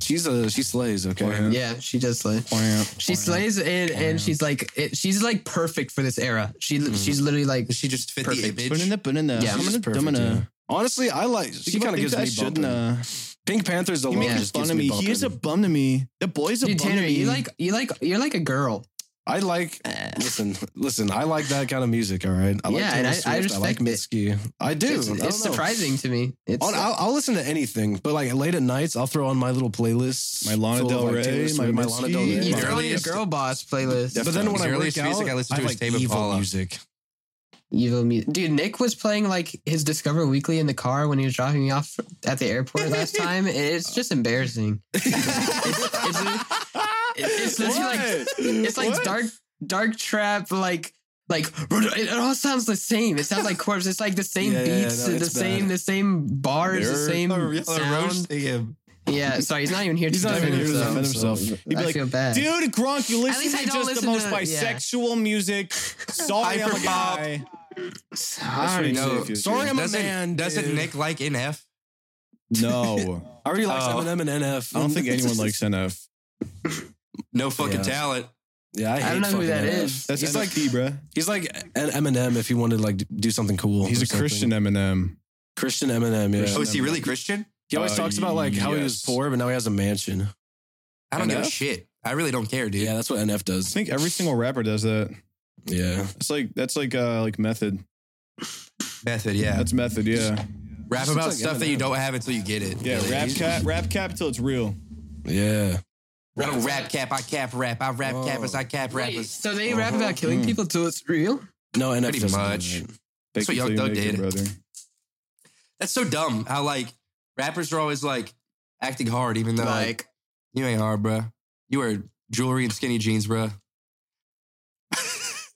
[SPEAKER 1] She's a she slays. Okay.
[SPEAKER 3] Plant.
[SPEAKER 2] yeah she does slay.
[SPEAKER 3] Plant.
[SPEAKER 2] She slays and and she's like it, she's like perfect for this era. She she's literally like
[SPEAKER 4] Does she just fit
[SPEAKER 2] Perfect.
[SPEAKER 4] the image?
[SPEAKER 3] Banana, banana.
[SPEAKER 2] Yeah,
[SPEAKER 1] She's
[SPEAKER 3] Banana,
[SPEAKER 1] perfect,
[SPEAKER 3] banana.
[SPEAKER 1] yeah. Honestly, I like. She
[SPEAKER 3] You
[SPEAKER 1] kind of
[SPEAKER 3] think
[SPEAKER 1] gives
[SPEAKER 3] that
[SPEAKER 1] me
[SPEAKER 3] shouldn't,
[SPEAKER 1] bumping.
[SPEAKER 3] uh,
[SPEAKER 1] Pink Panther's
[SPEAKER 3] You
[SPEAKER 1] alone
[SPEAKER 3] make
[SPEAKER 2] Yeah.
[SPEAKER 3] me
[SPEAKER 1] just
[SPEAKER 3] fun
[SPEAKER 1] gives
[SPEAKER 3] of
[SPEAKER 1] me
[SPEAKER 3] me. He is a
[SPEAKER 1] bumping.
[SPEAKER 3] bum to me. That boy's a
[SPEAKER 2] dude
[SPEAKER 3] bum
[SPEAKER 2] Tanner.
[SPEAKER 3] to me.
[SPEAKER 2] You like you like you're like a girl.
[SPEAKER 1] I like. Listen, listen. I like that kind of music. All right. I like
[SPEAKER 2] Yeah,
[SPEAKER 1] Taylor
[SPEAKER 2] and I- I
[SPEAKER 1] Swift, like
[SPEAKER 2] respect it.
[SPEAKER 1] Mitski. I do.
[SPEAKER 2] it's,
[SPEAKER 1] I don't
[SPEAKER 2] it's
[SPEAKER 1] know.
[SPEAKER 2] surprising to me. It's
[SPEAKER 1] I'll, I'll, I'll listen to anything, but like late at nights, I'll throw on my little playlist.
[SPEAKER 3] My Lana
[SPEAKER 1] full of,
[SPEAKER 3] Del
[SPEAKER 1] like,
[SPEAKER 3] Rey,
[SPEAKER 1] Taylor Swift,
[SPEAKER 3] my
[SPEAKER 1] my
[SPEAKER 3] Mitski.
[SPEAKER 1] Lana Del Rey.
[SPEAKER 2] you
[SPEAKER 4] the
[SPEAKER 2] throw in your
[SPEAKER 4] earliest-
[SPEAKER 2] girl boss playlist.
[SPEAKER 1] But then when
[SPEAKER 4] The
[SPEAKER 1] I work
[SPEAKER 4] earliest
[SPEAKER 1] out,
[SPEAKER 4] music I listen to is
[SPEAKER 1] like
[SPEAKER 4] Tame
[SPEAKER 1] evil
[SPEAKER 4] Impala.
[SPEAKER 1] music.
[SPEAKER 2] Evil music. Dude, Nick was playing like his Discover Weekly in the car when he was dropping me off at the
[SPEAKER 1] [LAUGHS]
[SPEAKER 2] airport last time. and It's just embarrassing.
[SPEAKER 3] [LAUGHS]
[SPEAKER 2] It's, it's, it's, like it's like
[SPEAKER 3] What?
[SPEAKER 2] dark dark trap like like it all sounds the same. It sounds like corpse. It's like the same
[SPEAKER 1] Yeah, yeah, yeah,
[SPEAKER 2] beats,
[SPEAKER 1] no,
[SPEAKER 2] the
[SPEAKER 1] it's
[SPEAKER 2] same
[SPEAKER 1] bad.
[SPEAKER 2] the same bars, the
[SPEAKER 3] They're-
[SPEAKER 2] same sound.
[SPEAKER 4] roasting him.
[SPEAKER 2] Yeah, sorry, he's not even here to
[SPEAKER 1] He's not
[SPEAKER 2] defend
[SPEAKER 1] even here to
[SPEAKER 2] himself.
[SPEAKER 1] defend himself.
[SPEAKER 3] He'd be
[SPEAKER 2] I
[SPEAKER 3] like,
[SPEAKER 2] feel bad.
[SPEAKER 3] Dude, Gronk, you
[SPEAKER 2] At least
[SPEAKER 3] listen
[SPEAKER 2] I
[SPEAKER 3] to
[SPEAKER 2] don't
[SPEAKER 3] just
[SPEAKER 2] listen
[SPEAKER 3] the most
[SPEAKER 2] to- yeah.
[SPEAKER 3] bisexual music. Sorry, I'm a
[SPEAKER 4] Hyperpop.
[SPEAKER 3] guy.
[SPEAKER 2] Sorry.
[SPEAKER 4] No,
[SPEAKER 1] sorry, I'm a
[SPEAKER 4] Doesn't,
[SPEAKER 1] man,
[SPEAKER 4] doesn't
[SPEAKER 1] dude.
[SPEAKER 4] Nick like NF?
[SPEAKER 3] No,
[SPEAKER 1] [LAUGHS] I already like
[SPEAKER 4] Oh.
[SPEAKER 1] Eminem and NF.
[SPEAKER 3] I don't
[SPEAKER 1] [LAUGHS]
[SPEAKER 3] think anyone likes NF.
[SPEAKER 4] No fucking
[SPEAKER 1] Yeah.
[SPEAKER 4] talent.
[SPEAKER 1] Yeah, I, hate
[SPEAKER 2] I don't know who
[SPEAKER 1] fucking
[SPEAKER 2] that
[SPEAKER 1] NF.
[SPEAKER 2] is.
[SPEAKER 3] That's
[SPEAKER 1] he's
[SPEAKER 3] he's
[SPEAKER 1] like
[SPEAKER 3] like bruh.
[SPEAKER 1] he's like an Eminem if he wanted to like do something cool.
[SPEAKER 3] He's
[SPEAKER 1] or
[SPEAKER 3] a
[SPEAKER 1] something.
[SPEAKER 3] Christian Eminem.
[SPEAKER 1] Christian Eminem. Yeah,
[SPEAKER 4] Oh, is he really Christian?
[SPEAKER 1] he always
[SPEAKER 3] Uh,
[SPEAKER 1] talks about like how he was
[SPEAKER 3] yes.
[SPEAKER 1] poor, but now he has a mansion.
[SPEAKER 4] I don't give a
[SPEAKER 3] NF?
[SPEAKER 4] shit. I really don't care, dude.
[SPEAKER 1] Yeah, that's what NF
[SPEAKER 3] I
[SPEAKER 1] does.
[SPEAKER 3] think every single rapper does that.
[SPEAKER 1] Yeah,
[SPEAKER 3] It's like that's like uh like method.
[SPEAKER 4] Method, yeah.
[SPEAKER 3] That's method. Yeah,
[SPEAKER 4] Rap
[SPEAKER 1] Just
[SPEAKER 4] about
[SPEAKER 1] like
[SPEAKER 4] stuff that you
[SPEAKER 1] Eminem.
[SPEAKER 4] don't have until you get it.
[SPEAKER 3] yeah.
[SPEAKER 4] Really.
[SPEAKER 3] Rap cap, rap cap till it's real.
[SPEAKER 1] yeah.
[SPEAKER 4] I don't rap cap, I cap rap. I rap
[SPEAKER 1] Oh.
[SPEAKER 4] cappers, I cap
[SPEAKER 2] Wait,
[SPEAKER 4] rappers.
[SPEAKER 2] so they rap
[SPEAKER 1] Uh-huh.
[SPEAKER 2] about killing
[SPEAKER 3] Mm.
[SPEAKER 2] people till it's real?
[SPEAKER 1] No, NF
[SPEAKER 4] Pretty
[SPEAKER 1] doesn't do
[SPEAKER 4] much.
[SPEAKER 1] that.
[SPEAKER 3] Fake
[SPEAKER 4] what
[SPEAKER 3] it
[SPEAKER 4] Young
[SPEAKER 3] till you
[SPEAKER 4] Thug
[SPEAKER 3] make it,
[SPEAKER 4] did.
[SPEAKER 3] brother.
[SPEAKER 4] That's so dumb how like rappers are always like acting hard, even though like,
[SPEAKER 2] Like,
[SPEAKER 4] you ain't hard, bruh. You wear jewelry and skinny jeans, bruh.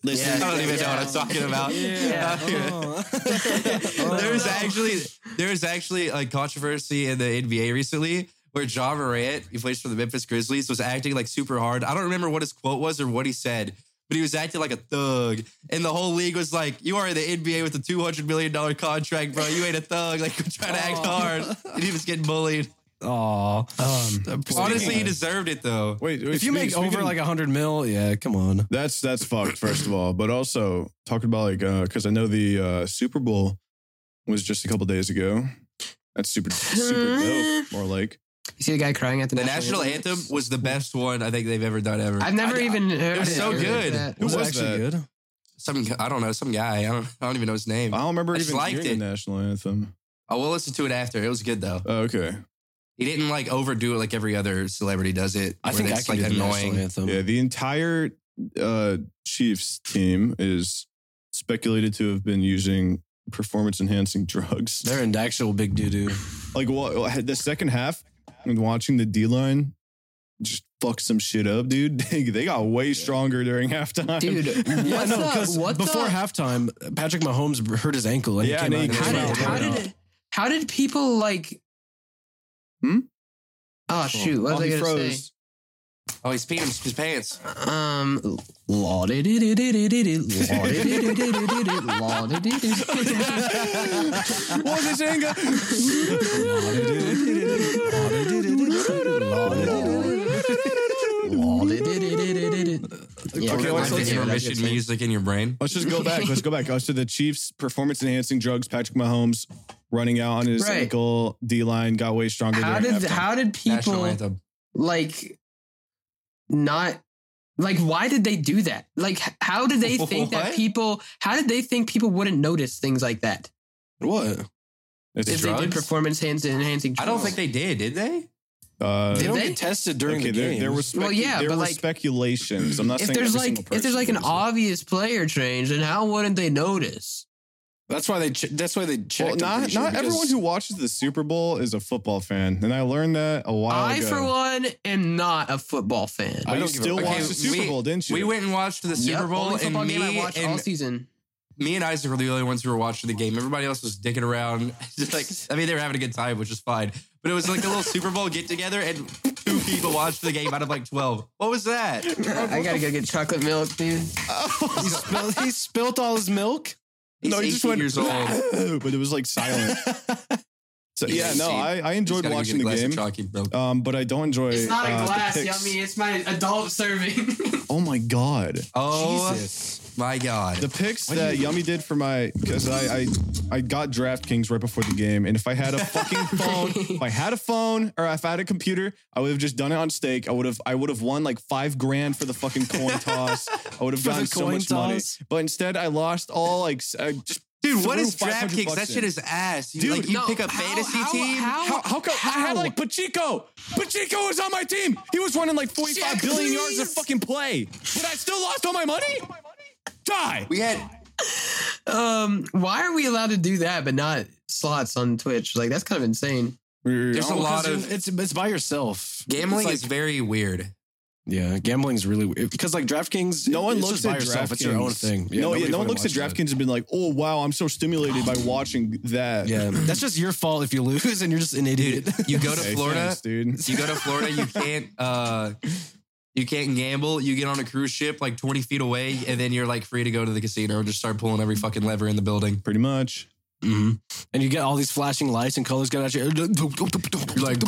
[SPEAKER 2] Listen.
[SPEAKER 4] I don't even know what I'm talking
[SPEAKER 2] [LAUGHS]
[SPEAKER 4] about. [LAUGHS]
[SPEAKER 2] Yeah.
[SPEAKER 1] Oh.
[SPEAKER 4] There's
[SPEAKER 1] [LAUGHS]
[SPEAKER 2] no.
[SPEAKER 4] actually there's actually a controversy in the NBA recently where John Morant, he plays for the Memphis Grizzlies, was acting like super hard. I don't remember what his quote was or what he said, but he was acting like a thug. And the whole league was like, You are in the NBA with a two hundred million dollar contract, bro. You ain't a thug. Like [LAUGHS] you're trying to act hard. And he was getting bullied.
[SPEAKER 1] Aw.
[SPEAKER 3] Um,
[SPEAKER 4] Honestly, he deserved it though.
[SPEAKER 3] wait, wait,
[SPEAKER 1] if you make
[SPEAKER 3] speaking-
[SPEAKER 1] over like a hundred mil, yeah, come on.
[SPEAKER 3] That's that's fucked, first of all. But also talking about like because I know the uh, Super Bowl was just a couple days ago. That's super super dope. More like
[SPEAKER 2] you see the guy crying at the,
[SPEAKER 4] The national anthem was the best one I think they've ever done ever.
[SPEAKER 2] I've never
[SPEAKER 4] I-
[SPEAKER 2] even heard
[SPEAKER 4] was
[SPEAKER 2] it.
[SPEAKER 4] so
[SPEAKER 2] I heard
[SPEAKER 4] good.
[SPEAKER 2] that.
[SPEAKER 3] Who
[SPEAKER 1] Was it
[SPEAKER 3] was
[SPEAKER 1] actually
[SPEAKER 3] that?
[SPEAKER 1] good?
[SPEAKER 4] some I don't know some guy. I don't, I don't even know his name.
[SPEAKER 1] Oh.
[SPEAKER 3] I don't remember
[SPEAKER 4] I just
[SPEAKER 3] even
[SPEAKER 4] liked
[SPEAKER 3] hearing
[SPEAKER 4] it.
[SPEAKER 3] the national anthem.
[SPEAKER 4] I will listen to it after. It was good though.
[SPEAKER 3] Oh, okay,
[SPEAKER 4] He didn't like overdo it like every other celebrity does it.
[SPEAKER 1] I
[SPEAKER 4] where
[SPEAKER 1] think I
[SPEAKER 4] it's
[SPEAKER 1] can
[SPEAKER 4] like
[SPEAKER 1] do the national
[SPEAKER 4] annoying.
[SPEAKER 1] anthem.
[SPEAKER 3] yeah. The entire uh, Chiefs team is speculated to have been using performance enhancing [LAUGHS] drugs.
[SPEAKER 1] They're in
[SPEAKER 2] [LAUGHS]
[SPEAKER 1] actual big doo doo.
[SPEAKER 3] Like what the second half, and watching the D line just fuck some shit up, dude. [LAUGHS] They, they got way stronger during halftime, [LAUGHS]
[SPEAKER 2] Dude,
[SPEAKER 1] Yeah,
[SPEAKER 2] What's
[SPEAKER 1] no,
[SPEAKER 2] the-
[SPEAKER 1] because
[SPEAKER 2] what's
[SPEAKER 1] before
[SPEAKER 2] the-
[SPEAKER 1] halftime, Patrick Mahomes hurt his ankle and
[SPEAKER 3] Yeah,
[SPEAKER 1] he came
[SPEAKER 3] and he
[SPEAKER 1] out.
[SPEAKER 2] How
[SPEAKER 3] came out.
[SPEAKER 2] did how
[SPEAKER 3] Yeah.
[SPEAKER 2] did how did people like?
[SPEAKER 3] Hmm?
[SPEAKER 2] Oh shoot! What was
[SPEAKER 3] Oh,
[SPEAKER 2] I
[SPEAKER 3] he
[SPEAKER 2] gonna
[SPEAKER 3] froze. [LAUGHS]
[SPEAKER 4] Oh, he's peeing his- his pants.
[SPEAKER 2] say? Um, law did it it it it it it law did it it it it it law did it it.
[SPEAKER 3] What was
[SPEAKER 2] [LAUGHS]
[SPEAKER 3] it,
[SPEAKER 2] Law did it it it it it it. Yeah,
[SPEAKER 3] Okay,
[SPEAKER 4] Okay,
[SPEAKER 3] what's
[SPEAKER 4] what's
[SPEAKER 3] the
[SPEAKER 4] the
[SPEAKER 2] yeah, that's
[SPEAKER 4] intermission
[SPEAKER 2] good.
[SPEAKER 4] music in your brain?
[SPEAKER 3] Let's just go back. Let's go back. Uh, so the Chiefs' performance-enhancing drugs, Patrick Mahomes running out on his
[SPEAKER 2] Right.
[SPEAKER 3] ankle, D-line got way stronger.
[SPEAKER 2] How
[SPEAKER 3] during
[SPEAKER 2] did
[SPEAKER 3] halftime.
[SPEAKER 2] how did
[SPEAKER 4] National
[SPEAKER 2] people
[SPEAKER 4] anthem.
[SPEAKER 2] like not like why did they do that? Like h- how did
[SPEAKER 4] [LAUGHS]
[SPEAKER 2] they think that
[SPEAKER 4] What?
[SPEAKER 2] people? How did they think people wouldn't notice things like that
[SPEAKER 1] What?
[SPEAKER 3] It's
[SPEAKER 2] if they did
[SPEAKER 4] drugs?
[SPEAKER 2] performance hands enhancing?
[SPEAKER 4] I don't think they did, did they?
[SPEAKER 3] uh,
[SPEAKER 1] They
[SPEAKER 2] Did
[SPEAKER 1] don't
[SPEAKER 2] they?
[SPEAKER 1] get tested during
[SPEAKER 3] okay,
[SPEAKER 1] the
[SPEAKER 3] there,
[SPEAKER 1] game.
[SPEAKER 3] there were specu-
[SPEAKER 2] Well, yeah,
[SPEAKER 3] there
[SPEAKER 2] but,
[SPEAKER 3] were
[SPEAKER 2] like,
[SPEAKER 3] speculations. I'm not
[SPEAKER 2] if
[SPEAKER 3] saying
[SPEAKER 2] there's
[SPEAKER 3] every
[SPEAKER 2] like
[SPEAKER 3] single
[SPEAKER 2] if there's like an
[SPEAKER 3] person was there.
[SPEAKER 2] obvious player change, then how wouldn't they notice?
[SPEAKER 1] that's why they. Ch- that's why they checked.
[SPEAKER 3] Well,
[SPEAKER 1] I'm
[SPEAKER 3] not
[SPEAKER 1] pretty sure,
[SPEAKER 3] not everyone
[SPEAKER 1] because-
[SPEAKER 3] who watches the Super Bowl is a football fan, and I learned that a
[SPEAKER 4] Oh,
[SPEAKER 3] while
[SPEAKER 2] I,
[SPEAKER 3] ago.
[SPEAKER 2] for one, am not a football fan.
[SPEAKER 3] But
[SPEAKER 1] I
[SPEAKER 3] you
[SPEAKER 1] don't give a-
[SPEAKER 3] still
[SPEAKER 1] Okay,
[SPEAKER 3] watched the Super
[SPEAKER 4] we-
[SPEAKER 3] Bowl, didn't you?
[SPEAKER 4] We went and watched the Super
[SPEAKER 2] Yep,
[SPEAKER 4] Bowl,
[SPEAKER 2] only
[SPEAKER 4] and
[SPEAKER 2] football game I
[SPEAKER 4] me
[SPEAKER 2] watched all
[SPEAKER 4] and [LAUGHS]
[SPEAKER 2] season.
[SPEAKER 4] me and Isaac were the only ones who were watching the game. Everybody else was dicking around. [LAUGHS] Just like, I mean, they were having a good time, which is fine. But it was like a little Super Bowl get together, and two people watched the game out of like twelve. What was that?
[SPEAKER 2] I gotta go get chocolate milk, dude.
[SPEAKER 1] he spilled, [LAUGHS] he spilled all his milk.
[SPEAKER 4] He's
[SPEAKER 3] no, he just
[SPEAKER 4] 18
[SPEAKER 3] went [LAUGHS]
[SPEAKER 4] years old.
[SPEAKER 3] but it was like
[SPEAKER 4] [LAUGHS]
[SPEAKER 3] silent. So
[SPEAKER 4] He's
[SPEAKER 3] yeah, no,
[SPEAKER 4] 18.
[SPEAKER 3] I, I
[SPEAKER 4] Just
[SPEAKER 3] enjoyed
[SPEAKER 4] gotta go
[SPEAKER 3] watching
[SPEAKER 4] get a
[SPEAKER 3] the
[SPEAKER 4] glass of
[SPEAKER 3] game,
[SPEAKER 4] chalky milk.
[SPEAKER 3] um, but I don't enjoy. uh, the picks.
[SPEAKER 2] It's my adult serving. [LAUGHS]
[SPEAKER 3] Oh my god,
[SPEAKER 4] Oh
[SPEAKER 1] Jesus.
[SPEAKER 4] my god!
[SPEAKER 3] the picks that Yummy did for my because I, I I got DraftKings right before the game, and if I had a fucking
[SPEAKER 4] [LAUGHS]
[SPEAKER 3] phone, if I had a phone or if I had a computer, I would have just done it on stake. I would have I would have won like five grand for the fucking
[SPEAKER 4] [LAUGHS]
[SPEAKER 3] coin toss. I would have
[SPEAKER 1] For the
[SPEAKER 3] gotten so
[SPEAKER 1] coin
[SPEAKER 3] much money,
[SPEAKER 1] toss?
[SPEAKER 3] but instead I lost all like s- I just
[SPEAKER 4] Dude, what
[SPEAKER 3] threw
[SPEAKER 4] is
[SPEAKER 3] 500
[SPEAKER 4] DraftKings?
[SPEAKER 3] bucks
[SPEAKER 4] That
[SPEAKER 3] in.
[SPEAKER 4] shit is ass. You,
[SPEAKER 3] Dude,
[SPEAKER 4] like, you
[SPEAKER 2] no,
[SPEAKER 4] pick a
[SPEAKER 2] how-
[SPEAKER 4] fantasy
[SPEAKER 2] how-
[SPEAKER 4] team.
[SPEAKER 2] how-
[SPEAKER 3] How, how come I had like Pacheco? Pacheco was on my team. He was running like 45
[SPEAKER 2] Jack,
[SPEAKER 3] billion yards of
[SPEAKER 2] please.
[SPEAKER 3] fucking play. But I still lost all my money? Die.
[SPEAKER 4] we had
[SPEAKER 2] um, why are we allowed to do that but not slots on Twitch? Like that's kind of insane.
[SPEAKER 4] there's a
[SPEAKER 1] Well, 'cause
[SPEAKER 4] lot of
[SPEAKER 1] it's it's by yourself.
[SPEAKER 4] gambling
[SPEAKER 1] It's like-
[SPEAKER 4] is very weird.
[SPEAKER 1] yeah, gambling's really weird because like DraftKings,
[SPEAKER 3] No one
[SPEAKER 1] it's
[SPEAKER 3] looks
[SPEAKER 1] just by
[SPEAKER 3] at
[SPEAKER 1] yourself.
[SPEAKER 3] DraftKings.
[SPEAKER 1] It's your own thing.
[SPEAKER 3] no, yeah,
[SPEAKER 1] nobody
[SPEAKER 3] no one
[SPEAKER 1] fucking
[SPEAKER 3] looks at
[SPEAKER 1] watches
[SPEAKER 3] DraftKings and been like, "Oh wow, I'm so stimulated by watching
[SPEAKER 1] that.
[SPEAKER 3] that."
[SPEAKER 1] Yeah, [LAUGHS] that's just your fault if you lose and you're just an idiot.
[SPEAKER 4] Dude, you go to
[SPEAKER 3] Hey,
[SPEAKER 4] Florida,
[SPEAKER 3] thanks, dude.
[SPEAKER 4] you go to Florida, you can't uh you can't gamble. You get on a cruise ship like 20 feet away, and then you're like free to go to the casino and just start pulling every fucking lever in the building.
[SPEAKER 3] Pretty much.
[SPEAKER 4] Mm-hmm.
[SPEAKER 1] Mhm. [LAUGHS] And you get all these flashing lights and colors going at you. [LAUGHS] You're like, [LAUGHS]
[SPEAKER 3] It's like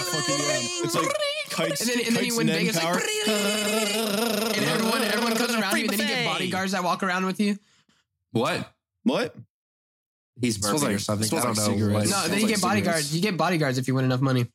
[SPEAKER 3] fucking yeah. It's like kites.
[SPEAKER 2] [LAUGHS] And then- and then
[SPEAKER 3] kites
[SPEAKER 2] you win
[SPEAKER 3] net
[SPEAKER 2] Vegas, like,
[SPEAKER 3] power.
[SPEAKER 2] And everyone, everyone comes around you, and then you get bodyguards that walk around with you.
[SPEAKER 4] What?
[SPEAKER 3] [LAUGHS] what?
[SPEAKER 4] He's burping
[SPEAKER 1] Smells like-
[SPEAKER 4] or something. I
[SPEAKER 1] smells
[SPEAKER 4] don't
[SPEAKER 1] like
[SPEAKER 4] know.
[SPEAKER 1] cigarettes.
[SPEAKER 4] what.
[SPEAKER 1] It
[SPEAKER 2] No,
[SPEAKER 1] sounds
[SPEAKER 2] then you
[SPEAKER 1] like
[SPEAKER 2] get bodyguards.
[SPEAKER 1] cigarettes.
[SPEAKER 2] You get bodyguards if you win enough money.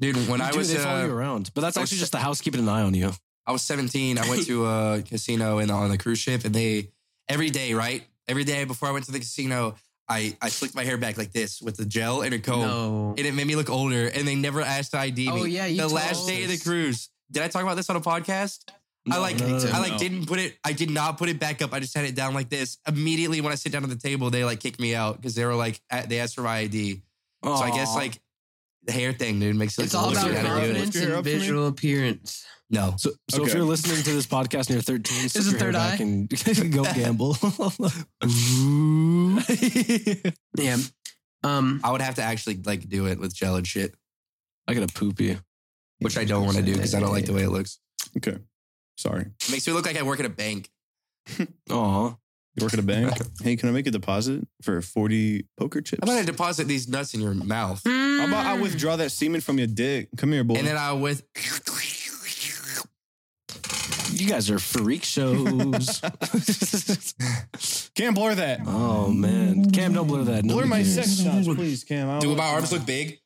[SPEAKER 4] Dude, when I
[SPEAKER 1] Dude,
[SPEAKER 4] was
[SPEAKER 1] they follow you
[SPEAKER 4] uh,
[SPEAKER 1] around, but that's
[SPEAKER 4] I was
[SPEAKER 1] actually
[SPEAKER 4] sh-
[SPEAKER 1] just the house keeping an eye on you.
[SPEAKER 4] I was 17, I went to a casino and on a cruise ship, and they every day, right? Every day before I went to the casino, I I slicked my hair back like this with a gel and a comb.
[SPEAKER 2] No.
[SPEAKER 4] and it made me look older. And they never asked to ID me.
[SPEAKER 2] Oh, yeah, you
[SPEAKER 4] the
[SPEAKER 2] told
[SPEAKER 4] last day of the
[SPEAKER 2] us.
[SPEAKER 4] cruise. Did I talk about this on a podcast? I like,
[SPEAKER 1] no, no, no,
[SPEAKER 4] I like
[SPEAKER 3] no.
[SPEAKER 4] didn't put it. I did not put it back up. I just had it down like this. Immediately when I sit down at the table, they like kick me out because they were like, a- they asked for my ID. So I guess
[SPEAKER 1] Uh, Aw.
[SPEAKER 4] like the hair thing, dude, makes it
[SPEAKER 2] It's all
[SPEAKER 4] look
[SPEAKER 2] about
[SPEAKER 4] weird how to do it.
[SPEAKER 2] confidence
[SPEAKER 3] Lift your hair
[SPEAKER 2] and
[SPEAKER 3] up for me?
[SPEAKER 2] visual appearance.
[SPEAKER 4] No,
[SPEAKER 1] So, so if
[SPEAKER 3] Okay.
[SPEAKER 1] you're listening to this podcast and you're 13,
[SPEAKER 2] Is
[SPEAKER 1] sit
[SPEAKER 2] it
[SPEAKER 1] your hair
[SPEAKER 2] third
[SPEAKER 1] back
[SPEAKER 2] eye?
[SPEAKER 1] and [LAUGHS] go gamble.
[SPEAKER 2] Yeah. Um.
[SPEAKER 4] I would have to actually like do it with gel and shit,
[SPEAKER 1] I got a poopy.
[SPEAKER 4] which I don't want to do because I don't like the way it looks.
[SPEAKER 3] Okay. Sorry.
[SPEAKER 4] It makes me look like I work at a bank.
[SPEAKER 1] Aw.
[SPEAKER 3] You work at a bank. hey, can I make a deposit for 40 poker chips?
[SPEAKER 4] I'm gonna deposit these nuts in your mouth,
[SPEAKER 2] Hmm.
[SPEAKER 3] How about I withdraw that semen from your dick? Come here, boy.
[SPEAKER 4] and then I with.
[SPEAKER 1] You guys are freak shows. [LAUGHS]
[SPEAKER 3] Can't blur that.
[SPEAKER 1] oh, man. Cam, don't blur that.
[SPEAKER 3] Blur
[SPEAKER 1] Nobody
[SPEAKER 3] my
[SPEAKER 1] cares.
[SPEAKER 3] sex shots, please, Cam. I don't
[SPEAKER 4] Do
[SPEAKER 3] want-
[SPEAKER 4] my arms look big?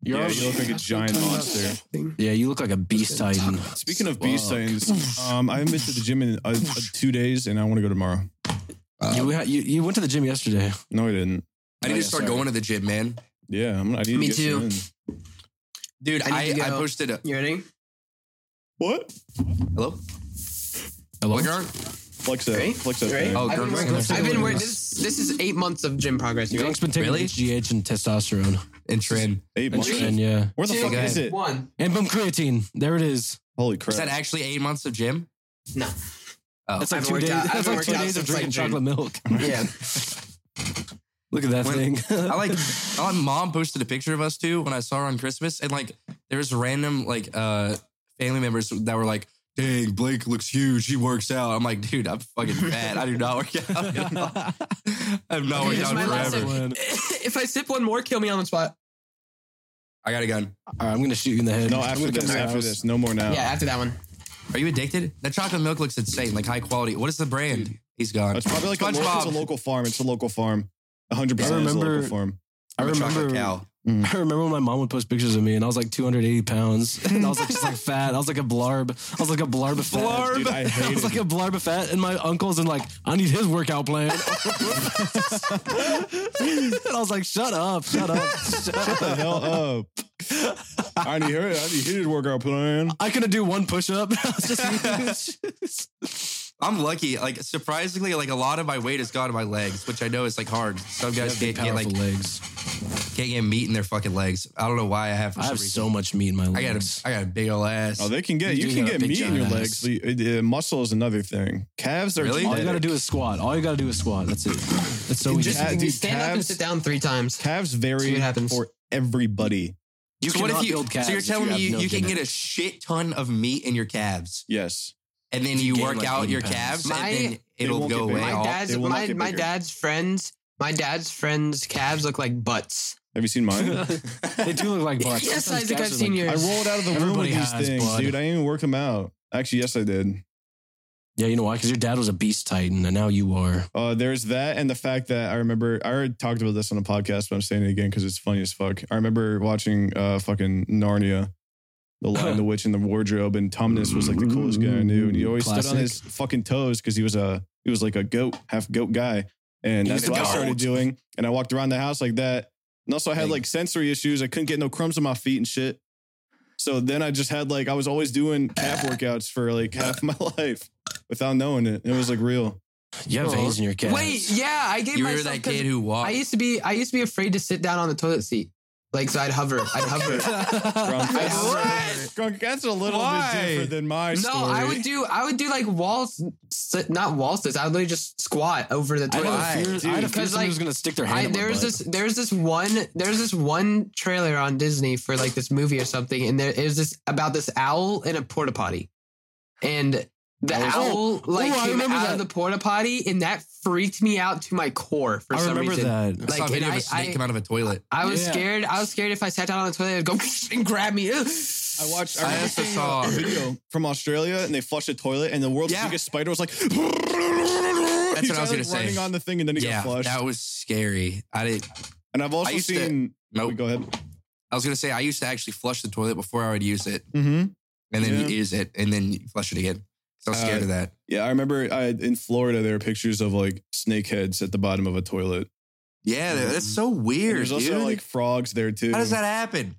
[SPEAKER 1] Your
[SPEAKER 3] Yeah,
[SPEAKER 1] arms-
[SPEAKER 3] you look like a
[SPEAKER 2] Hmm.
[SPEAKER 3] giant monster.
[SPEAKER 1] yeah, you look like a beast titan.
[SPEAKER 3] Speaking of beast
[SPEAKER 1] Fuck.
[SPEAKER 3] titans, um, I haven't been to the gym in uh, uh, two days, and I want to go tomorrow.
[SPEAKER 1] You, you, you went to the gym yesterday.
[SPEAKER 3] No, I didn't.
[SPEAKER 4] I
[SPEAKER 3] Oh,
[SPEAKER 4] need to
[SPEAKER 3] yeah,
[SPEAKER 4] start
[SPEAKER 3] sorry.
[SPEAKER 4] going to the gym, man.
[SPEAKER 3] Yeah, I'm, I need
[SPEAKER 2] Me
[SPEAKER 3] to get
[SPEAKER 2] too.
[SPEAKER 3] you in.
[SPEAKER 4] Dude,
[SPEAKER 2] I
[SPEAKER 4] I,
[SPEAKER 2] need to
[SPEAKER 4] I
[SPEAKER 2] go.
[SPEAKER 4] posted a
[SPEAKER 2] You ready?
[SPEAKER 3] What?
[SPEAKER 4] hello.
[SPEAKER 1] Hello?
[SPEAKER 4] Look, Aaron?
[SPEAKER 3] flex that.
[SPEAKER 2] Three?
[SPEAKER 3] Flex that.
[SPEAKER 2] Three?
[SPEAKER 3] thing.
[SPEAKER 4] Oh,
[SPEAKER 2] I've been
[SPEAKER 4] Gurgle's
[SPEAKER 2] working.
[SPEAKER 4] gonna
[SPEAKER 2] I've
[SPEAKER 4] do
[SPEAKER 2] been working.
[SPEAKER 4] it.
[SPEAKER 2] This, this is eight months of gym progress. You
[SPEAKER 1] Greg's been taking
[SPEAKER 4] Really?
[SPEAKER 1] HGH and testosterone.
[SPEAKER 4] and trim.
[SPEAKER 3] Eight months.
[SPEAKER 1] And yeah.
[SPEAKER 3] Where the
[SPEAKER 2] Two,
[SPEAKER 3] fuck
[SPEAKER 4] go
[SPEAKER 3] is
[SPEAKER 4] ahead.
[SPEAKER 3] it?
[SPEAKER 2] One.
[SPEAKER 1] And bum creatine. There it is.
[SPEAKER 3] Holy crap!
[SPEAKER 4] Is that actually eight months of gym?
[SPEAKER 2] No.
[SPEAKER 4] Oh.
[SPEAKER 1] That's like
[SPEAKER 2] I've
[SPEAKER 1] two
[SPEAKER 2] worked
[SPEAKER 1] days.
[SPEAKER 2] out- I've
[SPEAKER 1] That's like
[SPEAKER 2] worked
[SPEAKER 1] two
[SPEAKER 2] out
[SPEAKER 1] days of
[SPEAKER 2] since, like,
[SPEAKER 1] drinking
[SPEAKER 2] June.
[SPEAKER 1] chocolate milk.
[SPEAKER 2] [LAUGHS] Yeah.
[SPEAKER 1] Look at that
[SPEAKER 4] When-
[SPEAKER 1] thing.
[SPEAKER 4] I like my mom posted a picture of us too when I saw her on Christmas, and like there was random like uh family members that were like, "Dang, Blake looks huge. He works out." I'm like, "Dude, I'm fucking fat. I do not work out. [LAUGHS] at all.
[SPEAKER 2] [LAUGHS]
[SPEAKER 4] I'm not
[SPEAKER 2] Okay,
[SPEAKER 4] working
[SPEAKER 2] it's
[SPEAKER 4] out
[SPEAKER 2] my last
[SPEAKER 4] forever."
[SPEAKER 2] one. if I sip [LAUGHS] one more, kill me on the spot.
[SPEAKER 4] I got a gun.
[SPEAKER 1] All right, I'm gonna shoot you in the head.
[SPEAKER 3] No,
[SPEAKER 1] I'm
[SPEAKER 3] after
[SPEAKER 1] gonna come
[SPEAKER 3] this.
[SPEAKER 1] to your
[SPEAKER 3] After
[SPEAKER 1] house.
[SPEAKER 3] this. No more now.
[SPEAKER 2] Yeah, after that one.
[SPEAKER 4] Are you addicted? That chocolate milk looks insane, like high quality. What is the brand? He's gone.
[SPEAKER 3] It's probably like a local,
[SPEAKER 4] SpongeBob.
[SPEAKER 3] it's a local farm. It's a local farm. 100%
[SPEAKER 1] I
[SPEAKER 3] is a
[SPEAKER 1] remember-
[SPEAKER 3] local farm.
[SPEAKER 1] I
[SPEAKER 4] I'm a chocolate
[SPEAKER 1] remember.
[SPEAKER 4] cow.
[SPEAKER 1] [LAUGHS] I remember when my mom would post pictures of me, and I was like 280 pounds, [LAUGHS] and I was like just like fat. I was like a blarb. I was like a blarb of fat.
[SPEAKER 4] Blarb.
[SPEAKER 3] Dude, I
[SPEAKER 1] I
[SPEAKER 3] hate
[SPEAKER 1] was like
[SPEAKER 3] it.
[SPEAKER 1] a blarb of fat, and my uncle's and like I need his workout plan. and I was like, shut up, shut up. Shut up.
[SPEAKER 3] the hell up. I need her. I need his workout plan.
[SPEAKER 1] I couldn't do one push up. [LAUGHS] I was just
[SPEAKER 4] I'm lucky. Like surprisingly, like a lot of my weight has gone to my legs, which I know is like hard. Some guys can't get like
[SPEAKER 1] powerful legs.
[SPEAKER 4] can't get meat in their fucking legs. I don't know why I have. For
[SPEAKER 1] I
[SPEAKER 4] some
[SPEAKER 1] have
[SPEAKER 4] reason.
[SPEAKER 1] so much meat in my
[SPEAKER 4] I got
[SPEAKER 1] legs.
[SPEAKER 4] a I got a big ol' ass.
[SPEAKER 3] Oh, they can get
[SPEAKER 1] You
[SPEAKER 3] you,
[SPEAKER 1] do
[SPEAKER 3] can
[SPEAKER 1] got
[SPEAKER 3] get
[SPEAKER 1] big
[SPEAKER 3] meat in your
[SPEAKER 1] giant
[SPEAKER 3] legs.
[SPEAKER 1] ass.
[SPEAKER 3] The, the muscle is another thing. Calves are
[SPEAKER 4] Really?
[SPEAKER 1] All you gotta
[SPEAKER 3] genetic.
[SPEAKER 1] do is squat. All you gotta do is squat. That's it. That's so easy.
[SPEAKER 3] Just- Yeah, dude,
[SPEAKER 2] stand up and
[SPEAKER 3] calves-
[SPEAKER 2] sit down three times.
[SPEAKER 3] Calves
[SPEAKER 2] See
[SPEAKER 3] vary
[SPEAKER 2] what happens.
[SPEAKER 3] for everybody.
[SPEAKER 1] You
[SPEAKER 4] so what if
[SPEAKER 1] cannot
[SPEAKER 4] you?
[SPEAKER 1] build calves
[SPEAKER 4] so you're
[SPEAKER 1] if you
[SPEAKER 4] telling
[SPEAKER 1] have
[SPEAKER 4] me you,
[SPEAKER 1] no
[SPEAKER 4] you can
[SPEAKER 1] genetic-
[SPEAKER 4] get a shit ton of meat in your calves,
[SPEAKER 3] Yes.
[SPEAKER 4] and then
[SPEAKER 1] You
[SPEAKER 4] you,
[SPEAKER 1] gain,
[SPEAKER 4] work
[SPEAKER 1] like,
[SPEAKER 4] out
[SPEAKER 1] 80
[SPEAKER 4] your
[SPEAKER 1] pounds.
[SPEAKER 4] calves,
[SPEAKER 2] My-
[SPEAKER 4] and then
[SPEAKER 3] They
[SPEAKER 4] it'll
[SPEAKER 3] won't
[SPEAKER 4] go
[SPEAKER 3] get big.
[SPEAKER 4] away.
[SPEAKER 3] They
[SPEAKER 2] My [LAUGHS]
[SPEAKER 4] all- [LAUGHS]
[SPEAKER 2] dad's
[SPEAKER 3] will not
[SPEAKER 2] my,
[SPEAKER 3] get
[SPEAKER 2] my
[SPEAKER 3] bigger.
[SPEAKER 2] dad's friends. My dad's friends' calves look like butts.
[SPEAKER 3] Have you
[SPEAKER 1] [LAUGHS]
[SPEAKER 3] seen mine?
[SPEAKER 1] they do look
[SPEAKER 4] [LAUGHS]
[SPEAKER 1] like butts.
[SPEAKER 2] Yes,
[SPEAKER 1] Sometimes
[SPEAKER 2] Isaac,
[SPEAKER 1] calves
[SPEAKER 2] I've
[SPEAKER 1] are
[SPEAKER 2] seen
[SPEAKER 1] like-
[SPEAKER 3] I
[SPEAKER 2] yours.
[SPEAKER 3] rolled out of the
[SPEAKER 1] Everybody
[SPEAKER 3] room with
[SPEAKER 1] has
[SPEAKER 3] these things,
[SPEAKER 1] blood.
[SPEAKER 3] dude. I didn't even work them out. Actually, yes, I did.
[SPEAKER 1] Yeah, you know why? Because your dad was a beast titan, and now you are.
[SPEAKER 3] Uh, there's that, and the fact that I remember I already talked about this on a podcast, but I'm saying it again because it's funny as fuck. I remember watching uh, fucking Narnia, the Lion,
[SPEAKER 4] [GASPS]
[SPEAKER 3] the Witch, and the Wardrobe, and Tumnus was like the coolest guy I knew, and he always stood on
[SPEAKER 1] Classic.
[SPEAKER 3] his fucking toes because he was a he was like a goat, half goat guy, and
[SPEAKER 4] He's
[SPEAKER 3] that's
[SPEAKER 4] a
[SPEAKER 3] what I
[SPEAKER 4] goat.
[SPEAKER 3] started doing. And I walked around the house like that, and also I had
[SPEAKER 4] Like-
[SPEAKER 3] like sensory issues. I couldn't get no crumbs on my feet and shit. So then I just had like I was always doing calf workouts for like half [LAUGHS] my life without knowing it. It was like real.
[SPEAKER 1] You have
[SPEAKER 2] Oh.
[SPEAKER 1] veins in your calves.
[SPEAKER 4] [LAUGHS]
[SPEAKER 2] Wait, yeah, I gave
[SPEAKER 4] you were
[SPEAKER 2] myself.
[SPEAKER 4] that
[SPEAKER 2] 'cause
[SPEAKER 4] kid who walked.
[SPEAKER 2] I used to be. I used to be afraid to sit down on the toilet seat. Like so, I'd hover. I'd hover.
[SPEAKER 3] Drunk.
[SPEAKER 1] [LAUGHS] I
[SPEAKER 3] That's,
[SPEAKER 4] What?
[SPEAKER 3] Drunk, that's a little
[SPEAKER 4] Why?
[SPEAKER 3] bit different than my
[SPEAKER 2] No,
[SPEAKER 3] story.
[SPEAKER 2] I would do. I would do like waltz, sit- not waltzes. I would literally just squat over the
[SPEAKER 1] had
[SPEAKER 2] toilet.
[SPEAKER 1] a
[SPEAKER 4] Why,
[SPEAKER 1] fear, I had a
[SPEAKER 4] dude?
[SPEAKER 1] fear
[SPEAKER 2] Because,
[SPEAKER 1] someone was
[SPEAKER 2] like,
[SPEAKER 1] gonna stick their hand.
[SPEAKER 2] I,
[SPEAKER 1] up my
[SPEAKER 2] there's
[SPEAKER 1] butt.
[SPEAKER 2] this there's this one there's this one trailer on Disney for like this movie or something, and there is this about this owl in a porta potty, and the
[SPEAKER 1] Oh,
[SPEAKER 2] owl like
[SPEAKER 1] oh, I
[SPEAKER 2] came out
[SPEAKER 1] remember
[SPEAKER 2] of
[SPEAKER 1] that.
[SPEAKER 2] the porta potty, and that freaked me out to my core for
[SPEAKER 1] I
[SPEAKER 2] some
[SPEAKER 1] remember
[SPEAKER 2] reason.
[SPEAKER 1] that.
[SPEAKER 4] I saw
[SPEAKER 2] like,
[SPEAKER 4] a video
[SPEAKER 2] and
[SPEAKER 4] of
[SPEAKER 2] I-
[SPEAKER 4] a snake
[SPEAKER 2] I-
[SPEAKER 4] come out of a toilet.
[SPEAKER 2] I was
[SPEAKER 1] Yeah.
[SPEAKER 2] scared. I was scared if I sat down on the toilet, it'd go [LAUGHS] and grab [SIGHS] me. Ugh.
[SPEAKER 3] I watched. I,
[SPEAKER 4] I
[SPEAKER 3] remember
[SPEAKER 4] also
[SPEAKER 3] seeing
[SPEAKER 4] saw-
[SPEAKER 3] a video from Australia, and they flushed a toilet, and the world's
[SPEAKER 4] Yeah.
[SPEAKER 3] biggest spider was like. [LAUGHS] That's what
[SPEAKER 4] what I was gonna say.
[SPEAKER 3] Running on the thing, and then he
[SPEAKER 4] Yeah,
[SPEAKER 3] got flushed.
[SPEAKER 4] that was scary. I didn't.
[SPEAKER 3] and I've also
[SPEAKER 4] I used to- Oh.
[SPEAKER 3] seen.
[SPEAKER 4] Nope.
[SPEAKER 3] Go ahead.
[SPEAKER 4] I was gonna say I used to actually flush the toilet before I would use it,
[SPEAKER 3] Mm-hmm.
[SPEAKER 4] and then
[SPEAKER 3] Yeah.
[SPEAKER 4] use it, and then flush it again. 'Cause I was scared
[SPEAKER 3] Uh,
[SPEAKER 4] of that.
[SPEAKER 3] Yeah, I remember. I in Florida, there are pictures of like snake heads at the bottom of a toilet.
[SPEAKER 4] Yeah, that- that's so
[SPEAKER 3] mm-hmm. And
[SPEAKER 4] weird,
[SPEAKER 3] There's
[SPEAKER 4] dude.
[SPEAKER 3] also like frogs there too.
[SPEAKER 4] How does that happen?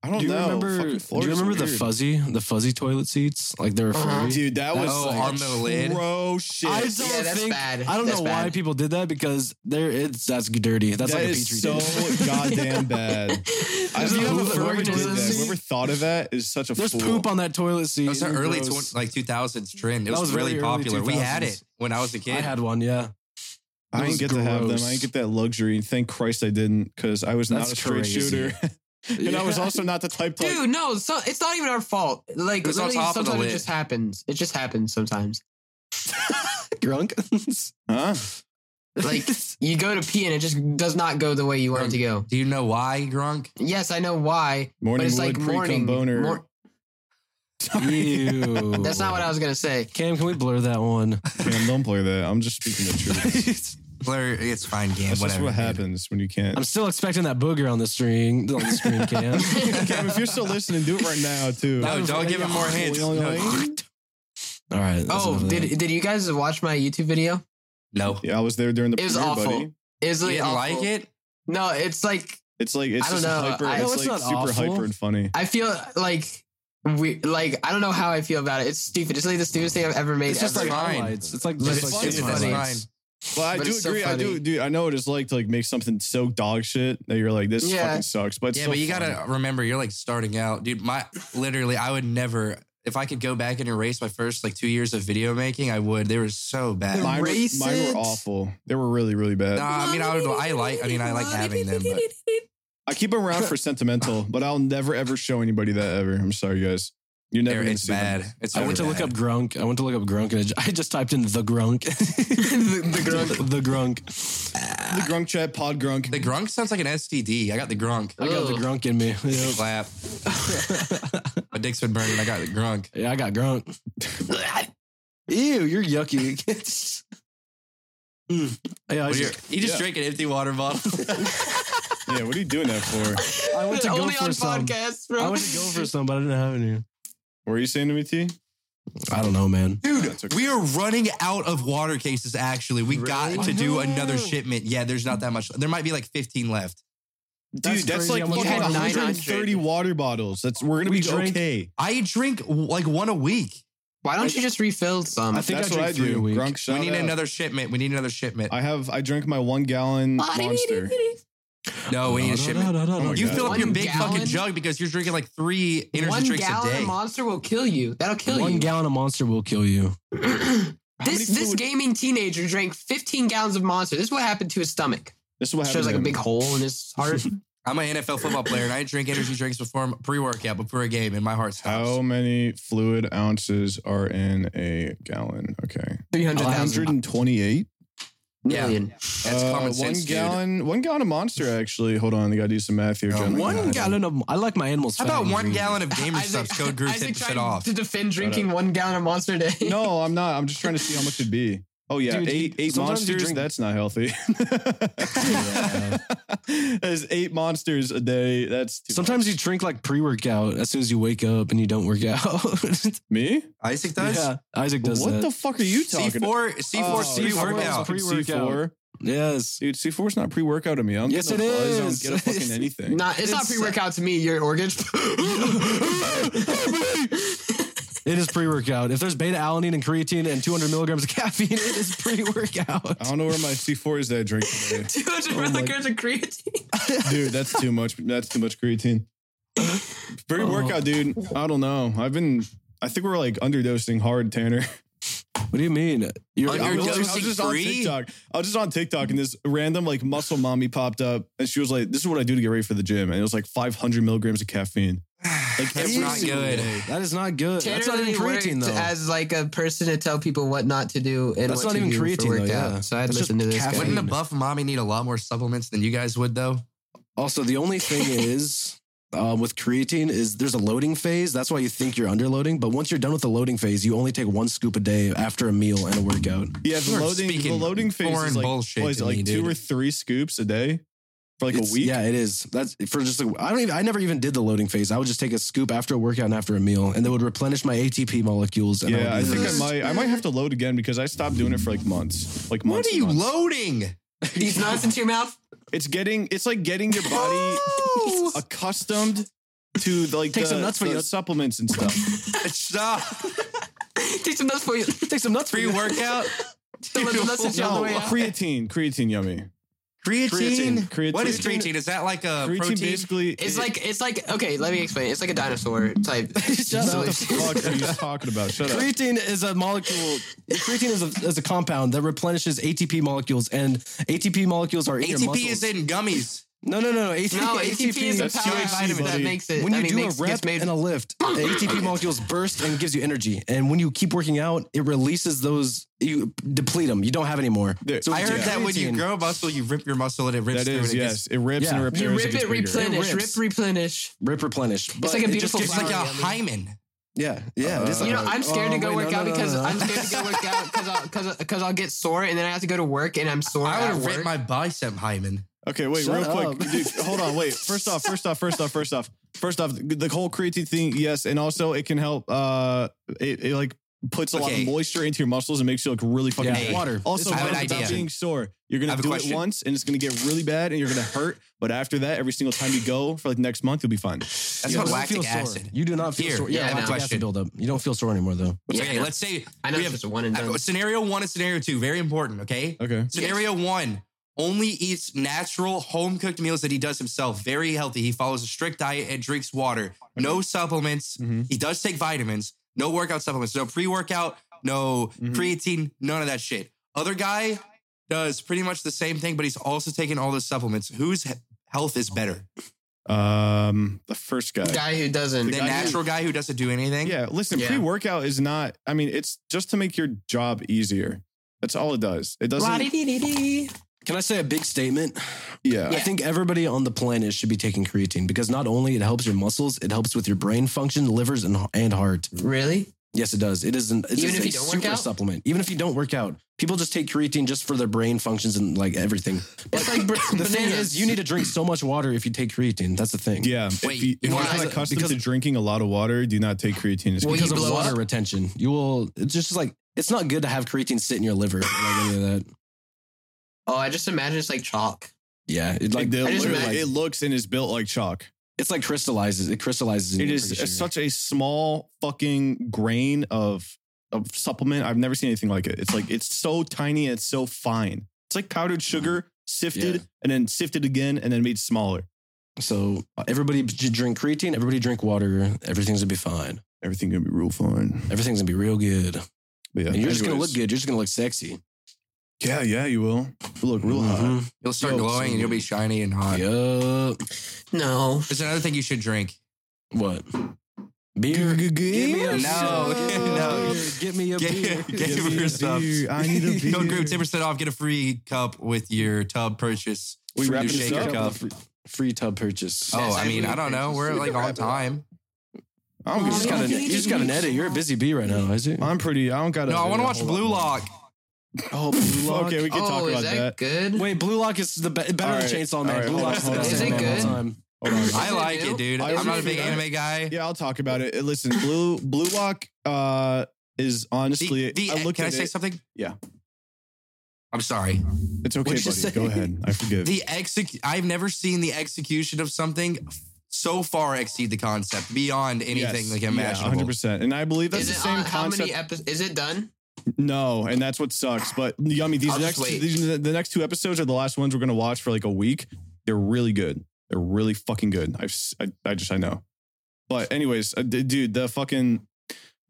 [SPEAKER 3] I don't
[SPEAKER 1] do you
[SPEAKER 3] know.
[SPEAKER 1] remember?
[SPEAKER 3] Fucking
[SPEAKER 1] Do you
[SPEAKER 3] Florida's
[SPEAKER 1] remember the
[SPEAKER 3] weird.
[SPEAKER 1] fuzzy, the fuzzy toilet seats? Like they were
[SPEAKER 2] Uh-huh.
[SPEAKER 1] furry.
[SPEAKER 3] Dude, that was
[SPEAKER 4] Oh,
[SPEAKER 3] like,
[SPEAKER 4] on the lid?
[SPEAKER 3] Bro, shit.
[SPEAKER 1] I
[SPEAKER 3] That
[SPEAKER 1] don't
[SPEAKER 2] Yeah, that's
[SPEAKER 1] think.
[SPEAKER 2] bad.
[SPEAKER 1] I don't
[SPEAKER 2] That's
[SPEAKER 1] know why
[SPEAKER 2] bad. [LAUGHS]
[SPEAKER 1] people did that because there it's that's dirty. That's like a petri
[SPEAKER 3] is so
[SPEAKER 1] dish.
[SPEAKER 3] [LAUGHS] goddamn bad. I
[SPEAKER 1] There's poop
[SPEAKER 3] don't know who-
[SPEAKER 1] on
[SPEAKER 3] whoever
[SPEAKER 1] every
[SPEAKER 3] did
[SPEAKER 1] toilet
[SPEAKER 3] that.
[SPEAKER 1] seat.
[SPEAKER 3] Whoever thought of that is such a
[SPEAKER 1] [LAUGHS] There's
[SPEAKER 3] fool.
[SPEAKER 1] poop on that toilet seat.
[SPEAKER 4] That was an
[SPEAKER 1] It
[SPEAKER 4] early
[SPEAKER 1] gross.
[SPEAKER 4] tw- like 2000s trend.
[SPEAKER 1] That
[SPEAKER 4] It
[SPEAKER 1] was
[SPEAKER 4] was, really
[SPEAKER 1] very early
[SPEAKER 4] popular. We had
[SPEAKER 1] 2000s.
[SPEAKER 4] it when I was a kid.
[SPEAKER 1] I had one. Yeah,
[SPEAKER 3] I
[SPEAKER 1] It was
[SPEAKER 3] didn't get to have them. I
[SPEAKER 1] gross.
[SPEAKER 3] didn't get that luxury. And thank Christ I didn't because I was
[SPEAKER 1] That's
[SPEAKER 3] not a straight
[SPEAKER 1] crazy.
[SPEAKER 3] shooter. [LAUGHS] and I was also not the type to like,
[SPEAKER 2] Dude, no, so it's not even our fault. Like
[SPEAKER 4] It was on
[SPEAKER 2] literally,
[SPEAKER 4] top of the
[SPEAKER 2] sometimes it
[SPEAKER 4] lid.
[SPEAKER 2] just happens. It just happens sometimes.
[SPEAKER 1] [LAUGHS] drunk.
[SPEAKER 3] huh?
[SPEAKER 4] Like-
[SPEAKER 2] You go to pee and it just does not go the way you want it to go.
[SPEAKER 1] Um,
[SPEAKER 4] Do you know why, Gronk?
[SPEAKER 2] Yes, I know why.
[SPEAKER 3] Morning
[SPEAKER 2] but it's
[SPEAKER 3] wood,
[SPEAKER 2] like
[SPEAKER 3] pre-cum
[SPEAKER 2] morning.
[SPEAKER 3] boner. [LAUGHS]
[SPEAKER 2] mor- [LAUGHS]
[SPEAKER 1] Ew.
[SPEAKER 2] that's not what I was gonna say.
[SPEAKER 1] Cam, can we blur that [LAUGHS] one?
[SPEAKER 3] Cam, don't play that. I'm just speaking the
[SPEAKER 2] [LAUGHS]
[SPEAKER 3] truth.
[SPEAKER 4] Blur, it's fine,
[SPEAKER 3] That's
[SPEAKER 4] game.
[SPEAKER 3] just
[SPEAKER 4] whatever.
[SPEAKER 3] what
[SPEAKER 4] dude.
[SPEAKER 3] happens when you can't. [LAUGHS]
[SPEAKER 1] I'm still expecting that booger on the string, on the screen, [LAUGHS] Cam.
[SPEAKER 3] Cam, if you're still listening, do it right now too.
[SPEAKER 4] No, don't give him
[SPEAKER 1] [LAUGHS]
[SPEAKER 4] more hints. No.
[SPEAKER 1] All right. that's
[SPEAKER 2] Oh,
[SPEAKER 1] enough of that.
[SPEAKER 2] did did you guys watch my YouTube video?
[SPEAKER 4] No.
[SPEAKER 3] Yeah, I was there during the
[SPEAKER 2] It was
[SPEAKER 3] premiere,
[SPEAKER 2] awful.
[SPEAKER 3] buddy.
[SPEAKER 2] It was
[SPEAKER 4] You
[SPEAKER 2] really
[SPEAKER 4] didn't
[SPEAKER 2] awful.
[SPEAKER 4] like it?
[SPEAKER 2] No, it's like
[SPEAKER 3] It's like it's
[SPEAKER 2] I don't
[SPEAKER 3] just
[SPEAKER 2] know.
[SPEAKER 3] hyper.
[SPEAKER 2] I- No,
[SPEAKER 3] it's
[SPEAKER 1] it's
[SPEAKER 3] like
[SPEAKER 1] not
[SPEAKER 3] super
[SPEAKER 1] awful.
[SPEAKER 3] hyper and funny.
[SPEAKER 2] I feel like we like I don't know how I feel about it. It's stupid. It's like the stupidest thing I've ever made.
[SPEAKER 1] It's just
[SPEAKER 2] ever.
[SPEAKER 1] like
[SPEAKER 4] fine.
[SPEAKER 1] highlights. It's like
[SPEAKER 2] But
[SPEAKER 1] just
[SPEAKER 2] it's
[SPEAKER 1] like
[SPEAKER 2] funny.
[SPEAKER 4] It's
[SPEAKER 2] funny.
[SPEAKER 4] fine.
[SPEAKER 3] But I
[SPEAKER 2] But
[SPEAKER 3] do
[SPEAKER 2] it's so
[SPEAKER 3] agree. I do,
[SPEAKER 2] funny.
[SPEAKER 3] dude. I know what it's like to like make something so dog shit that you're like, this
[SPEAKER 2] Yeah.
[SPEAKER 3] fucking sucks. But it's
[SPEAKER 4] yeah,
[SPEAKER 3] so
[SPEAKER 4] but you
[SPEAKER 3] funny.
[SPEAKER 4] gotta remember you're like starting out, dude. My literally, I would never. If I could go back and erase my first like two years of video making, I would. They were so bad.
[SPEAKER 3] Mine were,
[SPEAKER 2] Erase
[SPEAKER 3] mine
[SPEAKER 2] it.
[SPEAKER 3] were awful. They were really, really bad.
[SPEAKER 4] Nah, I mean, I would. I like. I mean, I like having them.
[SPEAKER 1] [LAUGHS]
[SPEAKER 3] I
[SPEAKER 4] But
[SPEAKER 3] keep them
[SPEAKER 4] [LAUGHS]
[SPEAKER 3] around for sentimental, but I'll never ever show anybody that ever. I'm sorry, guys. You're never
[SPEAKER 4] they're-
[SPEAKER 3] gonna
[SPEAKER 4] it's
[SPEAKER 3] see them.
[SPEAKER 4] bad. It's
[SPEAKER 1] I
[SPEAKER 4] really
[SPEAKER 1] went to look
[SPEAKER 4] bad.
[SPEAKER 1] up grunk. I went to look up grunk and I ju- [LAUGHS] I just typed in the grunk. [LAUGHS] the, grunk. [LAUGHS] the grunk.
[SPEAKER 3] The grunk chat, pod grunk.
[SPEAKER 4] The grunk sounds like an STD. I got the grunk.
[SPEAKER 1] I got the
[SPEAKER 2] Ugh.
[SPEAKER 1] grunk in me. [LAUGHS] Yeah,
[SPEAKER 4] Slap. [LAUGHS] My dick's been burning. I got the grunk.
[SPEAKER 1] yeah I got grunk. [LAUGHS] Ew, you're yucky. [LAUGHS] Mm. Yeah, I
[SPEAKER 4] What are
[SPEAKER 1] just,
[SPEAKER 4] you- He just
[SPEAKER 3] Yeah.
[SPEAKER 4] drank an empty water bottle.
[SPEAKER 3] yeah, what are you doing that for?
[SPEAKER 1] I went [LAUGHS] to go
[SPEAKER 2] Only
[SPEAKER 1] for
[SPEAKER 2] on
[SPEAKER 1] some.
[SPEAKER 2] podcasts, bro.
[SPEAKER 1] I went to go for some, but I didn't have any.
[SPEAKER 3] What were you saying to me, T?
[SPEAKER 1] I don't know, man.
[SPEAKER 3] That's okay.
[SPEAKER 4] we are running out of water cases. Actually, we got to do another shipment. Yeah, there's not that much. There might be like 15 left.
[SPEAKER 3] Dude,
[SPEAKER 1] That's
[SPEAKER 3] that's,
[SPEAKER 1] crazy
[SPEAKER 3] like
[SPEAKER 1] how much
[SPEAKER 3] you had
[SPEAKER 2] water-
[SPEAKER 3] 130 water bottles. That's we're gonna
[SPEAKER 1] We
[SPEAKER 3] be
[SPEAKER 1] drank-
[SPEAKER 3] okay.
[SPEAKER 4] I drink like one a week.
[SPEAKER 2] [LAUGHS] Why don't you just refill some?
[SPEAKER 1] I think
[SPEAKER 3] that's
[SPEAKER 1] I
[SPEAKER 3] what I
[SPEAKER 1] drank three a
[SPEAKER 3] do.
[SPEAKER 1] week.
[SPEAKER 3] Grunk shout
[SPEAKER 4] we need
[SPEAKER 3] out.
[SPEAKER 4] another shipment. We need another shipment.
[SPEAKER 3] I have. I drank my one gallon monster.
[SPEAKER 1] Oh,
[SPEAKER 4] no, we need a shipment.
[SPEAKER 3] my
[SPEAKER 4] You
[SPEAKER 3] God.
[SPEAKER 4] fill up
[SPEAKER 2] One
[SPEAKER 4] your big
[SPEAKER 2] gallon?
[SPEAKER 4] fucking jug because you're drinking like three energy
[SPEAKER 2] One
[SPEAKER 4] drinks a
[SPEAKER 2] gallon
[SPEAKER 4] day.
[SPEAKER 2] of Monster will kill you. That'll kill
[SPEAKER 1] One
[SPEAKER 2] you.
[SPEAKER 1] gallon of Monster will kill you.
[SPEAKER 2] this
[SPEAKER 3] many
[SPEAKER 2] this
[SPEAKER 3] fluid-
[SPEAKER 2] gaming teenager drank 15 gallons of Monster. This is what happened to his stomach.
[SPEAKER 3] This is what happened.
[SPEAKER 2] Shows like
[SPEAKER 3] to
[SPEAKER 2] a
[SPEAKER 3] him.
[SPEAKER 2] big hole in his
[SPEAKER 1] [LAUGHS]
[SPEAKER 2] heart.
[SPEAKER 4] I'm an NFL football player and I drink energy drinks before pre workout, before a game, and my heart stops.
[SPEAKER 3] How many fluid ounces are in a gallon? Okay,
[SPEAKER 2] 300,000
[SPEAKER 3] 128.
[SPEAKER 4] Yeah.
[SPEAKER 2] million.
[SPEAKER 4] That's
[SPEAKER 3] Uh,
[SPEAKER 4] common sense.
[SPEAKER 3] One
[SPEAKER 4] dude.
[SPEAKER 3] gallon, one gallon of monster. Actually, hold on, I gotta do some math here.
[SPEAKER 4] Oh
[SPEAKER 3] gentlemen.
[SPEAKER 4] my
[SPEAKER 1] One
[SPEAKER 4] God.
[SPEAKER 1] gallon of. I like my animals.
[SPEAKER 4] How
[SPEAKER 1] fat
[SPEAKER 4] about
[SPEAKER 1] and
[SPEAKER 4] one
[SPEAKER 1] green.
[SPEAKER 4] gallon of gamer
[SPEAKER 2] Isaac-
[SPEAKER 4] subs?
[SPEAKER 2] [LAUGHS]
[SPEAKER 4] Code group
[SPEAKER 2] Isaac
[SPEAKER 4] 10%
[SPEAKER 2] tried
[SPEAKER 4] off.
[SPEAKER 2] to defend drinking one gallon of Monster a day.
[SPEAKER 3] [LAUGHS] No, I'm not. I'm just trying to see how much it'd be. Oh yeah,
[SPEAKER 1] Dude,
[SPEAKER 3] eight
[SPEAKER 1] you-
[SPEAKER 3] eight
[SPEAKER 1] sometimes you
[SPEAKER 3] monsters.
[SPEAKER 1] drink-
[SPEAKER 3] That's not [LAUGHS] healthy.
[SPEAKER 1] Yeah.
[SPEAKER 3] That's eight monsters a day. That's too
[SPEAKER 1] Sometimes
[SPEAKER 3] much.
[SPEAKER 1] you drink like pre workout as soon as you wake up and you don't work out. [LAUGHS]
[SPEAKER 3] me.
[SPEAKER 4] Isaac does?
[SPEAKER 1] yeah, Isaac does
[SPEAKER 3] what
[SPEAKER 1] that.
[SPEAKER 3] the fuck are you talking? about?
[SPEAKER 4] C4, C4
[SPEAKER 1] Oh,
[SPEAKER 4] free
[SPEAKER 1] C4
[SPEAKER 4] workout.
[SPEAKER 1] is pre-workout. yes.
[SPEAKER 3] Dude, C4 is not pre-workout to me. I don't
[SPEAKER 1] Yes,
[SPEAKER 3] get
[SPEAKER 1] it
[SPEAKER 3] no buzz. I
[SPEAKER 1] is.
[SPEAKER 3] don't get
[SPEAKER 1] [LAUGHS]
[SPEAKER 3] a fucking anything.
[SPEAKER 2] [LAUGHS] Not, it's, not
[SPEAKER 1] It's- uh,
[SPEAKER 2] pre workout to me. Your organs. [LAUGHS]
[SPEAKER 1] It is pre workout. If there's beta alanine and creatine and 200 milligrams of [LAUGHS] caffeine, it is pre workout.
[SPEAKER 3] I don't know where my C4 is that I drink today.
[SPEAKER 2] 200 milligrams of creatine.
[SPEAKER 3] dude, that's too much. That's too much creatine. Free
[SPEAKER 4] Oh.
[SPEAKER 3] workout, dude. I don't know. I've been. I think we're like underdosing hard, Tanner. [LAUGHS]
[SPEAKER 1] What do you mean? You're
[SPEAKER 4] Like,
[SPEAKER 3] I was, I was
[SPEAKER 4] Underdosing
[SPEAKER 3] just on
[SPEAKER 4] free?
[SPEAKER 3] TikTok. I was just on TikTok, and this random like muscle mommy popped up, and she was like, "This is what I do to get ready for the gym," and it was like 500 milligrams of
[SPEAKER 4] [SIGHS]
[SPEAKER 3] caffeine. Like
[SPEAKER 4] That's
[SPEAKER 3] every
[SPEAKER 4] not
[SPEAKER 3] single
[SPEAKER 4] good.
[SPEAKER 3] day.
[SPEAKER 1] That is not good. That's not even
[SPEAKER 2] Literally
[SPEAKER 1] creatine
[SPEAKER 2] worked
[SPEAKER 1] though.
[SPEAKER 2] As like a person to tell people what not to do and
[SPEAKER 1] That's
[SPEAKER 2] what
[SPEAKER 1] not
[SPEAKER 2] to
[SPEAKER 1] even
[SPEAKER 2] do
[SPEAKER 1] creatine,
[SPEAKER 2] for
[SPEAKER 1] though,
[SPEAKER 2] workout.
[SPEAKER 1] yeah.
[SPEAKER 2] So I'd
[SPEAKER 1] That's
[SPEAKER 2] listen to
[SPEAKER 1] just
[SPEAKER 2] this guy.
[SPEAKER 1] caffeine.
[SPEAKER 4] Wouldn't a buff mommy need a lot more supplements than you guys would, though?
[SPEAKER 1] Also, the only
[SPEAKER 4] [LAUGHS]
[SPEAKER 1] thing is um, with creatine is there's a loading phase. That's why you think you're underloading. But once you're done with the loading phase, you only take one scoop a day after a meal and a workout.
[SPEAKER 3] Yeah,
[SPEAKER 4] You
[SPEAKER 3] the
[SPEAKER 4] are
[SPEAKER 3] loading the
[SPEAKER 4] speaking
[SPEAKER 3] loading phase
[SPEAKER 4] foreign
[SPEAKER 3] is like,
[SPEAKER 4] bullshit
[SPEAKER 3] what is it,
[SPEAKER 4] to
[SPEAKER 3] like
[SPEAKER 4] me,
[SPEAKER 3] two
[SPEAKER 4] dude.
[SPEAKER 3] or three scoops a day for like
[SPEAKER 1] It's-
[SPEAKER 3] a week.
[SPEAKER 1] Yeah, it is. That's for just. Like, I don't even. I never even did the loading phase. I would just take a scoop after a workout and after a meal, and that would replenish my ATP molecules. And
[SPEAKER 3] Yeah,
[SPEAKER 1] would
[SPEAKER 3] I
[SPEAKER 1] be
[SPEAKER 3] think I
[SPEAKER 1] good.
[SPEAKER 3] might. I might have to load again because I stopped doing it for like months. Like months.
[SPEAKER 4] What are
[SPEAKER 3] and
[SPEAKER 4] you
[SPEAKER 3] months.
[SPEAKER 4] loading? [LAUGHS]
[SPEAKER 2] These nuts into your mouth. [LAUGHS]
[SPEAKER 3] It's getting. It's like getting your
[SPEAKER 1] [LAUGHS]
[SPEAKER 3] body [LAUGHS] accustomed to the, like
[SPEAKER 1] Take
[SPEAKER 3] the,
[SPEAKER 1] some nuts for
[SPEAKER 3] the
[SPEAKER 1] you.
[SPEAKER 3] supplements
[SPEAKER 1] [LAUGHS]
[SPEAKER 3] and stuff.
[SPEAKER 4] Stop.
[SPEAKER 2] Take some nuts for you.
[SPEAKER 1] take some nuts. for
[SPEAKER 2] [LAUGHS]
[SPEAKER 4] Free
[SPEAKER 1] [LAUGHS] you.
[SPEAKER 4] workout?
[SPEAKER 2] Some of the nuts into your
[SPEAKER 3] no,
[SPEAKER 2] way out.
[SPEAKER 3] creatine, creatine, yummy.
[SPEAKER 4] Creatine?
[SPEAKER 3] Creatine.
[SPEAKER 4] What is creatine? Is that like a
[SPEAKER 3] Creatine
[SPEAKER 4] protein?
[SPEAKER 3] basically.
[SPEAKER 2] It's
[SPEAKER 3] it-
[SPEAKER 2] like it's like okay. Let me explain. It's like a dinosaur type.
[SPEAKER 1] Shut
[SPEAKER 3] What
[SPEAKER 1] up.
[SPEAKER 3] the fuck are you talking about? Shut up.
[SPEAKER 1] Creatine is a molecule. Creatine is a, is a compound that replenishes ATP molecules, and ATP molecules are in your
[SPEAKER 4] ATP is
[SPEAKER 1] muscles.
[SPEAKER 4] in gummies.
[SPEAKER 1] No, no, no, no. ATP, [LAUGHS]
[SPEAKER 2] no, ATP is a
[SPEAKER 3] That's
[SPEAKER 2] power
[SPEAKER 3] THC,
[SPEAKER 2] vitamin that
[SPEAKER 3] buddy.
[SPEAKER 2] makes it.
[SPEAKER 1] when you
[SPEAKER 2] I mean,
[SPEAKER 1] do
[SPEAKER 2] makes,
[SPEAKER 1] a rep
[SPEAKER 2] gets made
[SPEAKER 1] and a lift,
[SPEAKER 2] [COUGHS]
[SPEAKER 1] the ATP molecules burst and gives you energy. And when you keep working out, it releases those. You deplete them. You don't have any more.
[SPEAKER 3] There-
[SPEAKER 1] So
[SPEAKER 4] I heard
[SPEAKER 1] it's
[SPEAKER 4] that when you
[SPEAKER 1] creatine.
[SPEAKER 4] grow muscle, you rip your muscle and it
[SPEAKER 3] That
[SPEAKER 4] rips through
[SPEAKER 3] is
[SPEAKER 4] and it
[SPEAKER 3] yes. It rips
[SPEAKER 1] Yeah.
[SPEAKER 3] and rips.
[SPEAKER 2] you
[SPEAKER 3] and
[SPEAKER 2] rip
[SPEAKER 3] gets
[SPEAKER 2] it,
[SPEAKER 3] bigger.
[SPEAKER 2] replenish,
[SPEAKER 1] It
[SPEAKER 2] rip,
[SPEAKER 1] rips.
[SPEAKER 2] replenish.
[SPEAKER 1] rip replenish. But
[SPEAKER 2] like a
[SPEAKER 1] it just
[SPEAKER 2] beautiful
[SPEAKER 1] gives
[SPEAKER 4] gets
[SPEAKER 1] you-
[SPEAKER 4] like a
[SPEAKER 2] flower.
[SPEAKER 4] hymen.
[SPEAKER 1] yeah, yeah. it is like
[SPEAKER 2] You know,
[SPEAKER 1] a-
[SPEAKER 2] I'm scared to
[SPEAKER 1] Oh,
[SPEAKER 2] go
[SPEAKER 1] wait,
[SPEAKER 2] work
[SPEAKER 1] no,
[SPEAKER 2] out
[SPEAKER 1] no, no,
[SPEAKER 2] because
[SPEAKER 1] no.
[SPEAKER 2] I'm scared to go work out because because because I'll get sore and then I have to go to work and I'm sore.
[SPEAKER 4] I would
[SPEAKER 2] at
[SPEAKER 4] have ripped
[SPEAKER 2] work.
[SPEAKER 4] my bicep hymen.
[SPEAKER 3] Okay, wait,
[SPEAKER 1] Shut
[SPEAKER 3] real quick.
[SPEAKER 1] up.
[SPEAKER 3] Dude, hold on, wait. First off, first off, first off, first off, first off, the whole creatine thing, yes, and also it can help. Uh, it, it like puts a lot
[SPEAKER 4] Okay.
[SPEAKER 3] of moisture into your muscles and makes you look really fucking
[SPEAKER 1] Yeah,
[SPEAKER 4] Hey,
[SPEAKER 3] bad.
[SPEAKER 1] water.
[SPEAKER 3] Also,
[SPEAKER 4] I have an
[SPEAKER 3] it's about
[SPEAKER 4] idea.
[SPEAKER 3] being sore. You're
[SPEAKER 4] I
[SPEAKER 3] gonna
[SPEAKER 4] have a
[SPEAKER 3] do it
[SPEAKER 4] question.
[SPEAKER 3] once, and it's gonna get really bad, and you're gonna hurt. But after that, every single time you go for like the next month, you'll be fine.
[SPEAKER 4] That's
[SPEAKER 1] You
[SPEAKER 2] [LAUGHS]
[SPEAKER 4] what
[SPEAKER 1] don't feel
[SPEAKER 4] lactic
[SPEAKER 1] sore.
[SPEAKER 4] acid.
[SPEAKER 1] You do not feel
[SPEAKER 4] Here,
[SPEAKER 1] sore. Yeah,
[SPEAKER 2] yeah,
[SPEAKER 1] lactic
[SPEAKER 4] no.
[SPEAKER 1] acid
[SPEAKER 4] Question.
[SPEAKER 1] buildup. You don't feel sore anymore though.
[SPEAKER 4] Okay,
[SPEAKER 2] Yeah.
[SPEAKER 4] let's say
[SPEAKER 2] I know
[SPEAKER 4] we
[SPEAKER 2] it's
[SPEAKER 4] have
[SPEAKER 2] just a one and done.
[SPEAKER 4] scenario one and scenario two. Very important, okay?
[SPEAKER 3] Okay.
[SPEAKER 4] Scenario one only eats natural home cooked meals that he does himself. Very healthy. He follows a strict diet and drinks water.
[SPEAKER 3] Mm-hmm.
[SPEAKER 4] No supplements.
[SPEAKER 3] Mhm.
[SPEAKER 1] Mm-hmm.
[SPEAKER 4] He does take vitamins. No workout supplements. No pre workout. No
[SPEAKER 3] Mhm.
[SPEAKER 4] creatine. None of that shit. Other guy does pretty much the same thing, but he's also taking all those supplements. Whose he- health is better?
[SPEAKER 3] Um, the first guy.
[SPEAKER 2] guy who
[SPEAKER 4] The
[SPEAKER 2] doesn't.
[SPEAKER 3] guy who-
[SPEAKER 4] natural guy who doesn't do anything?
[SPEAKER 3] Yeah, listen,
[SPEAKER 2] Yeah.
[SPEAKER 3] pre-workout is not. I mean, it's just to make your job easier. That's all it does. It doesn't.
[SPEAKER 1] Can I say a big statement?
[SPEAKER 3] yeah.
[SPEAKER 1] I think everybody on the planet should be taking creatine because not only it helps your muscles, it helps with your brain function, livers, and and heart.
[SPEAKER 2] Really?
[SPEAKER 1] Yes, it does. It is an it's
[SPEAKER 2] Even
[SPEAKER 1] just
[SPEAKER 2] if
[SPEAKER 1] a
[SPEAKER 2] you don't work
[SPEAKER 1] super
[SPEAKER 2] out?
[SPEAKER 1] supplement. Even if you don't work out, people just take creatine just for their brain functions and like everything. But
[SPEAKER 2] It's like [COUGHS] br-
[SPEAKER 1] [COUGHS] the thing
[SPEAKER 2] bananas.
[SPEAKER 1] is, you need to drink so much water if you take creatine. That's the thing.
[SPEAKER 3] Yeah. if
[SPEAKER 4] Wait,
[SPEAKER 3] you, if
[SPEAKER 4] you
[SPEAKER 3] you're
[SPEAKER 4] wanna-
[SPEAKER 3] not accustomed
[SPEAKER 1] because-
[SPEAKER 3] to drinking a lot of water, do not take creatine. It's
[SPEAKER 2] Well,
[SPEAKER 3] good.
[SPEAKER 1] because
[SPEAKER 2] you
[SPEAKER 1] of
[SPEAKER 2] blow
[SPEAKER 1] water
[SPEAKER 2] up?
[SPEAKER 1] retention. You will. It's just like it's not good to have creatine sit in your liver. Like any of that.
[SPEAKER 2] Oh, I just imagine it's like chalk.
[SPEAKER 1] Yeah, it like
[SPEAKER 3] like they'll
[SPEAKER 2] I just
[SPEAKER 3] literally-
[SPEAKER 2] imagine-
[SPEAKER 3] it looks and is built like chalk.
[SPEAKER 1] it's like crystallizes. It crystallizes. In
[SPEAKER 3] It
[SPEAKER 1] you,
[SPEAKER 3] is
[SPEAKER 1] pretty sure.
[SPEAKER 3] such a small fucking grain of of supplement. I've never seen anything like it. It's like it's so tiny. It's so fine. It's like powdered sugar sifted
[SPEAKER 1] Yeah.
[SPEAKER 3] and then sifted again and then made smaller.
[SPEAKER 1] So uh, everybody should drink creatine. Everybody drink water. Everything's gonna be fine.
[SPEAKER 3] Everything gonna be real fine.
[SPEAKER 1] Everything's gonna be real good.
[SPEAKER 3] But yeah,
[SPEAKER 1] and you're just gonna
[SPEAKER 3] anyways.
[SPEAKER 1] look good. You're just gonna look sexy.
[SPEAKER 3] Yeah, yeah, you will. You look real
[SPEAKER 1] [LAUGHS]
[SPEAKER 3] hot.
[SPEAKER 1] Mhm.
[SPEAKER 4] You'll start
[SPEAKER 1] Yo,
[SPEAKER 4] glowing
[SPEAKER 1] so-
[SPEAKER 4] and you'll be shiny and hot.
[SPEAKER 1] Yup.
[SPEAKER 2] No.
[SPEAKER 4] There's another thing you should drink.
[SPEAKER 1] What? Beer. Give me a
[SPEAKER 4] No,
[SPEAKER 1] [LAUGHS] sip.
[SPEAKER 4] no.
[SPEAKER 1] Give me a
[SPEAKER 4] Get-
[SPEAKER 1] beer.
[SPEAKER 4] get me a beer.
[SPEAKER 3] I need a
[SPEAKER 4] Go
[SPEAKER 3] beer.
[SPEAKER 4] group 10% off. Get a free cup with your tub purchase.
[SPEAKER 3] We
[SPEAKER 4] Free
[SPEAKER 3] wrapping
[SPEAKER 4] shaker
[SPEAKER 3] this up?
[SPEAKER 4] cup.
[SPEAKER 1] Free, free tub purchase.
[SPEAKER 4] Oh,
[SPEAKER 2] Yes,
[SPEAKER 4] I
[SPEAKER 2] I
[SPEAKER 4] mean,
[SPEAKER 2] believe
[SPEAKER 4] I don't know.
[SPEAKER 2] it's-
[SPEAKER 4] We're
[SPEAKER 3] we
[SPEAKER 4] like
[SPEAKER 3] can
[SPEAKER 4] on
[SPEAKER 3] wrap it up.
[SPEAKER 4] time.
[SPEAKER 3] I don't
[SPEAKER 1] You
[SPEAKER 3] give a
[SPEAKER 1] just, got
[SPEAKER 3] fuck.
[SPEAKER 1] an, you just got an edit. You're a busy bee right now, is it?
[SPEAKER 3] I'm pretty. I don't got.
[SPEAKER 4] No, I want to watch Blue Lock.
[SPEAKER 1] Oh, Blue Lock.
[SPEAKER 3] [LAUGHS] Okay, we can
[SPEAKER 2] oh,
[SPEAKER 3] talk about
[SPEAKER 2] is that,
[SPEAKER 3] that.
[SPEAKER 2] good?
[SPEAKER 1] Wait, Blue Lock is the be- better
[SPEAKER 3] Alright,
[SPEAKER 1] than Chainsaw Man.
[SPEAKER 3] alright,
[SPEAKER 1] Blue
[SPEAKER 3] hold
[SPEAKER 1] Lock's the
[SPEAKER 3] on,
[SPEAKER 1] best
[SPEAKER 2] hold on,
[SPEAKER 1] anime of
[SPEAKER 2] hold
[SPEAKER 1] all
[SPEAKER 2] on.
[SPEAKER 1] time.
[SPEAKER 3] Hold on.
[SPEAKER 4] I [LAUGHS]
[SPEAKER 2] it
[SPEAKER 4] like
[SPEAKER 2] new?
[SPEAKER 4] it, dude.
[SPEAKER 3] I
[SPEAKER 4] I'm not a
[SPEAKER 3] really
[SPEAKER 4] big
[SPEAKER 3] like
[SPEAKER 4] anime guy.
[SPEAKER 3] Yeah, I'll talk about it. Listen, Blue Blue Lock uh, is honestly.
[SPEAKER 4] The, the, e,
[SPEAKER 3] I look
[SPEAKER 4] can
[SPEAKER 3] at
[SPEAKER 4] I say
[SPEAKER 3] it.
[SPEAKER 4] something?
[SPEAKER 3] Yeah.
[SPEAKER 4] I'm sorry.
[SPEAKER 3] It's okay,
[SPEAKER 1] What'd you say?
[SPEAKER 3] buddy. Go ahead. I forgive.
[SPEAKER 4] The exec- I've never seen the execution of something so far exceed the concept beyond anything
[SPEAKER 3] Yes.
[SPEAKER 4] like
[SPEAKER 3] Yeah,
[SPEAKER 4] imaginable.
[SPEAKER 3] 100%. And I believe that's
[SPEAKER 2] is
[SPEAKER 3] the
[SPEAKER 2] it
[SPEAKER 3] same
[SPEAKER 2] on, how
[SPEAKER 3] concept.
[SPEAKER 2] many episodes? Is it done?
[SPEAKER 3] no, and that's what sucks. But yummy, these
[SPEAKER 2] I'll
[SPEAKER 3] next
[SPEAKER 2] just wait.
[SPEAKER 3] these, the next two episodes are the last ones we're gonna watch for like a week. They're really good. They're really fucking good. I've s- I, I just I know. But anyways, uh, d- dude, the fucking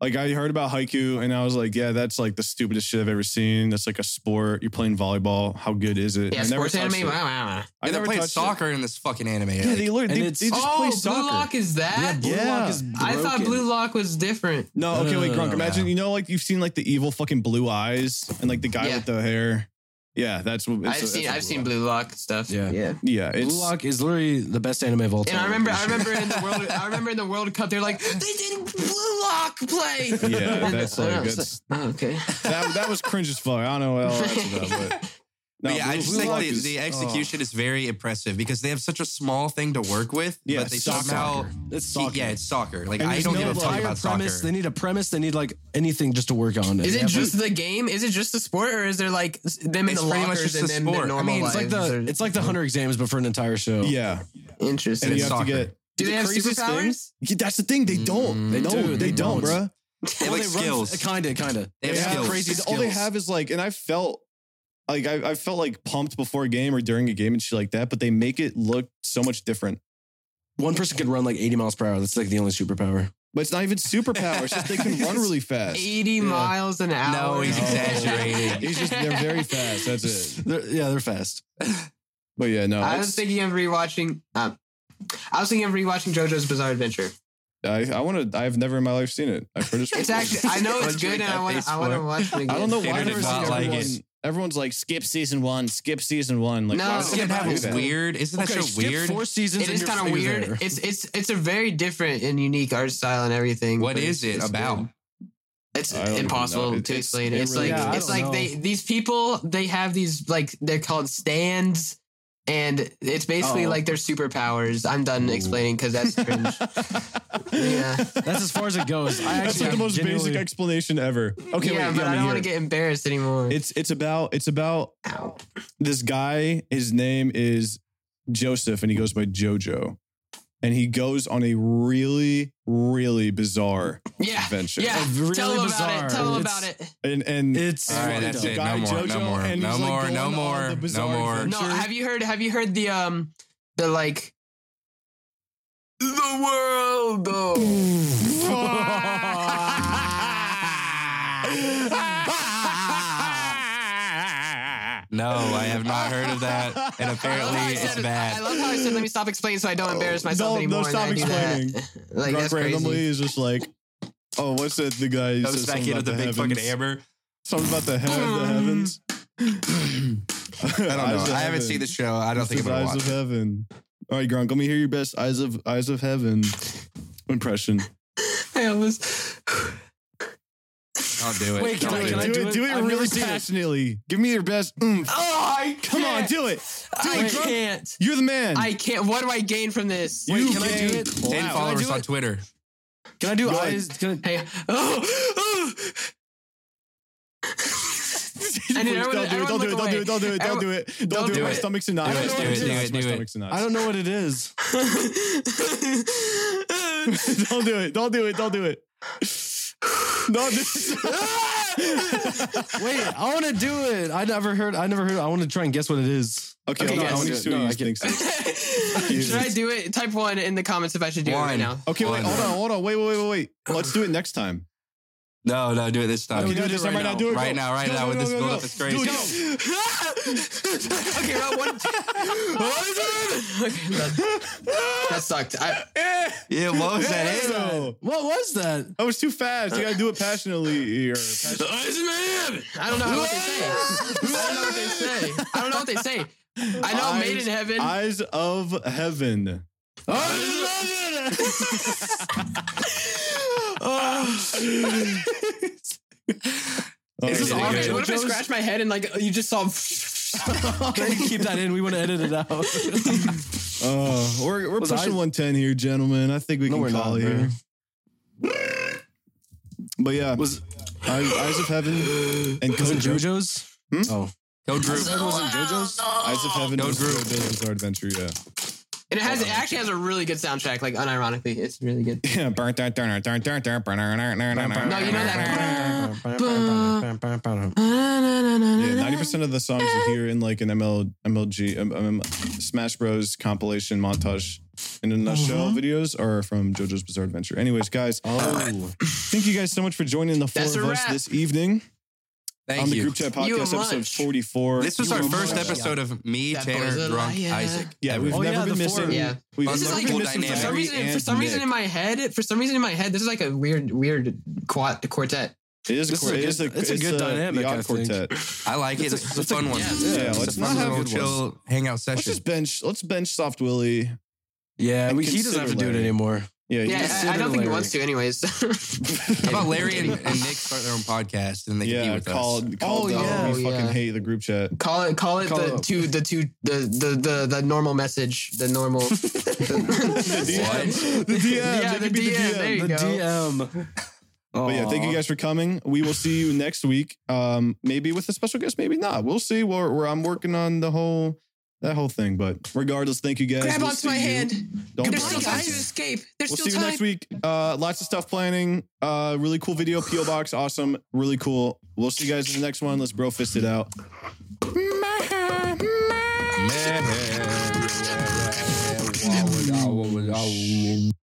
[SPEAKER 3] like I heard about haiku and I was like, yeah, that's like the stupidest shit I've ever seen. That's like a sport. You're playing volleyball. How good is it?
[SPEAKER 2] Yeah,
[SPEAKER 3] I never
[SPEAKER 2] sports
[SPEAKER 3] touched
[SPEAKER 2] anime.
[SPEAKER 3] it.
[SPEAKER 2] Wow, wow, wow.
[SPEAKER 4] I
[SPEAKER 3] I
[SPEAKER 4] never
[SPEAKER 3] never
[SPEAKER 4] played
[SPEAKER 3] touched it.
[SPEAKER 4] soccer in this fucking anime.
[SPEAKER 3] Yeah, they learn.
[SPEAKER 1] And
[SPEAKER 3] They, they
[SPEAKER 1] it's-
[SPEAKER 3] just play
[SPEAKER 2] Oh,
[SPEAKER 3] soccer.
[SPEAKER 2] Blue Lock is
[SPEAKER 1] Yeah,
[SPEAKER 2] that?
[SPEAKER 1] Blue Lock
[SPEAKER 3] Yeah.
[SPEAKER 1] is
[SPEAKER 2] I thought
[SPEAKER 1] broken.
[SPEAKER 2] Blue Lock was different.
[SPEAKER 3] No,
[SPEAKER 1] No,
[SPEAKER 3] okay,
[SPEAKER 1] no,
[SPEAKER 3] wait,
[SPEAKER 1] no,
[SPEAKER 3] Gronk.
[SPEAKER 1] no,
[SPEAKER 3] imagine
[SPEAKER 4] no.
[SPEAKER 3] you know, like you've seen like the evil fucking blue eyes and like the guy
[SPEAKER 2] Yeah.
[SPEAKER 3] with the hair. Yeah, that's what it's-
[SPEAKER 2] I've
[SPEAKER 3] that's
[SPEAKER 2] seen.
[SPEAKER 3] what
[SPEAKER 2] I've seen Blue Lock stuff.
[SPEAKER 1] Yeah.
[SPEAKER 3] Yeah, it's
[SPEAKER 1] Blue [LAUGHS] Lock is literally the best anime of all time.
[SPEAKER 2] And I remember, I
[SPEAKER 1] I'm pretty
[SPEAKER 2] remember in the world, I remember in the World Cup, they're like, they did Blue Lock
[SPEAKER 3] yeah,
[SPEAKER 2] play. [LAUGHS] And
[SPEAKER 3] that's
[SPEAKER 2] I
[SPEAKER 3] like
[SPEAKER 2] was
[SPEAKER 3] that's,
[SPEAKER 2] like, oh, okay.
[SPEAKER 3] that. That was cringe as fuck. I don't know what all that's about, but no,
[SPEAKER 4] [LAUGHS] But yeah, I
[SPEAKER 3] Blue-
[SPEAKER 4] just
[SPEAKER 3] Blue
[SPEAKER 4] think
[SPEAKER 3] Lock
[SPEAKER 4] the,
[SPEAKER 3] is- uh,
[SPEAKER 4] the execution is very impressive because they have such a small thing to work with,
[SPEAKER 3] Yeah,
[SPEAKER 4] but they
[SPEAKER 3] soccer.
[SPEAKER 4] somehow
[SPEAKER 1] sure. It's soccer.
[SPEAKER 4] yeah, it's soccer. Like
[SPEAKER 3] And
[SPEAKER 4] I
[SPEAKER 3] there's
[SPEAKER 4] don't
[SPEAKER 3] no
[SPEAKER 4] give a fuck
[SPEAKER 3] entire
[SPEAKER 4] about
[SPEAKER 1] premise.
[SPEAKER 4] soccer.
[SPEAKER 1] They need a premise. They need like anything just to work on.
[SPEAKER 2] Is
[SPEAKER 1] They
[SPEAKER 2] it
[SPEAKER 1] have-
[SPEAKER 2] just the game? Is it just the sport, or is there like s- them in
[SPEAKER 4] It's
[SPEAKER 2] the
[SPEAKER 4] pretty much
[SPEAKER 2] lockers
[SPEAKER 4] just
[SPEAKER 2] and
[SPEAKER 4] the
[SPEAKER 2] then their
[SPEAKER 4] sport. I
[SPEAKER 2] normal
[SPEAKER 4] mean,
[SPEAKER 1] It's like
[SPEAKER 2] lives?
[SPEAKER 1] the
[SPEAKER 2] or-
[SPEAKER 1] it's like the Hunter exams, but for an entire show.
[SPEAKER 3] yeah,
[SPEAKER 2] interesting.
[SPEAKER 3] and you
[SPEAKER 4] It's
[SPEAKER 3] have
[SPEAKER 4] soccer.
[SPEAKER 3] to get.
[SPEAKER 2] Do they
[SPEAKER 3] the
[SPEAKER 2] have
[SPEAKER 3] craziest
[SPEAKER 2] superpowers?
[SPEAKER 3] Thing, Yeah, that's the thing. They
[SPEAKER 4] Mm.
[SPEAKER 3] don't.
[SPEAKER 1] They
[SPEAKER 3] no,
[SPEAKER 1] do,
[SPEAKER 3] they
[SPEAKER 1] they
[SPEAKER 3] don't,
[SPEAKER 1] don't.
[SPEAKER 3] bruh.
[SPEAKER 4] They have like skills.
[SPEAKER 1] kind of, kind of.
[SPEAKER 4] They have
[SPEAKER 3] Yeah.
[SPEAKER 4] skills.
[SPEAKER 1] Crazy.
[SPEAKER 3] All they have is like, and I felt like I, I felt like pumped before a game or during a game and shit like that. But they make it look so much different.
[SPEAKER 1] One person could run like 80 miles per hour. That's like the only superpower.
[SPEAKER 3] But it's not even superpower. It's just they can
[SPEAKER 4] [LAUGHS]
[SPEAKER 3] run really fast.
[SPEAKER 2] Eighty miles an hour.
[SPEAKER 4] he's
[SPEAKER 3] No.
[SPEAKER 2] [LAUGHS]
[SPEAKER 4] exaggerating.
[SPEAKER 3] It's just they're very fast. That's it.
[SPEAKER 1] They're- yeah, they're fast.
[SPEAKER 3] But yeah, no.
[SPEAKER 2] I
[SPEAKER 3] I,
[SPEAKER 2] was thinking of rewatching. Um, I was thinking of rewatching JoJo's Bizarre Adventure.
[SPEAKER 3] I, I want to. I've never in my life seen it. I've heard it's.
[SPEAKER 2] It's actually. I know it's
[SPEAKER 4] What'd you
[SPEAKER 2] good,
[SPEAKER 4] make
[SPEAKER 2] and I
[SPEAKER 4] that
[SPEAKER 2] want.
[SPEAKER 4] face
[SPEAKER 2] I want to
[SPEAKER 4] for?
[SPEAKER 2] watch it again.
[SPEAKER 3] I don't know why.
[SPEAKER 4] Tanner
[SPEAKER 3] I've
[SPEAKER 4] did
[SPEAKER 3] never
[SPEAKER 4] not
[SPEAKER 3] seen
[SPEAKER 4] like it.
[SPEAKER 3] everyone- Everyone's like, skip season one, skip season one. Like,
[SPEAKER 2] No,
[SPEAKER 3] why would
[SPEAKER 2] Skip
[SPEAKER 3] they
[SPEAKER 4] Skip
[SPEAKER 3] do
[SPEAKER 2] that
[SPEAKER 4] was
[SPEAKER 3] that? [LAUGHS]
[SPEAKER 4] weird. Isn't that so
[SPEAKER 1] skip
[SPEAKER 4] weird?
[SPEAKER 1] Four seasons.
[SPEAKER 2] It is
[SPEAKER 1] and you're
[SPEAKER 2] kind of
[SPEAKER 1] finally
[SPEAKER 2] weird.
[SPEAKER 1] there.
[SPEAKER 2] It's it's it's a very different and unique art style and everything.
[SPEAKER 4] What
[SPEAKER 2] but
[SPEAKER 4] is
[SPEAKER 2] it's-
[SPEAKER 4] it
[SPEAKER 2] it's
[SPEAKER 4] about?
[SPEAKER 2] good. It's
[SPEAKER 3] I don't even
[SPEAKER 2] impossible
[SPEAKER 3] know. It-
[SPEAKER 2] to
[SPEAKER 3] it's-
[SPEAKER 2] explain.
[SPEAKER 3] it
[SPEAKER 2] It's
[SPEAKER 3] really-
[SPEAKER 2] like
[SPEAKER 1] Yeah, I
[SPEAKER 2] it's
[SPEAKER 1] don't
[SPEAKER 2] like they
[SPEAKER 1] know.
[SPEAKER 2] these people they have these like they're called stands and it's basically
[SPEAKER 1] Oh.
[SPEAKER 2] like their superpowers. I'm done explaining
[SPEAKER 3] [LAUGHS]
[SPEAKER 2] because that's cringe. yeah.
[SPEAKER 1] That's as far as it
[SPEAKER 3] [LAUGHS]
[SPEAKER 1] goes. I
[SPEAKER 3] That's
[SPEAKER 1] actually
[SPEAKER 3] like the most
[SPEAKER 1] genuinely-
[SPEAKER 3] basic explanation ever. Okay,
[SPEAKER 2] yeah,
[SPEAKER 3] wait,
[SPEAKER 2] but
[SPEAKER 3] yeah,
[SPEAKER 2] I don't
[SPEAKER 3] want
[SPEAKER 2] want to get embarrassed anymore.
[SPEAKER 3] It's it's about it's about
[SPEAKER 2] Ow.
[SPEAKER 3] this guy. His name is Joseph, and he goes by JoJo, and he goes on a really really bizarre
[SPEAKER 2] Yeah.
[SPEAKER 3] adventure.
[SPEAKER 2] Yeah.
[SPEAKER 1] Really
[SPEAKER 2] Tell them
[SPEAKER 1] bizarre.
[SPEAKER 2] about it. Tell them
[SPEAKER 1] It's-
[SPEAKER 2] about it.
[SPEAKER 3] and and
[SPEAKER 1] It's
[SPEAKER 4] All right,
[SPEAKER 1] fucked
[SPEAKER 4] that's
[SPEAKER 1] up.
[SPEAKER 4] it. No more, no more,
[SPEAKER 3] and
[SPEAKER 4] no
[SPEAKER 3] he's,
[SPEAKER 4] more, no
[SPEAKER 3] going on
[SPEAKER 4] more,
[SPEAKER 3] the
[SPEAKER 4] no
[SPEAKER 3] bizarre
[SPEAKER 4] more.
[SPEAKER 3] adventure.
[SPEAKER 2] No, have you heard? Have you heard the um the like the world Oh. though?
[SPEAKER 4] No, I have not heard of that,
[SPEAKER 2] I
[SPEAKER 4] and
[SPEAKER 2] love how I
[SPEAKER 4] apparently it's
[SPEAKER 2] said- I
[SPEAKER 4] bad. Oh.
[SPEAKER 2] love how I said, "Let me stop explaining, so I don't embarrass myself
[SPEAKER 3] No, no,
[SPEAKER 2] anymore." and
[SPEAKER 3] stop
[SPEAKER 2] I do that.
[SPEAKER 3] explaining.
[SPEAKER 2] [LAUGHS] like
[SPEAKER 3] Drunk
[SPEAKER 2] that's
[SPEAKER 3] randomly
[SPEAKER 2] crazy.
[SPEAKER 3] is just like, oh, what's that? The guy who
[SPEAKER 4] Comes
[SPEAKER 3] says
[SPEAKER 4] back
[SPEAKER 3] something
[SPEAKER 4] in
[SPEAKER 3] about
[SPEAKER 4] with
[SPEAKER 3] the
[SPEAKER 4] the big
[SPEAKER 3] heavens.
[SPEAKER 4] fucking hammer.
[SPEAKER 3] Something about the, he- the heavens.
[SPEAKER 4] I don't know. I haven't seen the show. I don't think I'm gonna
[SPEAKER 3] eyes
[SPEAKER 4] watch.
[SPEAKER 3] of
[SPEAKER 4] it.
[SPEAKER 3] heaven. All right, Gronk, let me hear your best eyes of eyes of heaven impression.
[SPEAKER 2] I almost.
[SPEAKER 4] Don't do it.
[SPEAKER 1] Wait, can
[SPEAKER 4] Don't
[SPEAKER 1] I-
[SPEAKER 4] do
[SPEAKER 1] can I
[SPEAKER 4] it.
[SPEAKER 1] do it? I've never seen it.
[SPEAKER 3] passionately. Give me your best. oomph.
[SPEAKER 2] Oh, I
[SPEAKER 3] Come
[SPEAKER 2] can't.
[SPEAKER 3] on, do it.
[SPEAKER 2] I
[SPEAKER 3] it, Grump.
[SPEAKER 2] can't.
[SPEAKER 3] You're the man.
[SPEAKER 2] I can't. What do I gain from this?
[SPEAKER 3] You
[SPEAKER 1] Wait, can I do
[SPEAKER 3] gain-
[SPEAKER 1] it?
[SPEAKER 4] Ten
[SPEAKER 1] Wow. Can I
[SPEAKER 4] followers on
[SPEAKER 1] do, it?
[SPEAKER 4] Twitter.
[SPEAKER 1] Can I do
[SPEAKER 3] Go
[SPEAKER 1] eyes? Can I,
[SPEAKER 2] Hey. Oh,
[SPEAKER 3] [LAUGHS]
[SPEAKER 2] oh. [LAUGHS] I need
[SPEAKER 3] Please, don't, do it,
[SPEAKER 2] everyone-
[SPEAKER 3] don't,
[SPEAKER 2] everyone
[SPEAKER 3] do it,
[SPEAKER 2] look
[SPEAKER 3] don't do it. Don't do it. Don't
[SPEAKER 2] Everyone-
[SPEAKER 3] do it. Don't do
[SPEAKER 2] Don't
[SPEAKER 3] it.
[SPEAKER 2] do
[SPEAKER 3] My
[SPEAKER 2] it.
[SPEAKER 3] stomach's in knots.
[SPEAKER 4] Do
[SPEAKER 3] My
[SPEAKER 4] it, do
[SPEAKER 3] stomach's
[SPEAKER 4] it,
[SPEAKER 3] in
[SPEAKER 4] do
[SPEAKER 3] knots.
[SPEAKER 4] it,
[SPEAKER 3] My
[SPEAKER 4] do it.
[SPEAKER 3] stomach's in knots.
[SPEAKER 1] I don't know what it is.
[SPEAKER 3] [LAUGHS] don't do it. Don't do it. Don't do [LAUGHS] it. No, this
[SPEAKER 1] Wait, I want to do it. I never heard. I never heard. I want to try and guess what it is.
[SPEAKER 3] [LAUGHS] Okay,
[SPEAKER 2] Okay,
[SPEAKER 3] okay
[SPEAKER 2] guys,
[SPEAKER 3] I want
[SPEAKER 1] do
[SPEAKER 3] to
[SPEAKER 1] it.
[SPEAKER 3] see what
[SPEAKER 1] No, I
[SPEAKER 3] you think.
[SPEAKER 2] Should I do it? Type one in the comments if I should do it right
[SPEAKER 4] One.
[SPEAKER 2] now.
[SPEAKER 3] Okay, wait,
[SPEAKER 4] One.
[SPEAKER 3] hold on, hold on. Wait, wait, wait, wait, wait. Let's do it next time.
[SPEAKER 4] No, no, do it this time.
[SPEAKER 3] Can we do
[SPEAKER 1] do
[SPEAKER 3] it
[SPEAKER 1] it
[SPEAKER 3] this
[SPEAKER 1] right
[SPEAKER 3] time right now?
[SPEAKER 1] now.
[SPEAKER 3] Do it
[SPEAKER 4] Right
[SPEAKER 3] go.
[SPEAKER 4] now, right
[SPEAKER 3] Go,
[SPEAKER 4] now
[SPEAKER 3] go,
[SPEAKER 4] with
[SPEAKER 3] go,
[SPEAKER 4] this
[SPEAKER 3] go,
[SPEAKER 4] build-up,
[SPEAKER 3] go.
[SPEAKER 4] it's crazy.
[SPEAKER 3] Do it.
[SPEAKER 2] okay, round one. [LAUGHS] okay, that, that sucked. I,
[SPEAKER 3] Eh,
[SPEAKER 4] Yeah, what was that?
[SPEAKER 3] eh,
[SPEAKER 4] in?
[SPEAKER 3] no.
[SPEAKER 1] What was that?
[SPEAKER 3] That was too fast. You gotta do it [LAUGHS] passionately. Or
[SPEAKER 1] [SIGHS]
[SPEAKER 3] passion-
[SPEAKER 2] I don't know what they say. I don't know what they say. I don't know what they say. I know
[SPEAKER 3] Eyes-
[SPEAKER 2] made in heaven.
[SPEAKER 3] Eyes of heaven.
[SPEAKER 4] This is
[SPEAKER 3] Okay,
[SPEAKER 4] awkward.
[SPEAKER 3] okay.
[SPEAKER 2] what if I scratch my head and like you just saw?
[SPEAKER 1] Keep that in. We want to edit it
[SPEAKER 3] [LAUGHS]
[SPEAKER 1] out.
[SPEAKER 3] Uh, we're we're
[SPEAKER 1] Was
[SPEAKER 3] pushing
[SPEAKER 1] I-
[SPEAKER 3] 110 here, gentlemen. I think we
[SPEAKER 1] No,
[SPEAKER 3] can
[SPEAKER 1] we're
[SPEAKER 3] call
[SPEAKER 1] not,
[SPEAKER 3] it here. But yeah,
[SPEAKER 1] Was
[SPEAKER 3] Eyes, Eyes of Heaven and
[SPEAKER 1] was it
[SPEAKER 3] Code Jojo.
[SPEAKER 1] JoJo's?
[SPEAKER 3] Hmm?
[SPEAKER 1] Oh,
[SPEAKER 4] Go Drew.
[SPEAKER 1] wasn't JoJo's.
[SPEAKER 3] Eyes of Heaven
[SPEAKER 4] Code
[SPEAKER 3] and
[SPEAKER 4] Gru.
[SPEAKER 3] Bizarre Adventure. Yeah.
[SPEAKER 2] And [LAUGHS] it has it actually has a really good soundtrack. Like unironically, it's really good.
[SPEAKER 3] Yeah. No, you know
[SPEAKER 2] No, you know that-
[SPEAKER 3] Yeah, ninety percent of the songs you hear in like an ML MLG um, um, Smash Bros compilation montage in a
[SPEAKER 2] Uh-huh.
[SPEAKER 3] nutshell videos are from JoJo's Bizarre Adventure. Anyways, guys,
[SPEAKER 1] Oh,
[SPEAKER 3] thank you guys so much for joining the four
[SPEAKER 2] That's a
[SPEAKER 3] of us
[SPEAKER 2] wrap.
[SPEAKER 3] this evening on
[SPEAKER 4] Thank
[SPEAKER 3] the
[SPEAKER 4] you.
[SPEAKER 3] group chat
[SPEAKER 2] You a
[SPEAKER 3] podcast episode
[SPEAKER 2] munch.
[SPEAKER 3] forty four.
[SPEAKER 4] This was
[SPEAKER 1] You
[SPEAKER 4] our
[SPEAKER 1] were
[SPEAKER 4] first
[SPEAKER 1] much-
[SPEAKER 4] episode of me,
[SPEAKER 2] That
[SPEAKER 4] Tanner,
[SPEAKER 2] boy's a
[SPEAKER 4] drunk,
[SPEAKER 2] liar.
[SPEAKER 4] Isaac.
[SPEAKER 3] Yeah, we've
[SPEAKER 1] Oh,
[SPEAKER 3] never
[SPEAKER 1] yeah,
[SPEAKER 3] been
[SPEAKER 1] the
[SPEAKER 3] missing.
[SPEAKER 1] four.
[SPEAKER 2] Yeah.
[SPEAKER 3] We've
[SPEAKER 4] This is
[SPEAKER 3] never
[SPEAKER 2] like-
[SPEAKER 3] been
[SPEAKER 4] Cool
[SPEAKER 3] missing
[SPEAKER 2] For
[SPEAKER 4] dynamic.
[SPEAKER 2] some
[SPEAKER 3] Harry
[SPEAKER 2] reason, for
[SPEAKER 3] and
[SPEAKER 2] some reason
[SPEAKER 3] Nick.
[SPEAKER 2] in my head, for some reason in my head, this is like a weird, weird quad quartet.
[SPEAKER 3] It is a
[SPEAKER 1] This is
[SPEAKER 3] quar-
[SPEAKER 1] a
[SPEAKER 3] it is
[SPEAKER 1] good- it's a good
[SPEAKER 3] the
[SPEAKER 1] dynamic, I
[SPEAKER 3] odd
[SPEAKER 1] think.
[SPEAKER 3] quartet.
[SPEAKER 4] I like it. It's, a fun one.
[SPEAKER 2] yeah,
[SPEAKER 4] It's
[SPEAKER 2] it's-
[SPEAKER 3] Yeah,
[SPEAKER 4] a
[SPEAKER 3] let's
[SPEAKER 4] fun
[SPEAKER 3] not have
[SPEAKER 4] little
[SPEAKER 3] good ones.
[SPEAKER 4] chill hangout
[SPEAKER 3] Let's
[SPEAKER 4] session.
[SPEAKER 3] just bench. Let's bench Soft Willie.
[SPEAKER 1] yeah.
[SPEAKER 3] And
[SPEAKER 1] We, he doesn't have to do it
[SPEAKER 3] consider- [LAUGHS]
[SPEAKER 1] anymore.
[SPEAKER 3] Yeah, he
[SPEAKER 2] Yeah,
[SPEAKER 3] just-
[SPEAKER 2] I, I don't think he
[SPEAKER 1] Larry.
[SPEAKER 2] wants to, anyways. [LAUGHS]
[SPEAKER 4] How about Larry and, and Nick start their own podcast and they can be
[SPEAKER 3] yeah.
[SPEAKER 4] with
[SPEAKER 3] Call,
[SPEAKER 4] us?
[SPEAKER 3] call
[SPEAKER 1] Oh,
[SPEAKER 3] it out.
[SPEAKER 1] yeah.
[SPEAKER 3] We
[SPEAKER 2] Oh,
[SPEAKER 3] fucking
[SPEAKER 2] yeah.
[SPEAKER 3] hate the group chat.
[SPEAKER 2] call it, call it
[SPEAKER 1] Call
[SPEAKER 2] the
[SPEAKER 1] it-
[SPEAKER 2] two, the two, the the the the normal message, the
[SPEAKER 3] [LAUGHS]
[SPEAKER 2] normal. [LAUGHS]
[SPEAKER 3] DM. The DM.
[SPEAKER 2] Yeah,
[SPEAKER 3] It
[SPEAKER 2] the
[SPEAKER 3] could be
[SPEAKER 2] DM. There you
[SPEAKER 1] The
[SPEAKER 2] go.
[SPEAKER 1] DM.
[SPEAKER 3] But yeah, thank you guys for coming. We will see you next week. Um, maybe with a special guest, maybe not. We'll see. We're, we're I'm working on the whole that whole thing. But regardless, thank you guys.
[SPEAKER 2] Grab
[SPEAKER 3] We'll
[SPEAKER 2] onto
[SPEAKER 3] see
[SPEAKER 2] my
[SPEAKER 3] you.
[SPEAKER 2] hand.
[SPEAKER 3] Don't
[SPEAKER 2] There's
[SPEAKER 3] worry.
[SPEAKER 2] still time to escape. There's
[SPEAKER 3] We'll
[SPEAKER 2] still
[SPEAKER 3] see you
[SPEAKER 2] time.
[SPEAKER 3] next week. Uh, lots of stuff planning. Uh, really cool video. PO box, awesome. Really cool. We'll see you guys in the next one. Let's bro fist it out.
[SPEAKER 4] Man.